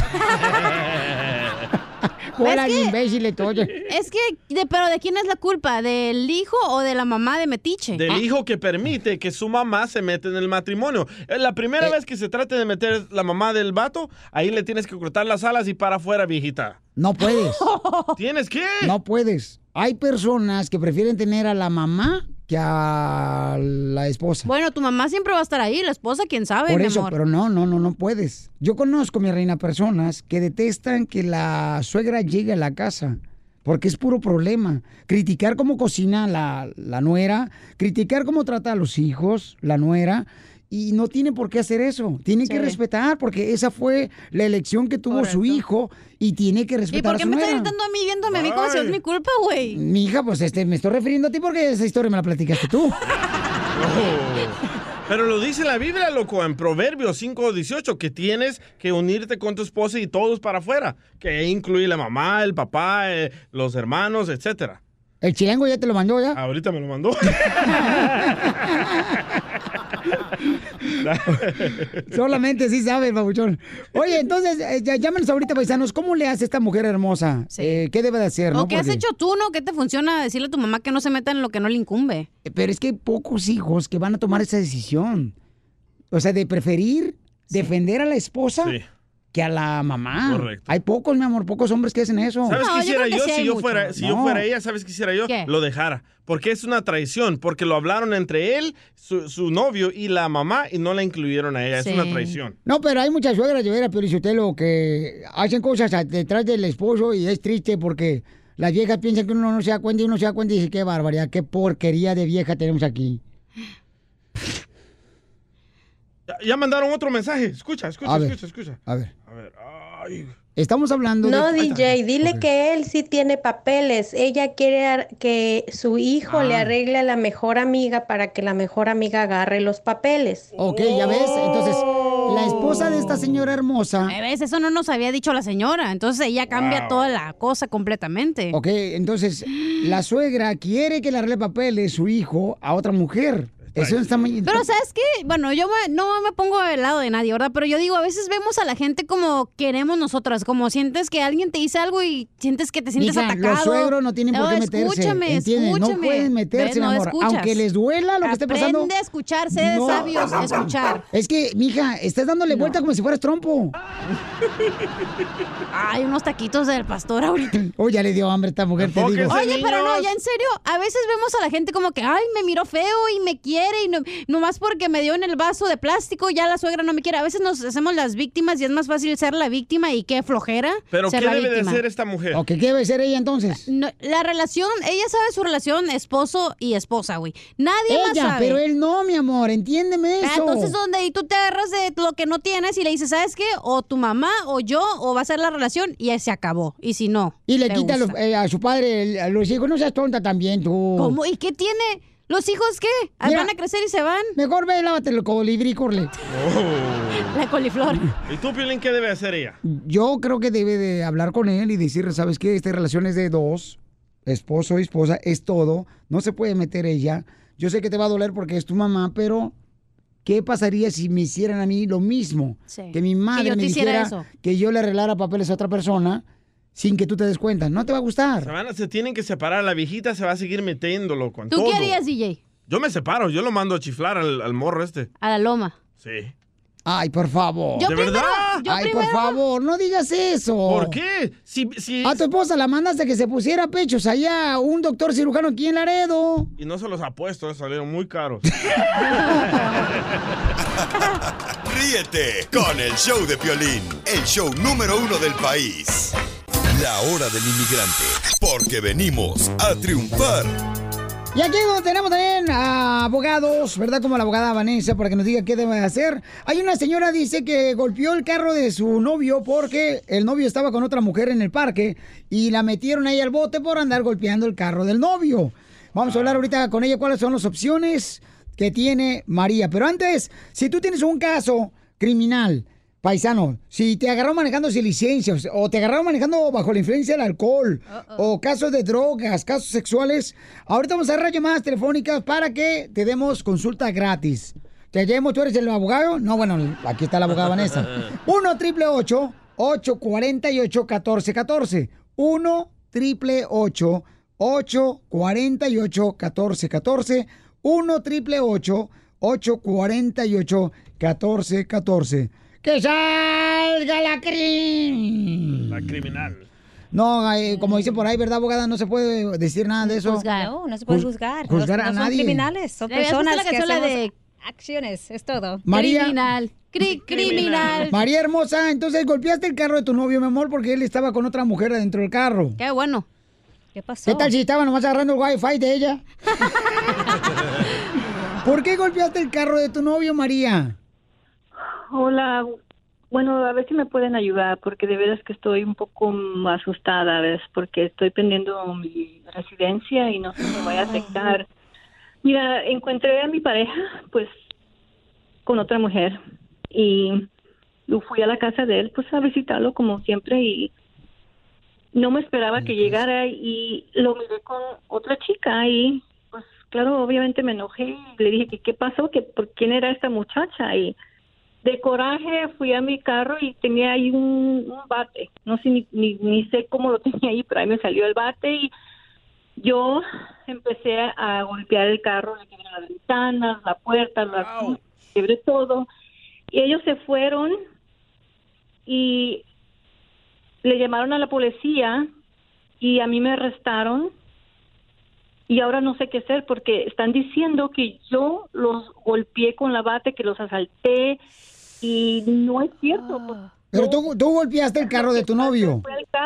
Speaker 5: Hola,
Speaker 7: ¿Ves que-
Speaker 5: imbéciles, todos.
Speaker 7: Es que, de- pero ¿de quién es la culpa? ¿Del hijo o de la mamá de Metiche? Ah,
Speaker 6: Del hijo que permite que su mamá se meta en el matrimonio. Eh, La primera vez que se trate de meter la mamá del vato, ahí le tienes que cortar las alas y para afuera, viejita.
Speaker 5: No puedes.
Speaker 6: ¿Tienes que?
Speaker 5: No puedes. Hay personas que prefieren tener a la mamá que a la esposa.
Speaker 7: Bueno, tu mamá siempre va a estar ahí, la esposa, quién sabe,
Speaker 5: Por
Speaker 7: mi
Speaker 5: eso,
Speaker 7: amor.
Speaker 5: pero no, no, no, no puedes. Yo conozco, mi reina, personas que detestan que la suegra llegue a la casa. Porque es puro problema. Criticar cómo cocina la, la nuera, criticar cómo trata a los hijos, la nuera, y no tiene por qué hacer eso. Tiene que
Speaker 7: Sí.
Speaker 5: respetar, porque esa fue la elección que tuvo su hijo y tiene que respetar
Speaker 7: ¿Y por
Speaker 5: a
Speaker 7: qué
Speaker 5: su
Speaker 7: me estás
Speaker 5: nuera.
Speaker 7: gritando a mí viéndome a mí como si es mi culpa, güey?
Speaker 5: Mi hija, pues este, me estoy refiriendo a ti porque esa historia me la platicaste tú.
Speaker 6: Pero lo dice la Biblia, loco, en Proverbios 5.18, que tienes que unirte con tu esposa y todos para afuera, que incluye la mamá, el papá, eh, los hermanos, etcétera.
Speaker 5: El chilengo ya te lo mandó ya.
Speaker 6: Ahorita me lo mandó.
Speaker 5: Solamente sí sabe, babuchón. Oye, entonces, eh, ya- llámenos ahorita, paisanos, ¿cómo le hace esta mujer hermosa? Eh, ¿Qué debe de hacer?
Speaker 7: ¿O
Speaker 5: no?
Speaker 7: qué has
Speaker 5: Porque-
Speaker 7: hecho tú, no? ¿Qué te funciona decirle a tu mamá que no se meta en lo que no le incumbe?
Speaker 5: Pero es que hay pocos hijos que van a tomar esa decisión. O sea, de preferir defender a la esposa que a la mamá.
Speaker 6: Correcto.
Speaker 5: Hay pocos, mi amor, pocos hombres que hacen eso.
Speaker 6: ¿Sabes qué hiciera yo, si, yo fuera, si yo
Speaker 5: No.
Speaker 6: fuera ella? ¿Sabes qué hiciera yo?
Speaker 5: ¿Qué?
Speaker 6: Lo dejara. Porque es una traición. Porque lo hablaron entre él, su, su novio y la mamá y no la incluyeron a ella.
Speaker 5: Sí.
Speaker 6: Es una traición.
Speaker 5: No, pero hay muchas suegras, yo era Piorizotelo, que hacen cosas a- detrás del esposo y es triste porque las viejas piensan que uno no se da cuenta y uno se da cuenta y dice, qué barbaridad, qué porquería de vieja tenemos aquí.
Speaker 6: Ya, ya mandaron otro mensaje. Escucha, escucha,
Speaker 5: A ver,
Speaker 6: escucha, escucha.
Speaker 5: a ver.
Speaker 6: A ver. ah. Ay.
Speaker 5: Estamos hablando de...
Speaker 24: No,
Speaker 5: Ahí está.
Speaker 24: DJ, dile
Speaker 5: Ok.
Speaker 24: que él sí tiene papeles. Ella quiere ar- que su hijo
Speaker 5: Ah.
Speaker 24: le arregle a la mejor amiga para que la mejor amiga agarre los papeles.
Speaker 5: Ok, ya ves. Entonces,
Speaker 6: Oh.
Speaker 5: la esposa de esta señora hermosa...
Speaker 7: A veces Eh, eso no nos había dicho la señora. Entonces ella cambia
Speaker 5: Wow.
Speaker 7: toda la cosa completamente.
Speaker 5: Ok, entonces, la suegra quiere que le arregle papeles su hijo a otra mujer. Eso está muy...
Speaker 7: Pero ¿sabes qué? Bueno, yo me- no me pongo del lado de nadie, ¿verdad? Pero yo digo, a veces vemos a la gente como queremos nosotras, como sientes que alguien te dice algo y sientes que te sientes
Speaker 5: Mija,
Speaker 7: atacado.
Speaker 5: Los suegros no tienen por qué meterse.
Speaker 7: Escúchame,
Speaker 5: ¿entiendes?
Speaker 7: escúchame.
Speaker 5: No pueden meterse,
Speaker 7: ¿Ves?
Speaker 5: mi
Speaker 7: No
Speaker 5: amor.
Speaker 7: escuchas.
Speaker 5: Aunque les duela lo que esté pasando.
Speaker 7: Aprende a escuchar, sé de
Speaker 5: no.
Speaker 7: sabios, escuchar.
Speaker 5: Es que, mija, estás dándole vuelta como si fueras trompo.
Speaker 7: Ay, unos taquitos del pastor ahorita.
Speaker 5: Oye, ya le dio hambre a esta mujer, te digo.
Speaker 7: Oye, pero no, ya en serio, a veces vemos a la gente como que, ay, me miró feo y me quiere y no, nomás porque me dio en el vaso de plástico, ya la suegra no me quiere. A veces nos hacemos las víctimas y es más fácil ser la víctima y qué flojera.
Speaker 6: Pero
Speaker 7: ser
Speaker 6: ¿qué
Speaker 7: la
Speaker 6: debe de
Speaker 7: víctima.
Speaker 6: hacer esta mujer?
Speaker 5: Ok, ¿qué debe ser ella entonces?
Speaker 7: No, la relación, ella sabe su relación esposo y esposa, güey. Nadie más
Speaker 5: Ella,
Speaker 7: sabe.
Speaker 5: pero él no, mi amor, entiéndeme
Speaker 7: Ah,
Speaker 5: eso.
Speaker 7: Entonces, donde ahí tú te agarras de lo que no tienes y le dices, ¿sabes qué? O tu mamá o yo, o va a ser la relación y ahí se acabó. Y si no.
Speaker 5: y le
Speaker 7: te
Speaker 5: quita a los-
Speaker 7: gusta.
Speaker 5: eh, a su padre el- a los hijos. No seas tonta también tú.
Speaker 7: ¿Cómo? ¿Y qué tiene? ¿Los hijos qué? Ah,
Speaker 5: Mira.
Speaker 7: ¿Van a crecer y se van?
Speaker 5: Mejor ve, lávate el colibrí, Corle.
Speaker 6: Oh.
Speaker 7: La coliflor.
Speaker 6: ¿Y tú, Piolín, qué debe hacer ella?
Speaker 5: Yo creo que debe de hablar con él y decirle, ¿sabes qué? Esta relación es de dos, esposo y esposa, es todo, no se puede meter ella. Yo sé que te va a doler porque es tu mamá, pero ¿qué pasaría si me hicieran a mí lo mismo?
Speaker 7: Sí.
Speaker 5: Que mi madre
Speaker 7: Que yo
Speaker 5: me
Speaker 7: te hiciera
Speaker 5: dijera
Speaker 7: eso.
Speaker 5: que yo le arreglara papeles a otra persona sin que tú te des cuenta. No te va a gustar.
Speaker 6: Se, van a- se tienen que separar. La viejita se va a seguir metiéndolo con
Speaker 7: ¿Tú
Speaker 6: todo.
Speaker 7: qué harías, DJ?
Speaker 6: Yo me separo. Yo lo mando a chiflar al, al morro este.
Speaker 7: A la loma.
Speaker 6: Sí.
Speaker 5: Ay, por favor.
Speaker 6: Yo ¿De primero, verdad? yo
Speaker 5: Ay, por
Speaker 6: primero.
Speaker 5: favor, no digas eso.
Speaker 6: ¿Por qué? Si, si-
Speaker 5: A tu esposa la mandaste que se pusiera pechos allá, un doctor cirujano aquí en Laredo.
Speaker 6: Y no se los apuesto, eh, salieron muy caros.
Speaker 2: Ríete con el show de Piolín, el show número uno del país. La hora del inmigrante, porque venimos a triunfar.
Speaker 5: Y aquí es donde tenemos también a abogados, ¿verdad? Como la abogada Vanessa, para que nos diga qué debe de hacer. Hay una señora, dice, que golpeó el carro de su novio porque el novio estaba con otra mujer en el parque y la metieron ahí al bote por andar golpeando el carro del novio. Vamos a hablar ahorita con ella cuáles son las opciones que tiene María. Pero antes, si tú tienes un caso criminal, paisano, si te agarraron manejando sin licencia o sea, o te agarraron manejando bajo la influencia del alcohol o casos de drogas, casos sexuales, ahorita vamos a agarrar llamadas telefónicas para que te demos consulta gratis. Te llevemos, tú eres el abogado. No, bueno, aquí está la abogada Vanessa. 1 triple 848 1414 1 triple 848 1414 1 triple 848 1414 ¡Que salga la crin!
Speaker 6: La criminal.
Speaker 5: No, eh, como dice por ahí, ¿verdad, abogada? No se puede decir nada de eso.
Speaker 3: Juzgar. No, no se puede juzgar.
Speaker 5: Juzgar
Speaker 3: no,
Speaker 5: a
Speaker 3: no
Speaker 5: nadie.
Speaker 3: Son criminales, son
Speaker 7: ¿Le habías puesto la
Speaker 3: personas que
Speaker 7: canción, la de-
Speaker 3: hacemos acciones, es todo.
Speaker 5: María.
Speaker 7: Cri- criminal.
Speaker 5: María hermosa, entonces golpeaste el carro de tu novio, mi amor, porque él estaba con otra mujer adentro del carro.
Speaker 7: Qué bueno.
Speaker 3: ¿Qué pasó?
Speaker 5: ¿Qué tal si estaba nomás agarrando el wifi de ella? ¿Por qué golpeaste el carro de tu novio, María?
Speaker 4: Hola, bueno, a ver si me pueden ayudar, porque de veras que estoy un poco mm, asustada, ¿ves? Porque estoy perdiendo mi residencia y no sé si me voy a afectar. Mira, encontré a mi pareja, pues, con otra mujer y yo fui a la casa de él, pues, a visitarlo como siempre y no me esperaba que llegara y lo miré con otra chica y, pues, claro, obviamente me enojé y le dije que qué pasó, que por quién era esta muchacha y de coraje fui a mi carro y tenía ahí un, un bate. No sé ni, ni, ni sé cómo lo tenía ahí, pero ahí me salió el bate y yo empecé a golpear el carro, le quebré las ventanas, la puerta, la quebré todo. Y ellos se fueron y le llamaron a la policía y a mí me arrestaron. Y ahora no sé qué hacer porque están diciendo que yo los golpeé con la bate, que los asalté y no es cierto. pues.
Speaker 5: Pero tú, tú golpeaste el carro de tu novio.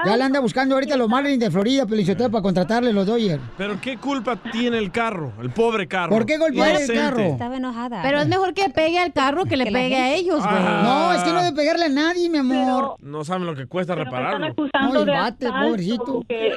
Speaker 5: Ya le anda buscando ahorita los Marlins de Florida, Pelichoteo, para contratarle los Dodgers.
Speaker 6: Pero ¿qué culpa tiene el carro? El pobre carro.
Speaker 5: ¿Por qué golpear el
Speaker 6: Inocente.
Speaker 5: carro?
Speaker 3: Estaba enojada.
Speaker 7: Pero es mejor que pegue al carro que le pegue a ellos, güey.
Speaker 6: Ah.
Speaker 5: No, es que no debe pegarle a nadie, mi amor.
Speaker 6: No saben lo que cuesta repararlo.
Speaker 5: No, el
Speaker 3: de
Speaker 5: bate,
Speaker 3: asalto,
Speaker 5: pobrecito.
Speaker 3: que-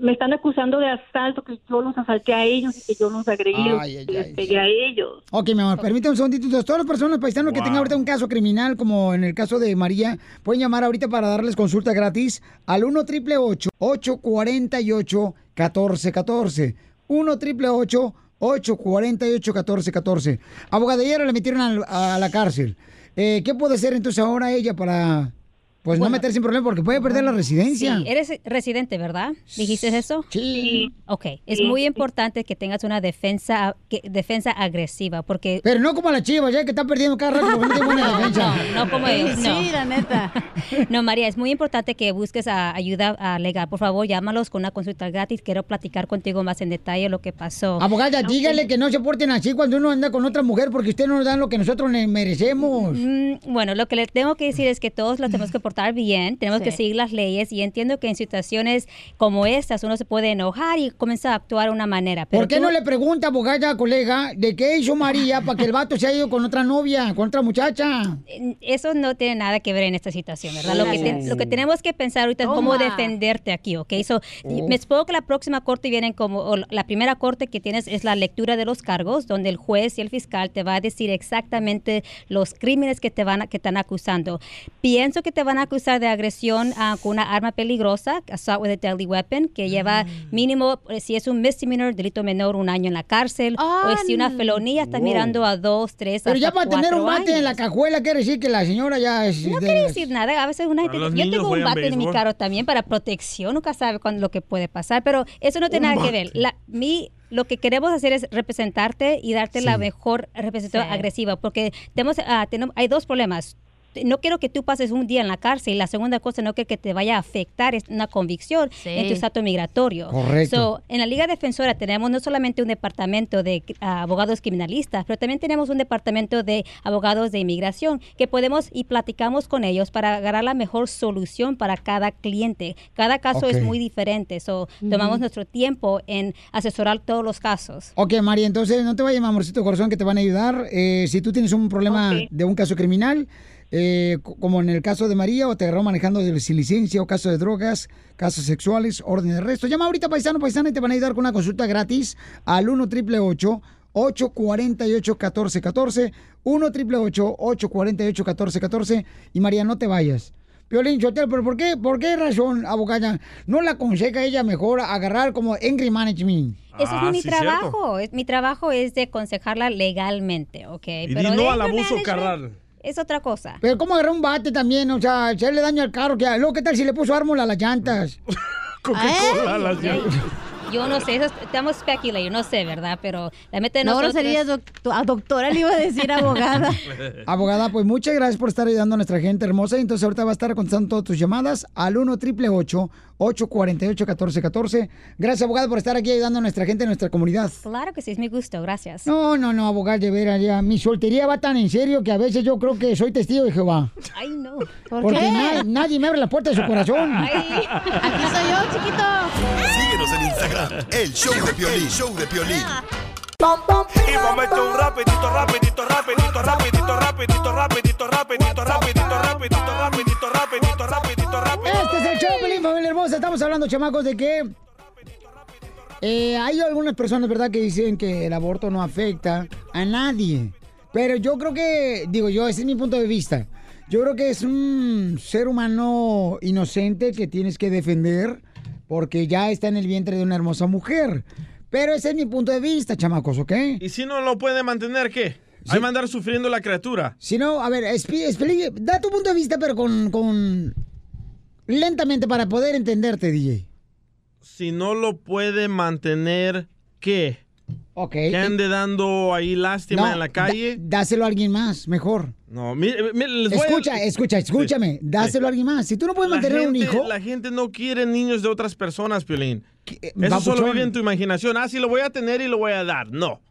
Speaker 4: Me están acusando de asalto, que yo los asalté a ellos y que yo los agredí,
Speaker 5: Ay, ay,
Speaker 4: que les pegué a ellos.
Speaker 5: Ok, mi amor, permítame un segundito. Entonces, todas las personas paisanos que
Speaker 4: Wow.
Speaker 5: tengan ahorita un caso criminal, como en el caso de María, pueden llamar ahorita para darles consulta gratis al 1 888 848 1414 1 888 848 1414 Abogada, ayer la metieron al- a, la cárcel. Eh, ¿Qué puede hacer entonces ahora ella para pues no
Speaker 3: Bueno.
Speaker 5: meterse en problema? Porque puede perder la residencia.
Speaker 3: Sí, eres residente, ¿verdad? ¿Dijiste eso?
Speaker 5: Sí.
Speaker 3: Ok, es
Speaker 5: Sí.
Speaker 3: muy importante que tengas una defensa, que- defensa agresiva, porque...
Speaker 5: Pero no como la chiva, ya que está perdiendo cada rato porque no tiene buena defensa.
Speaker 3: No, no como él,
Speaker 7: Sí,
Speaker 3: no.
Speaker 7: sí, la neta.
Speaker 3: No, María, es muy importante que busques ah, ayuda ah, legal. Por favor, llámalos con una consulta gratis. Quiero platicar contigo más en detalle lo que pasó.
Speaker 5: Abogada,
Speaker 3: Ok.
Speaker 5: dígale que no se porten así cuando uno anda con otra mujer porque usted no nos dan lo que nosotros ne- merecemos.
Speaker 3: Mm, Bueno, lo que le tengo que decir es que todos los tenemos que portar bien, tenemos que
Speaker 5: Sí.
Speaker 3: seguir las leyes y entiendo que en situaciones como estas uno se puede enojar y comienza a actuar de una manera. Pero
Speaker 5: ¿Por qué
Speaker 3: tú-
Speaker 5: no le pregunta, abogada, colega, de qué hizo María para que el vato se haya ido con otra novia, con otra muchacha?
Speaker 3: Eso no tiene nada que ver en esta situación, ¿verdad? Lo que, te-
Speaker 5: Sí.
Speaker 3: lo que tenemos que pensar ahorita es cómo
Speaker 5: Toma.
Speaker 3: defenderte aquí, ¿ok? So,
Speaker 5: Oh.
Speaker 3: Me supongo que la próxima corte vienen como, o la primera corte que tienes es la lectura de los cargos, donde el juez y el fiscal te va a decir exactamente los crímenes que te van a- que están acusando. Pienso que te van a acusar de agresión ah, con una arma peligrosa, assault with a deadly weapon, que lleva
Speaker 5: Mm.
Speaker 3: mínimo, eh, si es un misdemeanor, delito menor, un año en la cárcel, o si una felonía, está
Speaker 5: Wow.
Speaker 3: mirando a dos, tres,
Speaker 5: Ah. Pero ya
Speaker 3: hasta
Speaker 5: para tener
Speaker 3: cuatro
Speaker 5: un bate
Speaker 3: años.
Speaker 5: en la cajuela quiere decir que la señora ya es...
Speaker 3: No
Speaker 5: de-
Speaker 3: quiere decir nada. A veces una gente.
Speaker 5: los
Speaker 3: Yo
Speaker 5: niños
Speaker 3: tengo un
Speaker 5: juegan
Speaker 3: bate en mi
Speaker 5: béisbol.
Speaker 3: carro también para protección. Nunca sabe cuándo lo que puede pasar. Pero eso no tiene
Speaker 5: Un
Speaker 3: nada que ver. La, mi lo que queremos hacer es representarte y darte la
Speaker 8: Sí.
Speaker 3: mejor representación
Speaker 8: Sí.
Speaker 3: agresiva, porque tenemos, ah, tenemos- hay dos problemas. No quiero que tú pases un día en la cárcel. La segunda cosa, no quiero que te vaya a afectar es una convicción en tu estatus migratorio.
Speaker 8: Correcto.
Speaker 3: So, en la Liga Defensora tenemos no solamente un departamento de ah, abogados criminalistas, pero también tenemos un departamento de abogados de inmigración que podemos y platicamos con ellos para agarrar la mejor solución para cada cliente. Cada caso
Speaker 5: Ok.
Speaker 3: es muy diferente, so,
Speaker 5: Ujú.
Speaker 3: tomamos nuestro tiempo en asesorar todos los casos.
Speaker 5: Ok, María, entonces no te vayas, amorcito corazón, que te van a ayudar. Eh, si tú tienes un problema de un caso criminal, eh, co- como en el caso de María, o te agarró manejando de- sin licencia, o caso de drogas, casos sexuales, orden de arresto, llama ahorita paisano, paisana, y te van a ayudar con una consulta gratis al 1 888 848 1414 1 888 848 1414 Y María, no te vayas. Piolín Chotel, pero ¿por qué, por qué razón, abogada, no la aconseja ella mejor agarrar como angry management?
Speaker 3: Eso
Speaker 5: Ah,
Speaker 3: es mi trabajo. es- Mi trabajo es de aconsejarla legalmente, ¿ok?
Speaker 5: Y di no
Speaker 3: de
Speaker 5: al
Speaker 3: anger
Speaker 5: abuso
Speaker 3: management
Speaker 5: carnal.
Speaker 3: Es otra cosa.
Speaker 5: Pero cómo agarrar un bate también, o sea, hacerle daño al carro, que luego qué tal si le puso ármula a las llantas.
Speaker 3: Coca-Cola a las llantas. Yo no sé, eso es- estamos speculando, no sé, ¿verdad? Pero la meta de
Speaker 7: No,
Speaker 3: nosotros...
Speaker 7: groserías,
Speaker 3: a doctora
Speaker 7: le iba a decir, abogada.
Speaker 5: Abogada, pues muchas gracias por estar ayudando a nuestra gente hermosa. Y entonces ahorita va a estar contestando todas tus llamadas al 1 888 848 1414 Gracias, abogada, por estar aquí ayudando a nuestra gente, a nuestra comunidad.
Speaker 3: Claro que sí, es mi gusto, gracias.
Speaker 5: No, no, no, abogada, de veras, ya. Mi soltería va tan en serio que a veces yo creo que soy testigo de Jehová.
Speaker 3: Ay, no.
Speaker 5: porque na- nadie me abre la puerta de su corazón.
Speaker 7: Aquí soy yo, chiquito.
Speaker 2: Síguenos en Instagram, el show de Piolín, El show de Piolín.
Speaker 11: Y va a meter un rapidito, rapidito, rapidito, rapidito, rapidito, rapidito, rapidito, rapidito, rapidito, rapidito, rapidito, rapidito, rapidito.
Speaker 5: Este es el show, Pelín, familia hermosa. Estamos hablando, chamacos, de que eh, hay algunas personas, ¿verdad?, que dicen que el aborto no afecta a nadie. Pero yo creo que, digo yo, ese es mi punto de vista. Yo creo que es un ser humano inocente que tienes que defender porque ya está en el vientre de una hermosa mujer. Pero ese es mi punto de vista, chamacos, ¿ok?
Speaker 6: ¿Y si no lo puede mantener, qué? Hay mandar sufriendo la criatura.
Speaker 5: Si no, a ver, expli- expli- da tu punto de vista, pero con, con... lentamente para poder entenderte, DJ.
Speaker 6: Si no lo puede mantener, ¿qué?
Speaker 5: Ok.
Speaker 6: Que ande dando ahí lástima
Speaker 5: No,
Speaker 6: en la calle.
Speaker 5: da- dáselo a alguien más, mejor.
Speaker 6: No, mire, mire, les voy a-
Speaker 5: Escucha, escucha, escúchame. Dáselo a alguien más. Si tú no puedes
Speaker 6: La
Speaker 5: mantener un
Speaker 6: gente-
Speaker 5: hijo,
Speaker 6: La gente no quiere niños de otras personas, Piolín. Eso solo
Speaker 5: papuchón.
Speaker 6: vive en tu imaginación. Ah, sí, lo voy a tener y lo voy a dar. No.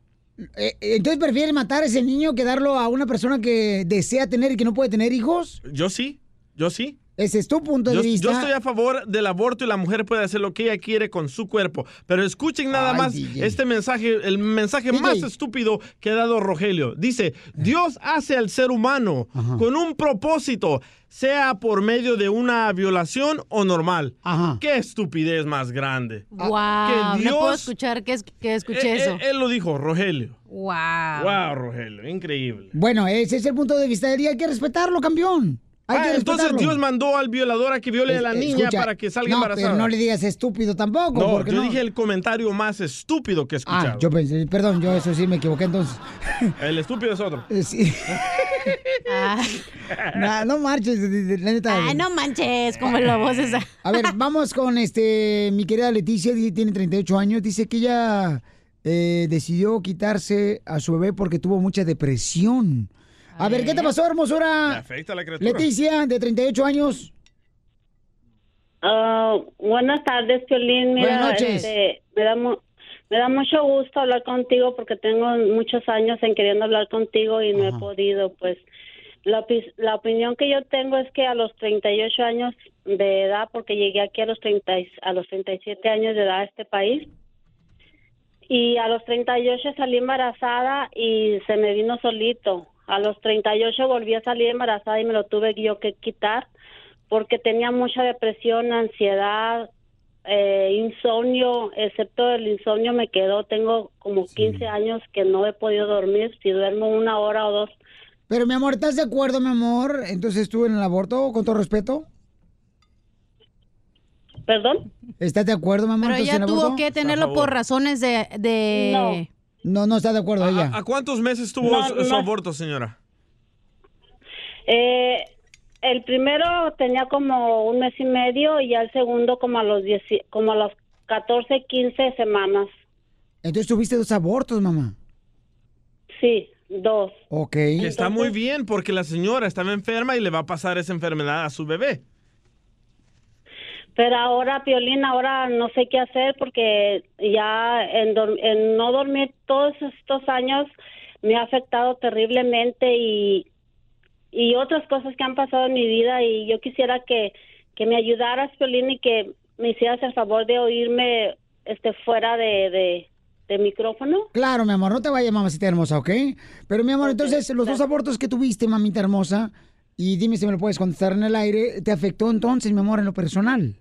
Speaker 5: eh, entonces prefieres matar a ese niño que darlo a una persona que desea tener y que no puede tener hijos.
Speaker 6: Yo sí. Yo sí.
Speaker 5: Ese es tu punto de
Speaker 6: Yo,
Speaker 5: vista.
Speaker 6: yo estoy a favor del aborto y la mujer puede hacer lo que ella quiere con su cuerpo. Pero escuchen nada
Speaker 5: Ay,
Speaker 6: más
Speaker 5: DJ.
Speaker 6: este mensaje, el mensaje
Speaker 5: DJ.
Speaker 6: más estúpido que ha dado Rogelio. Dice, Dios hace al ser humano con un propósito, sea por medio de una violación o normal. Qué estupidez más grande.
Speaker 7: Wow,
Speaker 6: Que
Speaker 7: Ah. no puedo
Speaker 6: Dios- Eh,
Speaker 7: escuchar que, es- que escuché
Speaker 6: Él-
Speaker 7: eso.
Speaker 6: Él, él lo dijo, Rogelio.
Speaker 7: Wow.
Speaker 6: Wow, Rogelio, increíble.
Speaker 5: Bueno, ese es el punto de vista de él y hay que respetarlo, campeón. Hay
Speaker 6: Ah,
Speaker 5: que
Speaker 6: entonces
Speaker 5: respetarlo.
Speaker 6: Dios mandó al violador a que viole a la
Speaker 5: Es-
Speaker 6: niña
Speaker 5: escucha,
Speaker 6: para que salga
Speaker 5: no,
Speaker 6: embarazada.
Speaker 5: Pero no le digas estúpido tampoco.
Speaker 6: No,
Speaker 5: porque
Speaker 6: yo
Speaker 5: no-
Speaker 6: dije el comentario más estúpido que he escuchado.
Speaker 5: Ah, yo pensé, perdón, yo eso sí me equivoqué entonces.
Speaker 6: El estúpido es otro.
Speaker 5: Eh, Sí. Nah, no marches, la neta.
Speaker 7: Ah. Ay, no manches, como la voz esa.
Speaker 5: A ver, vamos con este, mi querida Leticia, di- tiene 38 años, dice que ella eh, decidió quitarse a su bebé porque tuvo mucha depresión. A ver, ¿qué te pasó,
Speaker 6: Me
Speaker 5: hermosura?
Speaker 6: afecta la criatura.
Speaker 5: Leticia, de 38 años.
Speaker 9: Ah, buenas tardes, Piolín. Mira,
Speaker 5: Buenas noches.
Speaker 9: este, me, da mu- me da mucho gusto hablar contigo porque tengo muchos años en queriendo hablar contigo y no he podido. Pues la, opi- la opinión que yo tengo es que a los 38 años de edad, porque llegué aquí a los, 30, y- a los 37 años de edad a este país, y a los 38 salí embarazada y se me vino solito. A los 38 volví a salir embarazada y me lo tuve yo que quitar porque tenía mucha depresión, ansiedad, eh, insomnio, excepto el insomnio me quedó, tengo como 15 años que no he podido dormir, si duermo una hora o dos,
Speaker 5: Pero mi amor, ¿estás de acuerdo, mi amor? Entonces tú en el aborto, con todo respeto.
Speaker 9: ¿Perdón?
Speaker 5: ¿Estás de acuerdo, mi amor?
Speaker 7: Pero
Speaker 5: entonces, en
Speaker 7: ella
Speaker 5: el
Speaker 7: tuvo
Speaker 5: aborto?
Speaker 7: que tenerlo por razones de... de-
Speaker 5: No, no está de acuerdo ella.
Speaker 6: ¿A cuántos meses tuvo
Speaker 9: No,
Speaker 6: su,
Speaker 9: no.
Speaker 6: su aborto, señora?
Speaker 9: Eh, el primero tenía como un mes y medio y ya el segundo como a los 10 como a las 14, 15 semanas.
Speaker 5: Entonces tuviste dos abortos, mamá.
Speaker 9: Sí, dos.
Speaker 5: Ok.
Speaker 6: Que está muy bien porque la señora estaba enferma y le va a pasar esa enfermedad a su bebé.
Speaker 9: Pero ahora, Piolín, ahora no sé qué hacer porque ya en, dor- en no dormir todos estos años me ha afectado terriblemente y, y otras cosas que han pasado en mi vida y yo quisiera que, que me ayudaras, Piolín, y que me hicieras el favor de oírme este fuera de, de, de micrófono.
Speaker 5: Claro, mi amor, no te vayas, mamacita hermosa, ¿ok? Pero, mi amor, entonces, los dos abortos que tuviste, mamita hermosa, y dime si me lo puedes contestar en el aire, ¿te afectó entonces, mi amor, en lo personal?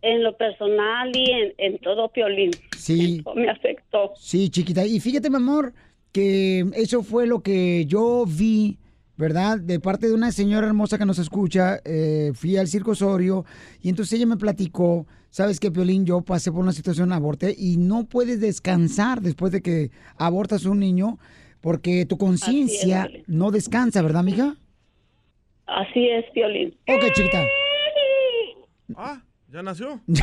Speaker 9: En lo personal y en, en todo, Piolín.
Speaker 5: Sí.
Speaker 9: Me afectó.
Speaker 5: Sí, chiquita. Y fíjate, mi amor, que eso fue lo que yo vi, ¿verdad? De parte de una señora hermosa que nos escucha. eh, fui al circo Osorio y entonces ella me platicó, ¿sabes qué, Piolín? Yo pasé por una situación, aborté y no puedes descansar después de que abortas un niño porque tu conciencia no descansa, ¿verdad, mija?
Speaker 9: Así es, Piolín.
Speaker 5: Ok, chiquita.
Speaker 6: Ah, ya nació.
Speaker 5: no,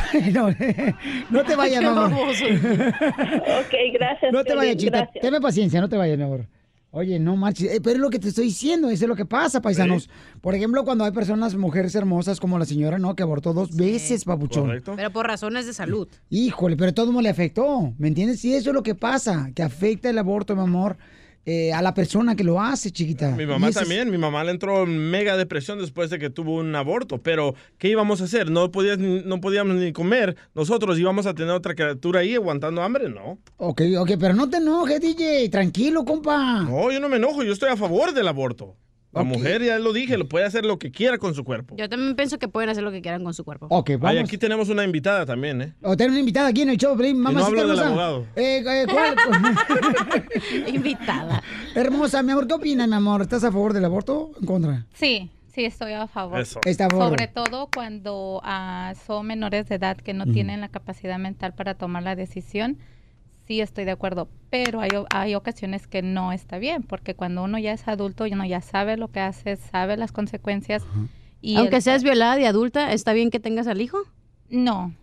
Speaker 5: no te vayas,
Speaker 6: Qué
Speaker 5: mi amor.
Speaker 6: baboso.
Speaker 9: ok, gracias.
Speaker 5: No te vayas,
Speaker 9: Piolín,
Speaker 5: chita.
Speaker 9: gracias.
Speaker 5: Tenme paciencia, no te vayas, mi amor. Oye, no marches. Eh, pero es lo que te estoy diciendo, eso es lo que pasa, paisanos. Por ejemplo, cuando hay personas, mujeres hermosas como la señora, ¿no? Que abortó dos veces, papuchón.
Speaker 7: Pero por razones de salud.
Speaker 5: Híjole, pero todo mundo le afectó, ¿me entiendes? Y eso es lo que pasa, que afecta el aborto, mi amor, eh, a la persona que lo hace, chiquita.
Speaker 6: Mi
Speaker 5: Y
Speaker 6: mamá
Speaker 5: ese es-
Speaker 6: también, mi mamá le entró en mega depresión después de que tuvo un aborto, pero ¿qué íbamos a hacer? No, podías ni- no podíamos ni comer, nosotros íbamos a tener otra criatura ahí aguantando hambre, ¿no?
Speaker 5: Ok, ok, pero no te enojes, DJ, tranquilo, compa.
Speaker 6: No, yo no me enojo, yo estoy a favor del aborto. La mujer, ya lo dije, lo puede hacer lo que quiera con su cuerpo.
Speaker 7: Yo también pienso que pueden hacer lo que quieran con su cuerpo.
Speaker 5: Ok,
Speaker 6: Ay, aquí tenemos una invitada también, ¿eh?
Speaker 5: O tener una invitada aquí en el show, Pelín. Mamá,
Speaker 6: hablo del abogado.
Speaker 5: Eh, eh, ¿cuál?
Speaker 8: Invitada.
Speaker 5: Hermosa, mi amor, ¿qué opinas, mi amor? ¿Estás a favor del aborto o en contra?
Speaker 8: Sí, sí, estoy a favor.
Speaker 5: Eso. Está a favor.
Speaker 8: Sobre todo cuando ah, son menores de edad que no
Speaker 5: Ujú.
Speaker 8: tienen la capacidad mental para tomar la decisión. Sí, estoy de acuerdo, pero hay, o- hay ocasiones que no está bien, porque cuando uno ya es adulto, uno ya sabe lo que hace, sabe las consecuencias. y
Speaker 7: Aunque
Speaker 8: el-
Speaker 7: seas violada de adulta, ¿está bien que tengas al hijo?
Speaker 8: No,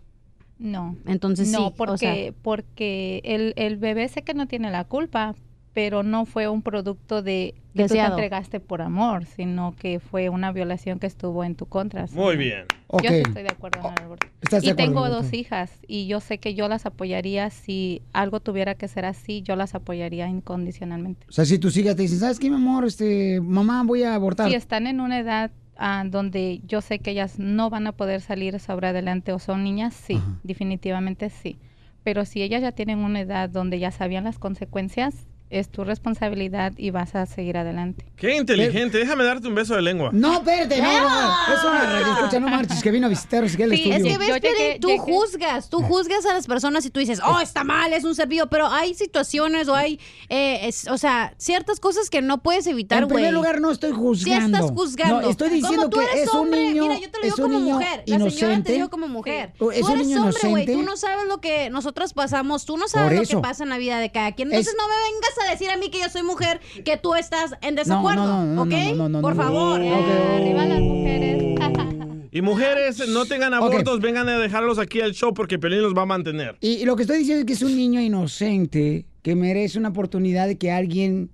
Speaker 8: no.
Speaker 7: Entonces sí,
Speaker 8: no,
Speaker 7: o
Speaker 8: porque,
Speaker 7: sea-
Speaker 8: porque el, el bebé sé que no tiene la culpa, pero no fue un producto de que tú te
Speaker 7: Deseado.
Speaker 8: entregaste por amor, sino que fue una violación que estuvo en tu contra. so-
Speaker 6: Muy bien.
Speaker 8: Yo sí
Speaker 6: Ok.
Speaker 8: estoy de acuerdo
Speaker 7: Oh,
Speaker 8: en el aborto.
Speaker 6: ¿Estás de
Speaker 8: y
Speaker 6: acuerdo,
Speaker 8: tengo
Speaker 6: Roberto?
Speaker 8: dos hijas y yo sé que yo las apoyaría si algo tuviera que ser así, yo las apoyaría incondicionalmente.
Speaker 5: O sea, si tus hijas te dicen, ¿sabes qué, mi amor? Este, mamá, voy a abortar.
Speaker 8: Si están en una edad ah, donde yo sé que ellas no van a poder salir sobre adelante o son niñas, sí, definitivamente sí. Pero si ellas ya tienen una edad donde ya sabían las consecuencias, es tu responsabilidad y vas a seguir adelante.
Speaker 6: Qué inteligente, déjame darte un beso de lengua.
Speaker 5: No, espérate, no, no, es una radio, escucha, no marches, que vino a visitarnos aquí al
Speaker 7: Sí, es
Speaker 5: estudio.
Speaker 7: que ves, Piolín, tú juzgas, tú juzgas a las personas y tú dices, oh, está mal, es un servido, pero hay situaciones o hay, eh, es- o sea, ciertas cosas que no puedes evitar,
Speaker 5: En
Speaker 7: güey.
Speaker 5: primer lugar, no estoy juzgando.
Speaker 7: Sí estás juzgando.
Speaker 5: No, estoy
Speaker 7: Como
Speaker 5: diciendo
Speaker 7: tú
Speaker 5: que
Speaker 7: eres
Speaker 5: es un
Speaker 7: hombre,
Speaker 5: niño.
Speaker 7: mira, yo te lo digo
Speaker 5: es un
Speaker 7: como
Speaker 5: niño
Speaker 7: mujer. La señora te
Speaker 5: inocente.
Speaker 7: digo como mujer.
Speaker 5: O- es
Speaker 7: tú
Speaker 5: un
Speaker 7: eres
Speaker 5: niño
Speaker 7: hombre, güey. Tú
Speaker 5: inocente.
Speaker 7: no sabes lo que nosotros pasamos. Tú no sabes
Speaker 5: Por
Speaker 7: lo
Speaker 5: eso.
Speaker 7: que pasa en la vida de cada quien. Entonces
Speaker 5: Es-
Speaker 7: no me vengas a decir a mí que yo soy mujer, que tú estás
Speaker 5: No, no,
Speaker 7: en desacuerdo.
Speaker 5: no, no,
Speaker 7: ¿Ok?
Speaker 5: no, no, no,
Speaker 7: Por
Speaker 5: no.
Speaker 7: favor.
Speaker 8: Arriba las mujeres.
Speaker 6: Y mujeres, no tengan abortos, vengan a dejarlos aquí al show porque Pelín los va a mantener.
Speaker 5: Y lo que estoy diciendo es que es un niño inocente que merece una oportunidad de que alguien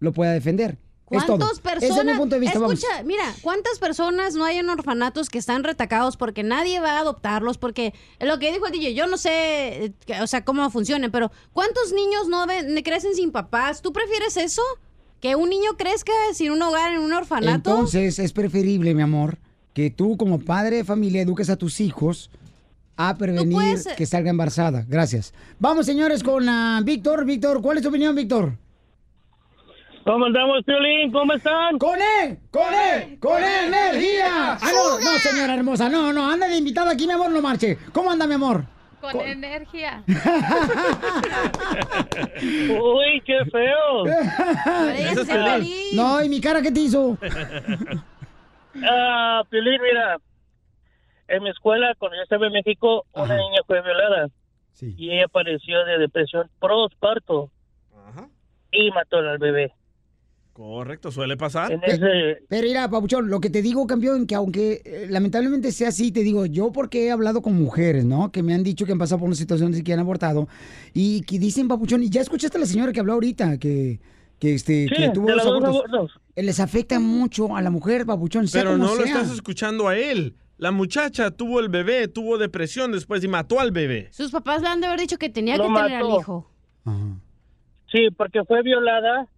Speaker 5: lo pueda defender. Es todo.
Speaker 7: ¿Cuántas personas?
Speaker 5: Ese es mi punto de vista,
Speaker 7: escucha,
Speaker 5: vamos.
Speaker 7: mira, ¿cuántas personas no hay en orfanatos que están retacados porque nadie va a adoptarlos? Porque lo que dijo el DJ, yo no sé, eh, que- o sea, cómo funciona, pero ¿cuántos niños no ven- crecen sin papás? ¿Tú prefieres eso? ¿Que un niño crezca sin un hogar en un orfanato?
Speaker 5: Entonces es preferible, mi amor, que tú como padre de familia eduques a tus hijos a prevenir
Speaker 7: puedes-
Speaker 5: que salga embarazada. Gracias. Vamos, señores, con ah, Víctor. Víctor, ¿cuál es tu opinión, Víctor?
Speaker 16: ¿Cómo andamos, Piolín? ¿Cómo están?
Speaker 5: ¡Con él! ¡Con él! ¡Con él, energía! Ah, no, no, señora hermosa, no, no, anda de invitado aquí, mi amor, no marche. ¿Cómo anda, mi amor?
Speaker 8: Con energía.
Speaker 16: Uy, qué feo.
Speaker 5: Ese es Piolín. No, ¿y mi cara qué te hizo?
Speaker 16: Ah, Piolín, mira. En mi escuela, cuando yo estaba en México, una niña fue violada. Y ella padeció de depresión postparto. Y mató al bebé.
Speaker 6: Correcto, suele pasar.
Speaker 5: Pe- Pero mira, Papuchón, lo que te digo, campeón, que aunque eh, lamentablemente sea así, te digo, yo porque he hablado con mujeres, ¿no? Que me han dicho que han pasado por una situación y que han abortado. Y que dicen, Papuchón, y ya escuchaste a la señora que habló ahorita, que, que, este,
Speaker 6: Sí,
Speaker 5: que tuvo
Speaker 6: de
Speaker 5: dos
Speaker 6: los dos
Speaker 5: abortos. Eh, Les afecta mucho a la mujer, Papuchón, sea
Speaker 6: Pero
Speaker 5: como
Speaker 6: no lo
Speaker 5: sea.
Speaker 6: estás escuchando a él. La muchacha tuvo el bebé, tuvo depresión después y mató al bebé.
Speaker 7: Sus papás le han de haber dicho que tenía
Speaker 6: Lo
Speaker 7: que tener al
Speaker 6: mató.
Speaker 7: hijo.
Speaker 16: Sí, porque fue violada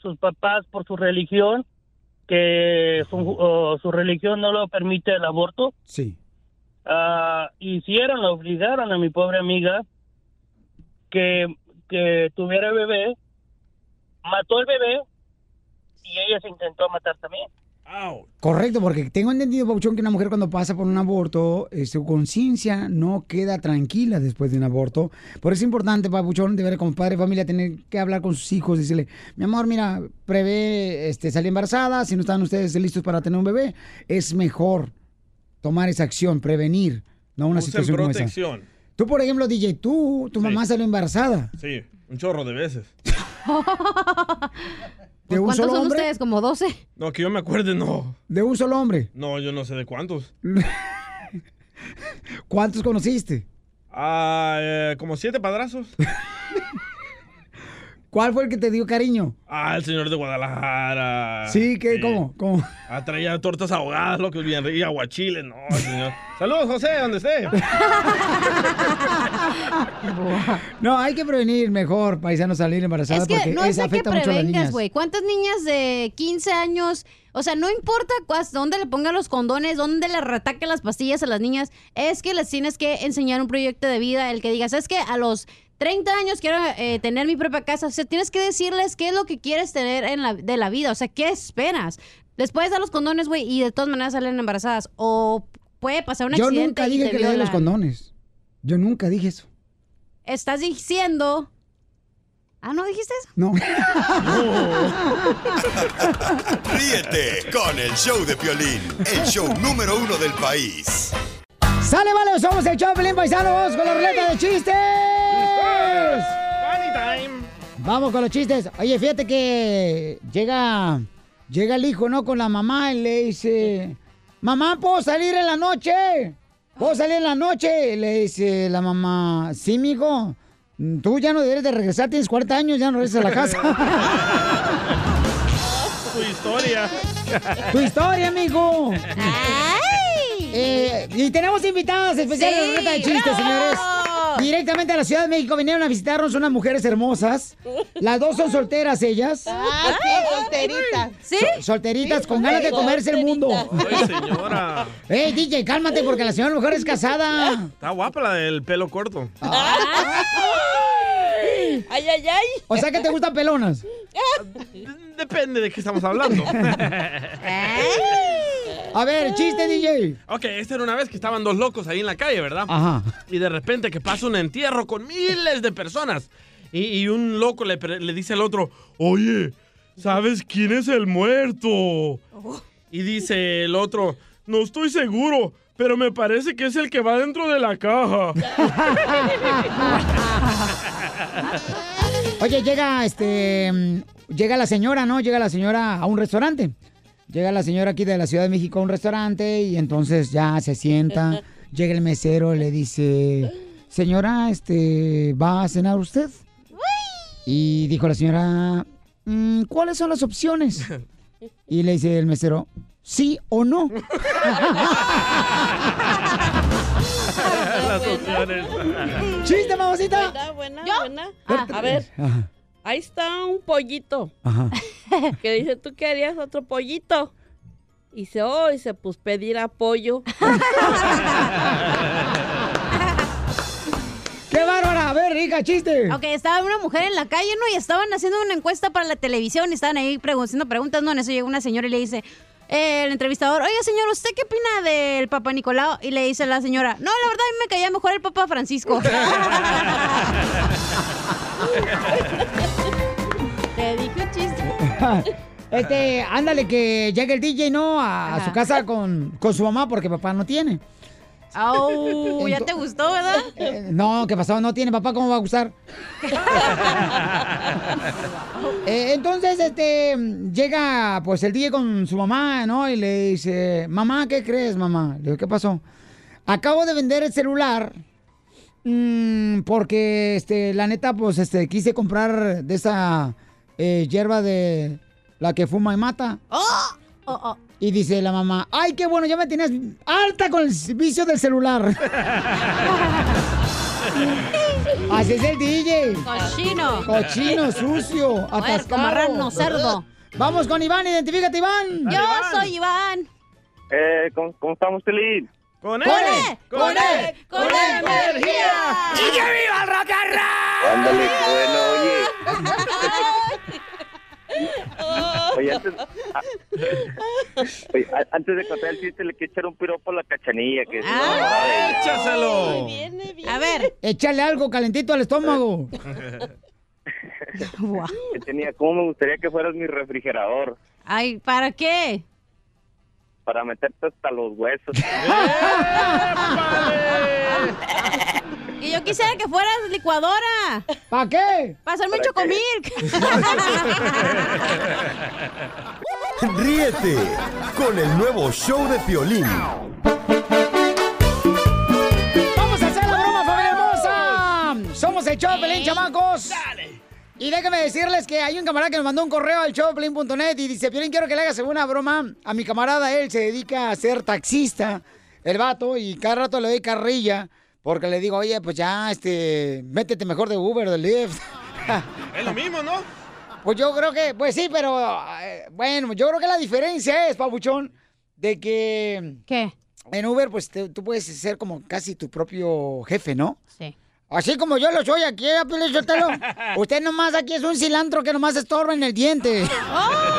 Speaker 16: sus papás por su religión, que su, o su religión no lo permite el aborto.
Speaker 5: Sí.
Speaker 16: Ah, hicieron, la obligaron a mi pobre amiga que, que tuviera bebé, mató el bebé y ella se intentó matar también.
Speaker 5: Correcto, porque tengo entendido, Papuchón, que una mujer cuando pasa por un aborto, eh, su conciencia no queda tranquila después de un aborto. Por eso es importante, Papuchón, de ver como padre de familia, tener que hablar con sus hijos, decirle, mi amor, mira, prevé este, salir embarazada, si no están ustedes listos para tener un bebé, es mejor tomar esa acción, prevenir, no una
Speaker 6: Usen
Speaker 5: situación como esa.
Speaker 6: protección.
Speaker 5: Tú, por ejemplo, DJ, tú, tu mamá salió embarazada.
Speaker 6: Sí, un chorro de veces.
Speaker 5: ¿De un
Speaker 7: ¿Cuántos
Speaker 5: solo
Speaker 7: son
Speaker 5: hombre?
Speaker 7: ustedes? ¿Como 12?
Speaker 6: No, que yo me acuerde, no.
Speaker 5: ¿De un solo hombre?
Speaker 6: No, yo no sé de cuántos.
Speaker 5: ¿Cuántos conociste?
Speaker 6: Ah, eh, como siete padrazos.
Speaker 5: ¿Cuál fue el que te dio cariño?
Speaker 6: Ah, el señor de Guadalajara.
Speaker 5: sí, ¿qué? ¿Cómo? ¿Cómo?
Speaker 6: Ah, traía tortas ahogadas, lo que es bien rico, aguachiles, no, señor. Saludos, José, donde esté.
Speaker 5: No, hay que prevenir mejor, paisano, salir embarazada
Speaker 7: Es que
Speaker 5: porque
Speaker 7: no es
Speaker 5: eso
Speaker 7: de que
Speaker 5: afecta mucho a las
Speaker 7: prevengas,
Speaker 5: niñas.
Speaker 7: güey. ¿Cuántas niñas de 15 años? O sea, no importa cuás- dónde le pongan los condones, dónde le retaquen las pastillas a las niñas, es que les tienes que enseñar un proyecto de vida, el que digas, es que a los 30 años quiero eh, tener mi propia casa. O sea, tienes que decirles qué es lo que quieres tener en la, de la vida, o sea, qué esperas. Les puedes dar los condones, güey, y de todas maneras salen embarazadas. O puede pasar un
Speaker 5: Yo
Speaker 7: accidente
Speaker 5: nunca
Speaker 7: y
Speaker 5: dije
Speaker 7: te
Speaker 5: que le dé los
Speaker 7: violan.
Speaker 5: condones. Yo nunca dije eso.
Speaker 7: Estás diciendo... Ah, ¿no dijiste eso?
Speaker 5: No.
Speaker 2: Ríete con el show de Piolín, el show número uno del país.
Speaker 5: ¡Sale, vale! ¡Somos el show, Pelín Paisanos! ¡Con la ruleta de chistes! Vamos con los chistes. Oye, fíjate que llega, llega el hijo, ¿no? Con la mamá y le dice, mamá, ¿puedo salir en la noche? ¿Puedo salir en la noche? Le dice la mamá, sí, mijo. Tú ya no debes de regresar, tienes 40 años, ya no regresas a la casa.
Speaker 6: Tu historia.
Speaker 5: ¡Tu historia, amigo! Eh, y tenemos invitadas especiales de
Speaker 11: Sí,
Speaker 5: la ruleta de chistes,
Speaker 11: bravo.
Speaker 5: señores. Directamente a la Ciudad de México vinieron a visitarnos unas mujeres hermosas. Las dos son solteras ellas.
Speaker 18: Ah, sí, solterita.
Speaker 7: ¿Sí?
Speaker 5: Solteritas con ganas de comerse el mundo.
Speaker 6: Ay, señora.
Speaker 5: Ey, DJ, cálmate porque la señora a lo mejor es casada.
Speaker 6: Está guapa la del pelo corto.
Speaker 18: Ah. Ay, ay, ay.
Speaker 5: O sea que te gustan pelonas.
Speaker 6: Depende de qué estamos hablando.
Speaker 7: Eh.
Speaker 5: A ver, chiste, DJ.
Speaker 6: Ok, esta era una vez que estaban dos locos ahí en la calle, ¿verdad?
Speaker 5: Ajá.
Speaker 6: Y de repente que pasa un entierro con miles de personas. Y, y un loco le, pre- le dice al otro, oye, ¿sabes quién es el muerto?
Speaker 7: Oh.
Speaker 6: Y dice el otro, no estoy seguro, pero me parece que es el que va dentro de la caja.
Speaker 5: Oye, llega este. mm, Llega la señora, ¿no? Llega la señora a un restaurante. Llega la señora aquí de la Ciudad de México a un restaurante y entonces ya se sienta. Llega el mesero, le dice: Señora, este. ¿Va a cenar usted? Y dijo la señora: "Mm, ¿Cuáles son las opciones? Y le dice el mesero: ¿Sí o no?
Speaker 11: Las opciones.
Speaker 5: Chiste, mamacita. Ah.
Speaker 18: Buena, buena, buena. a ver,
Speaker 5: Ajá.
Speaker 18: ahá está un pollito.
Speaker 5: Ajá.
Speaker 18: Que dice, ¿tú querías otro pollito? Y dice, oh, dice, pues pedir apoyo.
Speaker 5: ¡Qué bárbara! A ver, rica, chiste.
Speaker 7: Ok, estaba una mujer en la calle, ¿no? Y estaban haciendo una encuesta para la televisión y estaban ahí pregun- haciendo preguntas, ¿no? En eso llega una señora y le dice, eh, el entrevistador, oye, señor, ¿usted qué opina del Papa Nicolau? Y le dice la señora, no, la verdad, a mí me caía mejor el Papa Francisco. Te dije un chiste.
Speaker 5: Este, ándale que llega el DJ, ¿no? A, a su casa con, con su mamá porque papá no tiene.
Speaker 7: Au, ya te gustó, ¿verdad?
Speaker 5: Eh, No, ¿qué pasó? No tiene papá, ¿cómo va a gustar? Eh, entonces, este, llega pues el DJ con su mamá, ¿no? Y le dice, mamá, ¿qué crees, mamá? Le digo, ¿qué pasó? Acabo de vender el celular mm, porque, este, la neta, pues, este, quise comprar de esa eh, hierba de la que fuma y mata.
Speaker 7: Oh, oh.
Speaker 5: Y dice la mamá, ay, qué bueno, ya me tienes alta con el vicio del celular. Así es el DJ.
Speaker 7: Cochino.
Speaker 5: Cochino, sucio, atascado.
Speaker 7: marrano, cerdo.
Speaker 5: Vamos con Iván, identifícate, Iván.
Speaker 7: Yo soy Iván.
Speaker 10: Eh, ¿cómo, cómo estamos, Pelín?
Speaker 6: ¡Con
Speaker 11: él! ¡Con él!
Speaker 7: E, ¡Con energía!
Speaker 11: ¡Y que viva el rock and roll!
Speaker 10: Ándale, qué bueno, oye. Oye, antes, a- oye, a- antes de contar el chiste, le quiero echar un piropo a la cachanilla. Que
Speaker 6: ¡Échaselo!
Speaker 7: A ver.
Speaker 5: Échale algo calentito al estómago.
Speaker 10: que tenía, ¿Cómo me gustaría que fueras mi refrigerador?
Speaker 7: Ay, ¿para qué?
Speaker 10: Para meterte hasta los huesos.
Speaker 7: Que yo quisiera que fueras licuadora.
Speaker 5: ¿Para qué?
Speaker 7: Para hacerme un
Speaker 11: ¿Para qué?
Speaker 7: chocomilk.
Speaker 2: Ríete con el nuevo show de Piolín.
Speaker 5: ¡Vamos a hacer la broma, familia hermosa! Somos el show de Pelín, chamacos. Y déjenme decirles que hay un camarada que nos mandó un correo al showpelín.net y dice, Piolín, quiero que le hagas una broma a mi camarada. Él se dedica a ser taxista, el vato, y cada rato le doy carrilla porque le digo, oye, pues ya, este, métete mejor de Uber, de Lyft.
Speaker 6: Es lo mismo, ¿no?
Speaker 5: Pues yo creo que, pues sí, pero eh, bueno, yo creo que la diferencia es, Pabuchón, de que...
Speaker 7: ¿Qué?
Speaker 5: En Uber, pues te- tú puedes ser como casi tu propio jefe, ¿no?
Speaker 7: Sí.
Speaker 5: Así como yo lo soy aquí, ¿eh, Piolín Sotelo? Usted nomás aquí es un cilantro que nomás estorba en el diente.
Speaker 7: ¡Oh!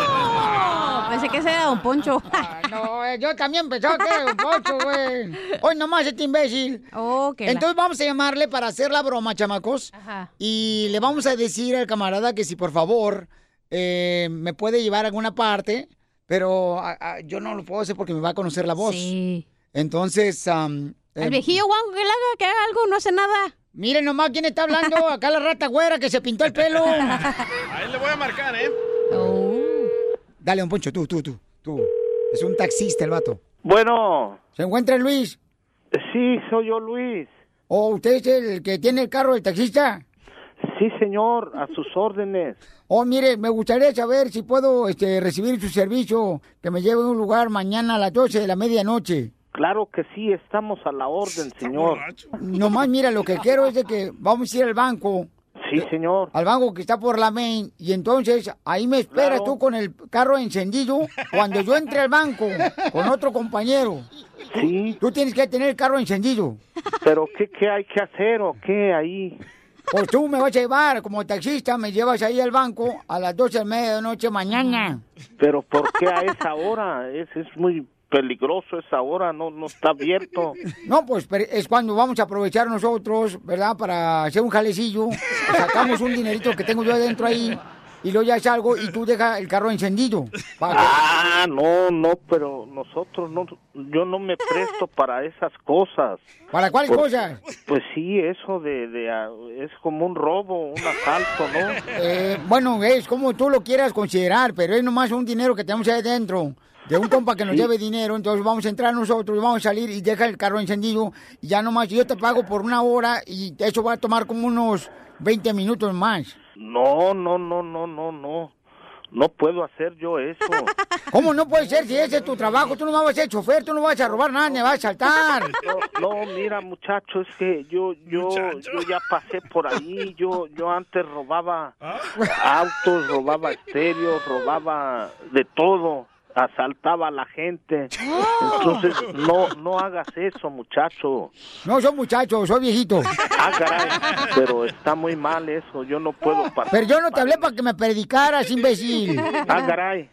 Speaker 7: Pensé que ese era Don Poncho.
Speaker 5: no, eh, yo también pensaba que era Don Poncho, güey. Hoy nomás este imbécil.
Speaker 7: Oh, la-
Speaker 5: Entonces vamos a llamarle para hacer la broma, chamacos.
Speaker 7: Ajá.
Speaker 5: Y le vamos a decir al camarada que si por favor eh, me puede llevar a alguna parte, pero a- a- yo no lo puedo hacer porque me va a conocer la voz.
Speaker 7: Sí.
Speaker 5: Entonces... am,
Speaker 7: El
Speaker 5: eh,
Speaker 7: viejillo guango que le haga, que haga algo, no hace nada.
Speaker 5: Miren nomás quién está hablando, acá la rata güera que se pintó el pelo.
Speaker 6: Ahí le voy a marcar, ¿eh?
Speaker 5: Oh. Dale, un poncho, tú, tú, tú, tú. Es un taxista el vato.
Speaker 21: Bueno.
Speaker 5: ¿Se encuentra Luis?
Speaker 21: Sí, soy yo Luis.
Speaker 5: ¿O usted es el que tiene el carro del taxista?
Speaker 21: Sí, señor, a sus órdenes.
Speaker 5: Oh, mire, me gustaría saber si puedo este, recibir su servicio, que me lleve a un lugar mañana a las 12 de la medianoche.
Speaker 21: Claro que sí, estamos a la orden, señor.
Speaker 5: Nomás, mira, lo que quiero es de que vamos a ir al banco.
Speaker 21: Sí, señor.
Speaker 5: Al banco que está por la main. Y entonces ahí me esperas
Speaker 21: Claro.
Speaker 5: tú con el carro encendido cuando yo entre al banco con otro compañero.
Speaker 21: Sí.
Speaker 5: Tú tienes que tener el carro encendido.
Speaker 21: Pero qué, qué hay que hacer o qué ahí.
Speaker 5: Pues tú me vas a llevar como taxista, me llevas ahí al banco a las 12 de medianoche mañana.
Speaker 21: Pero ¿por qué a esa hora? Es, es muy peligroso esa hora, no, no está abierto.
Speaker 5: No, pues pero es cuando vamos a aprovechar nosotros, ¿verdad? Para hacer un jalecillo. Sacamos un dinerito que tengo yo adentro ahí. Y luego ya salgo y tú dejas el carro encendido. Pa-
Speaker 21: Ah, no, no, pero nosotros no, yo no me presto para esas cosas.
Speaker 5: ¿Para cuáles
Speaker 21: Por-
Speaker 5: cosas?
Speaker 21: Pues sí, eso de, de, ah, es como un robo, un asalto, ¿no?
Speaker 5: Eh, bueno, es como tú lo quieras considerar, pero es nomás un dinero que tenemos ahí adentro. De un compa que nos
Speaker 21: Sí.
Speaker 5: lleve dinero, entonces vamos a entrar nosotros, vamos a salir y deja el carro encendido. Y ya nomás yo te pago por una hora y eso va a tomar como unos 20 minutos más.
Speaker 21: No, no, no, no, no, no. No puedo hacer yo eso.
Speaker 5: ¿Cómo no puede ser si ese es tu trabajo? Tú no vas a ser chofer, tú no vas a robar nada, ni vas a saltar.
Speaker 21: No, no, mira, muchacho, es que yo, yo, yo ya pasé por ahí. Yo, yo antes robaba autos, robaba estéreos, robaba de todo, asaltaba a la gente. Entonces, no, no hagas eso, muchacho.
Speaker 5: No, soy muchacho, soy viejito.
Speaker 21: Ah, caray, pero está muy mal eso. Yo no puedo pasar.
Speaker 5: Pero yo no te hablé para que me predicaras, imbécil.
Speaker 21: Ah, caray,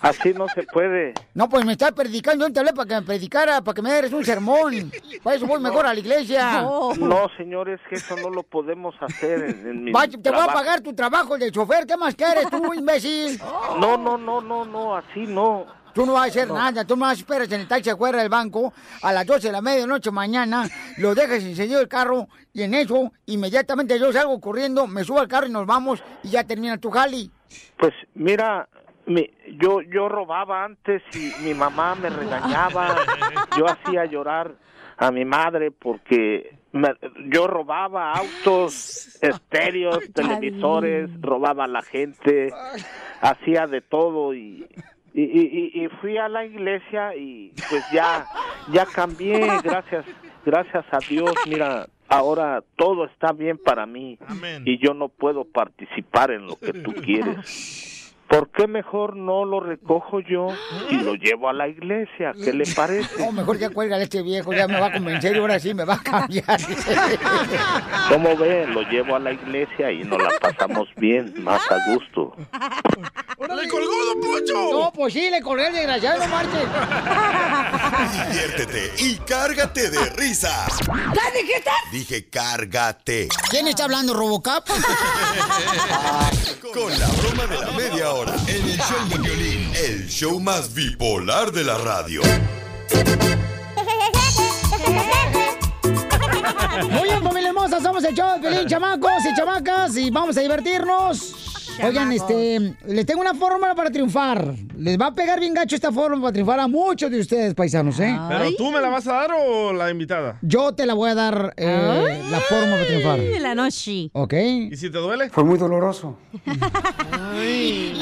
Speaker 21: así no se puede.
Speaker 5: No, pues me estás predicando, yo no te hablé para que me predicara, para que me des un sermón. Para eso voy mejor a la iglesia.
Speaker 21: No, señores, que eso no lo podemos hacer en, en mi
Speaker 5: Va, te voy a
Speaker 21: trabajo.
Speaker 5: pagar tu trabajo de chofer, ¿qué más quieres tú, imbécil?
Speaker 21: No, no, no, no, no, así no.
Speaker 5: Tú no vas a hacer nada, tú más esperas en el taxi afuera del banco a las 12 de la medianoche mañana, lo dejas encendido el carro y en eso inmediatamente yo salgo corriendo, me subo al carro y nos vamos y ya termina tu jali.
Speaker 21: Pues mira, mi- yo yo robaba antes y mi mamá me regañaba. Yo hacía llorar a mi madre porque me- yo robaba autos, estéreos, televisores, robaba a la gente, hacía de todo y y, y- y- y fui a la iglesia y pues ya ya cambié gracias gracias a Dios mira ahora todo está bien para mí y yo no puedo participar en lo que tú quieres ¿Por qué mejor no lo recojo yo y lo llevo a la iglesia? ¿Qué le parece?
Speaker 5: No, mejor ya cuelga este viejo, ya me va a convencer y ahora sí me va a cambiar.
Speaker 21: ¿Cómo ve? Lo llevo a la iglesia y nos la pasamos bien, más a gusto.
Speaker 5: ¡Le colgó Don Poncho! No, pues sí, le colgué el desgraciado, no marches.
Speaker 2: Diviértete y cárgate de risas.
Speaker 5: ¿Ya dijiste?
Speaker 2: Dije cárgate.
Speaker 5: ¿Quién está hablando, Robocap?
Speaker 2: Con la broma de la media hora en el show de violín, el show más bipolar de la radio.
Speaker 5: Muy bien, familia hermosa, somos el show de Pelín, chamacos y chamacas, y vamos a divertirnos. Oigan, este, les tengo una fórmula para triunfar. Les va a pegar bien gacho esta fórmula para triunfar a muchos de ustedes, paisanos, ¿eh?
Speaker 6: ¿Pero tú me la vas a dar o la invitada?
Speaker 5: Yo te la voy a dar eh,
Speaker 6: Ay.
Speaker 5: la fórmula para triunfar.
Speaker 7: la noche.
Speaker 5: ¿Ok?
Speaker 6: ¿Y si te duele?
Speaker 5: Fue muy doloroso.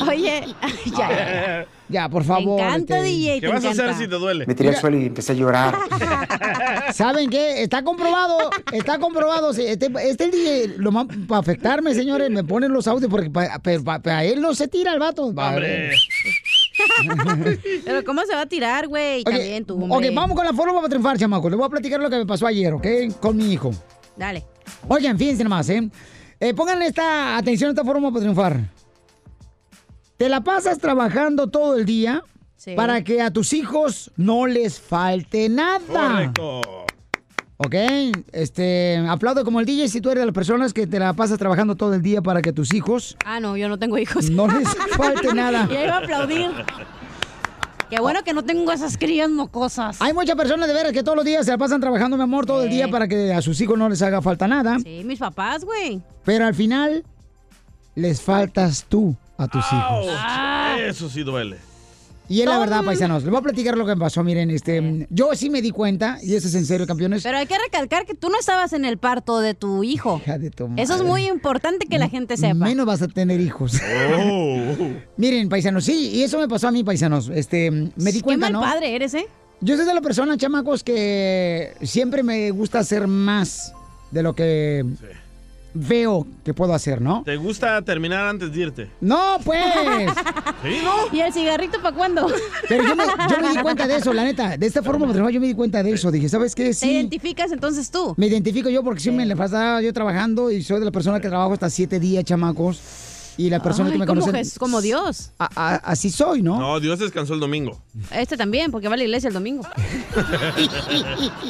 Speaker 7: Oye, ya.
Speaker 5: Ya, por favor. este,
Speaker 7: encanta, DJ,
Speaker 6: ¿Qué vas a hacer si te duele?
Speaker 5: Me tiré al
Speaker 6: Mira,
Speaker 5: suelo
Speaker 20: y empecé a llorar.
Speaker 5: ¿Saben qué? Está comprobado, está comprobado. sí, Este, este el DJ, lo para afectarme, señores, me ponen los audios porque para él no se tira el vato.
Speaker 7: Pero ¿cómo se va a tirar, güey? También tú,
Speaker 5: Ok,
Speaker 7: hombre.
Speaker 5: vamos con la fórmula para triunfar, chamaco. Les voy a platicar lo que me pasó ayer, ¿ok? Con mi hijo.
Speaker 7: Dale.
Speaker 5: Oigan, fíjense nomás, ¿eh? Eh, pongan esta atención a esta fórmula para triunfar. Te la pasas trabajando todo el día
Speaker 7: Sí.
Speaker 5: para que a tus hijos no les falte nada.
Speaker 6: Correcto.
Speaker 5: Ok, este, aplaudo como el DJ si tú eres de las personas que te la pasas trabajando todo el día para que tus hijos
Speaker 7: Ah, no, yo no tengo hijos.
Speaker 5: no les falte nada.
Speaker 7: Ya iba a aplaudir. Qué bueno que no tengo esas crías mocosas.
Speaker 5: Hay muchas personas de veras que todos los días se la pasan trabajando, mi amor, todo el día para que a sus hijos no les haga falta nada.
Speaker 7: Sí, mis papás, güey.
Speaker 5: Pero al final, les faltas tú a tus hijos.
Speaker 6: ouch, Oh,
Speaker 7: Ah.
Speaker 6: Eso sí duele.
Speaker 5: Y es la verdad, paisanos. Les voy a platicar lo que me pasó. Miren, este, yo sí me di cuenta, y eso es en serio, campeones.
Speaker 7: Pero hay que recalcar que tú no estabas en el parto de tu hijo.
Speaker 5: de tu
Speaker 7: Eso es
Speaker 5: madre.
Speaker 7: muy importante que la gente sepa.
Speaker 5: Menos vas a tener hijos. Miren, paisanos, sí, y eso me pasó a mí, paisanos. Este, me di cuenta,
Speaker 7: Qué mal
Speaker 5: ¿no?
Speaker 7: padre eres, ¿eh?
Speaker 5: Yo soy de la persona, chamacos, que siempre me gusta hacer más de lo que veo que puedo hacer, ¿no?
Speaker 6: ¿Te gusta terminar antes de irte?
Speaker 5: No, pues.
Speaker 6: Sí,
Speaker 7: ¿Y el cigarrito para cuándo?
Speaker 5: Pero yo me, yo me di cuenta de eso, la neta. De esta forma de trabajo yo me di cuenta de eso. Dije, ¿sabes qué?
Speaker 7: ¿Te
Speaker 5: Sí.
Speaker 7: identificas entonces tú?
Speaker 5: Me identifico yo porque sí me la pasaba yo trabajando y soy de la persona que trabajo hasta siete días, chamacos. Y la persona
Speaker 7: Ay,
Speaker 5: que me
Speaker 7: como
Speaker 5: conoce.
Speaker 7: Jes- como Dios. Ah,
Speaker 5: A- a- así soy, ¿no?
Speaker 6: No, Dios descansó el domingo.
Speaker 7: Este también, porque va a la iglesia el domingo.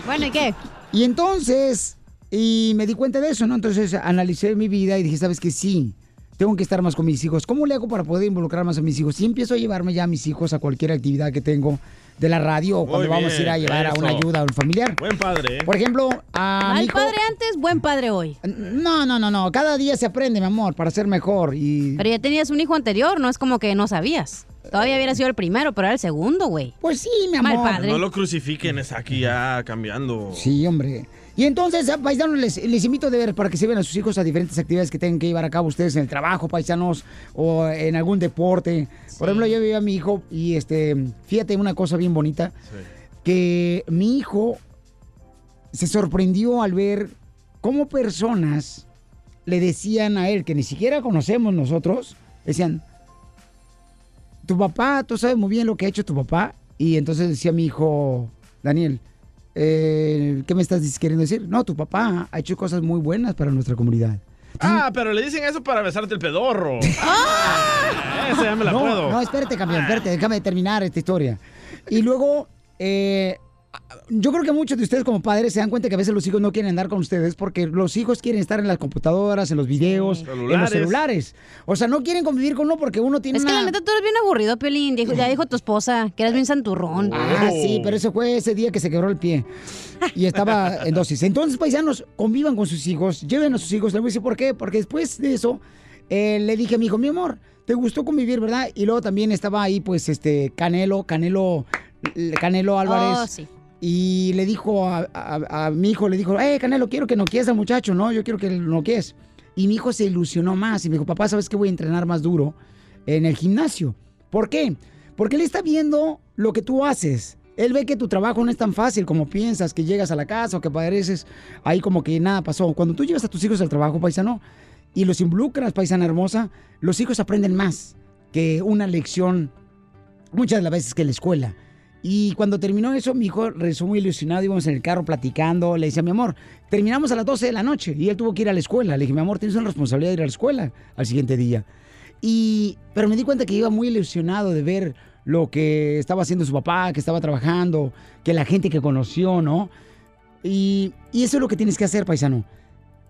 Speaker 7: bueno, ¿y qué?
Speaker 5: Y entonces, y me di cuenta de eso, ¿no? Entonces analicé mi vida y dije, ¿sabes qué? Sí, tengo que estar más con mis hijos. ¿Cómo le hago para poder involucrar más a mis hijos? Y empiezo a llevarme ya a mis hijos a cualquier actividad que tengo de la radio o
Speaker 6: Muy
Speaker 5: cuando vamos a ir a
Speaker 6: bien,
Speaker 5: llevar a una
Speaker 6: eso.
Speaker 5: ayuda a un familiar.
Speaker 6: Buen padre, ¿eh?
Speaker 5: Por ejemplo, a mi
Speaker 7: Mal
Speaker 5: hijo-
Speaker 7: padre antes, buen padre hoy.
Speaker 5: Ah, No, no, no, no. Cada día se aprende, mi amor, para ser mejor. Y
Speaker 7: Pero ya tenías un hijo anterior, no es como que no sabías. Todavía hubiera sido el primero, pero era el segundo, güey.
Speaker 5: Pues sí, mi
Speaker 7: Mal
Speaker 5: amor.
Speaker 7: padre.
Speaker 6: No lo crucifiquen, es aquí ya cambiando.
Speaker 5: Sí, hombre. Y entonces, ah, paisanos, les, les invito de ver para que lleven a sus hijos a diferentes actividades que tengan que llevar a cabo ustedes en el trabajo, paisanos, o en algún deporte. Por ejemplo, yo llevé a mi hijo y este, fíjate una cosa bien bonita, que mi hijo se sorprendió al ver cómo personas le decían a él, que ni siquiera conocemos nosotros, decían, tu papá, tú sabes muy bien lo que ha hecho tu papá. Y entonces decía mi hijo, Daniel, eh, ¿qué me estás dis- queriendo decir? No, tu papá ha hecho cosas muy buenas para nuestra comunidad.
Speaker 6: Ah, pero le dicen eso para besarte el pedorro. Ah, Esa ya me la
Speaker 5: no,
Speaker 6: puedo. Ah.
Speaker 5: no, espérate, campeón, espérate, déjame terminar esta historia. Y luego, eh, yo creo que muchos de ustedes como padres se dan cuenta que a veces los hijos no quieren andar con ustedes porque los hijos quieren estar en las computadoras, en los videos, en los
Speaker 7: Celulares.
Speaker 5: celulares. O sea, no quieren convivir con uno porque uno tiene
Speaker 7: Es que
Speaker 5: una-
Speaker 7: la neta tú eres bien aburrido, Piolín. Dijo- ya dijo tu esposa que eres bien santurrón.
Speaker 5: Ah,
Speaker 7: Oh.
Speaker 5: sí, pero eso fue ese día que se quebró el pie y estaba en dosis. Entonces, paisanos, convivan con sus hijos, lleven a sus hijos. Le voy a decir por qué, porque después de eso eh, le dije a mi hijo, mi amor, te gustó convivir, ¿verdad? Y luego también estaba ahí, pues, este, Canelo, Canelo, Canelo Álvarez.
Speaker 7: Oh, sí.
Speaker 5: Y le dijo a, a- a mi hijo, le dijo, eh, Canelo, quiero que no quieras al muchacho, no, yo quiero que no quieras. Y mi hijo se ilusionó más y me dijo, papá, ¿sabes qué? Voy a entrenar más duro en el gimnasio. ¿Por qué? Porque él está viendo lo que tú haces. Él ve que tu trabajo no es tan fácil como piensas, que llegas a la casa o que pareces ahí como que nada pasó. Cuando tú llevas a tus hijos al trabajo, paisano, y los involucras, paisana hermosa, los hijos aprenden más que una lección muchas de las veces que en la escuela. Y cuando terminó eso, mi hijo regresó muy ilusionado, íbamos en el carro platicando, le decía, mi amor, terminamos a las 12 de la noche y él tuvo que ir a la escuela. Le dije, mi amor, tienes una responsabilidad de ir a la escuela al siguiente día. Y, pero me di cuenta que iba muy ilusionado de ver lo que estaba haciendo su papá, que estaba trabajando, que la gente que conoció, ¿no? Y, y eso es lo que tienes que hacer, paisano.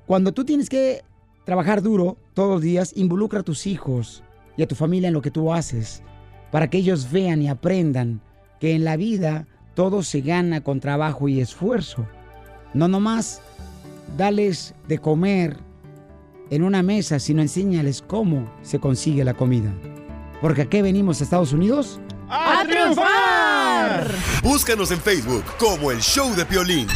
Speaker 5: Cuando tú tienes que trabajar duro todos los días, involucra a tus hijos y a tu familia en lo que tú haces, para que ellos vean y aprendan que en la vida todo se gana con trabajo y esfuerzo. No nomás dales de comer en una mesa, sino enséñales cómo se consigue la comida. Porque ¿a qué venimos a Estados Unidos?
Speaker 11: ¡A triunfar!
Speaker 2: Búscanos en Facebook como el show de Piolín.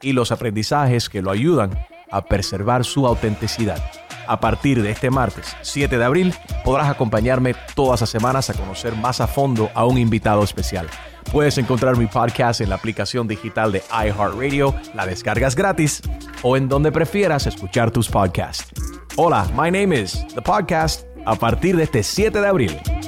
Speaker 25: y los aprendizajes que lo ayudan a preservar su autenticidad. A partir de este martes 7 de abril podrás acompañarme todas las semanas a conocer más a fondo a un invitado especial. Puedes encontrar mi podcast en la aplicación digital de iHeartRadio, la descargas gratis o en donde prefieras escuchar tus podcasts. Hola, my name is The Podcast a partir de este 7 de abril.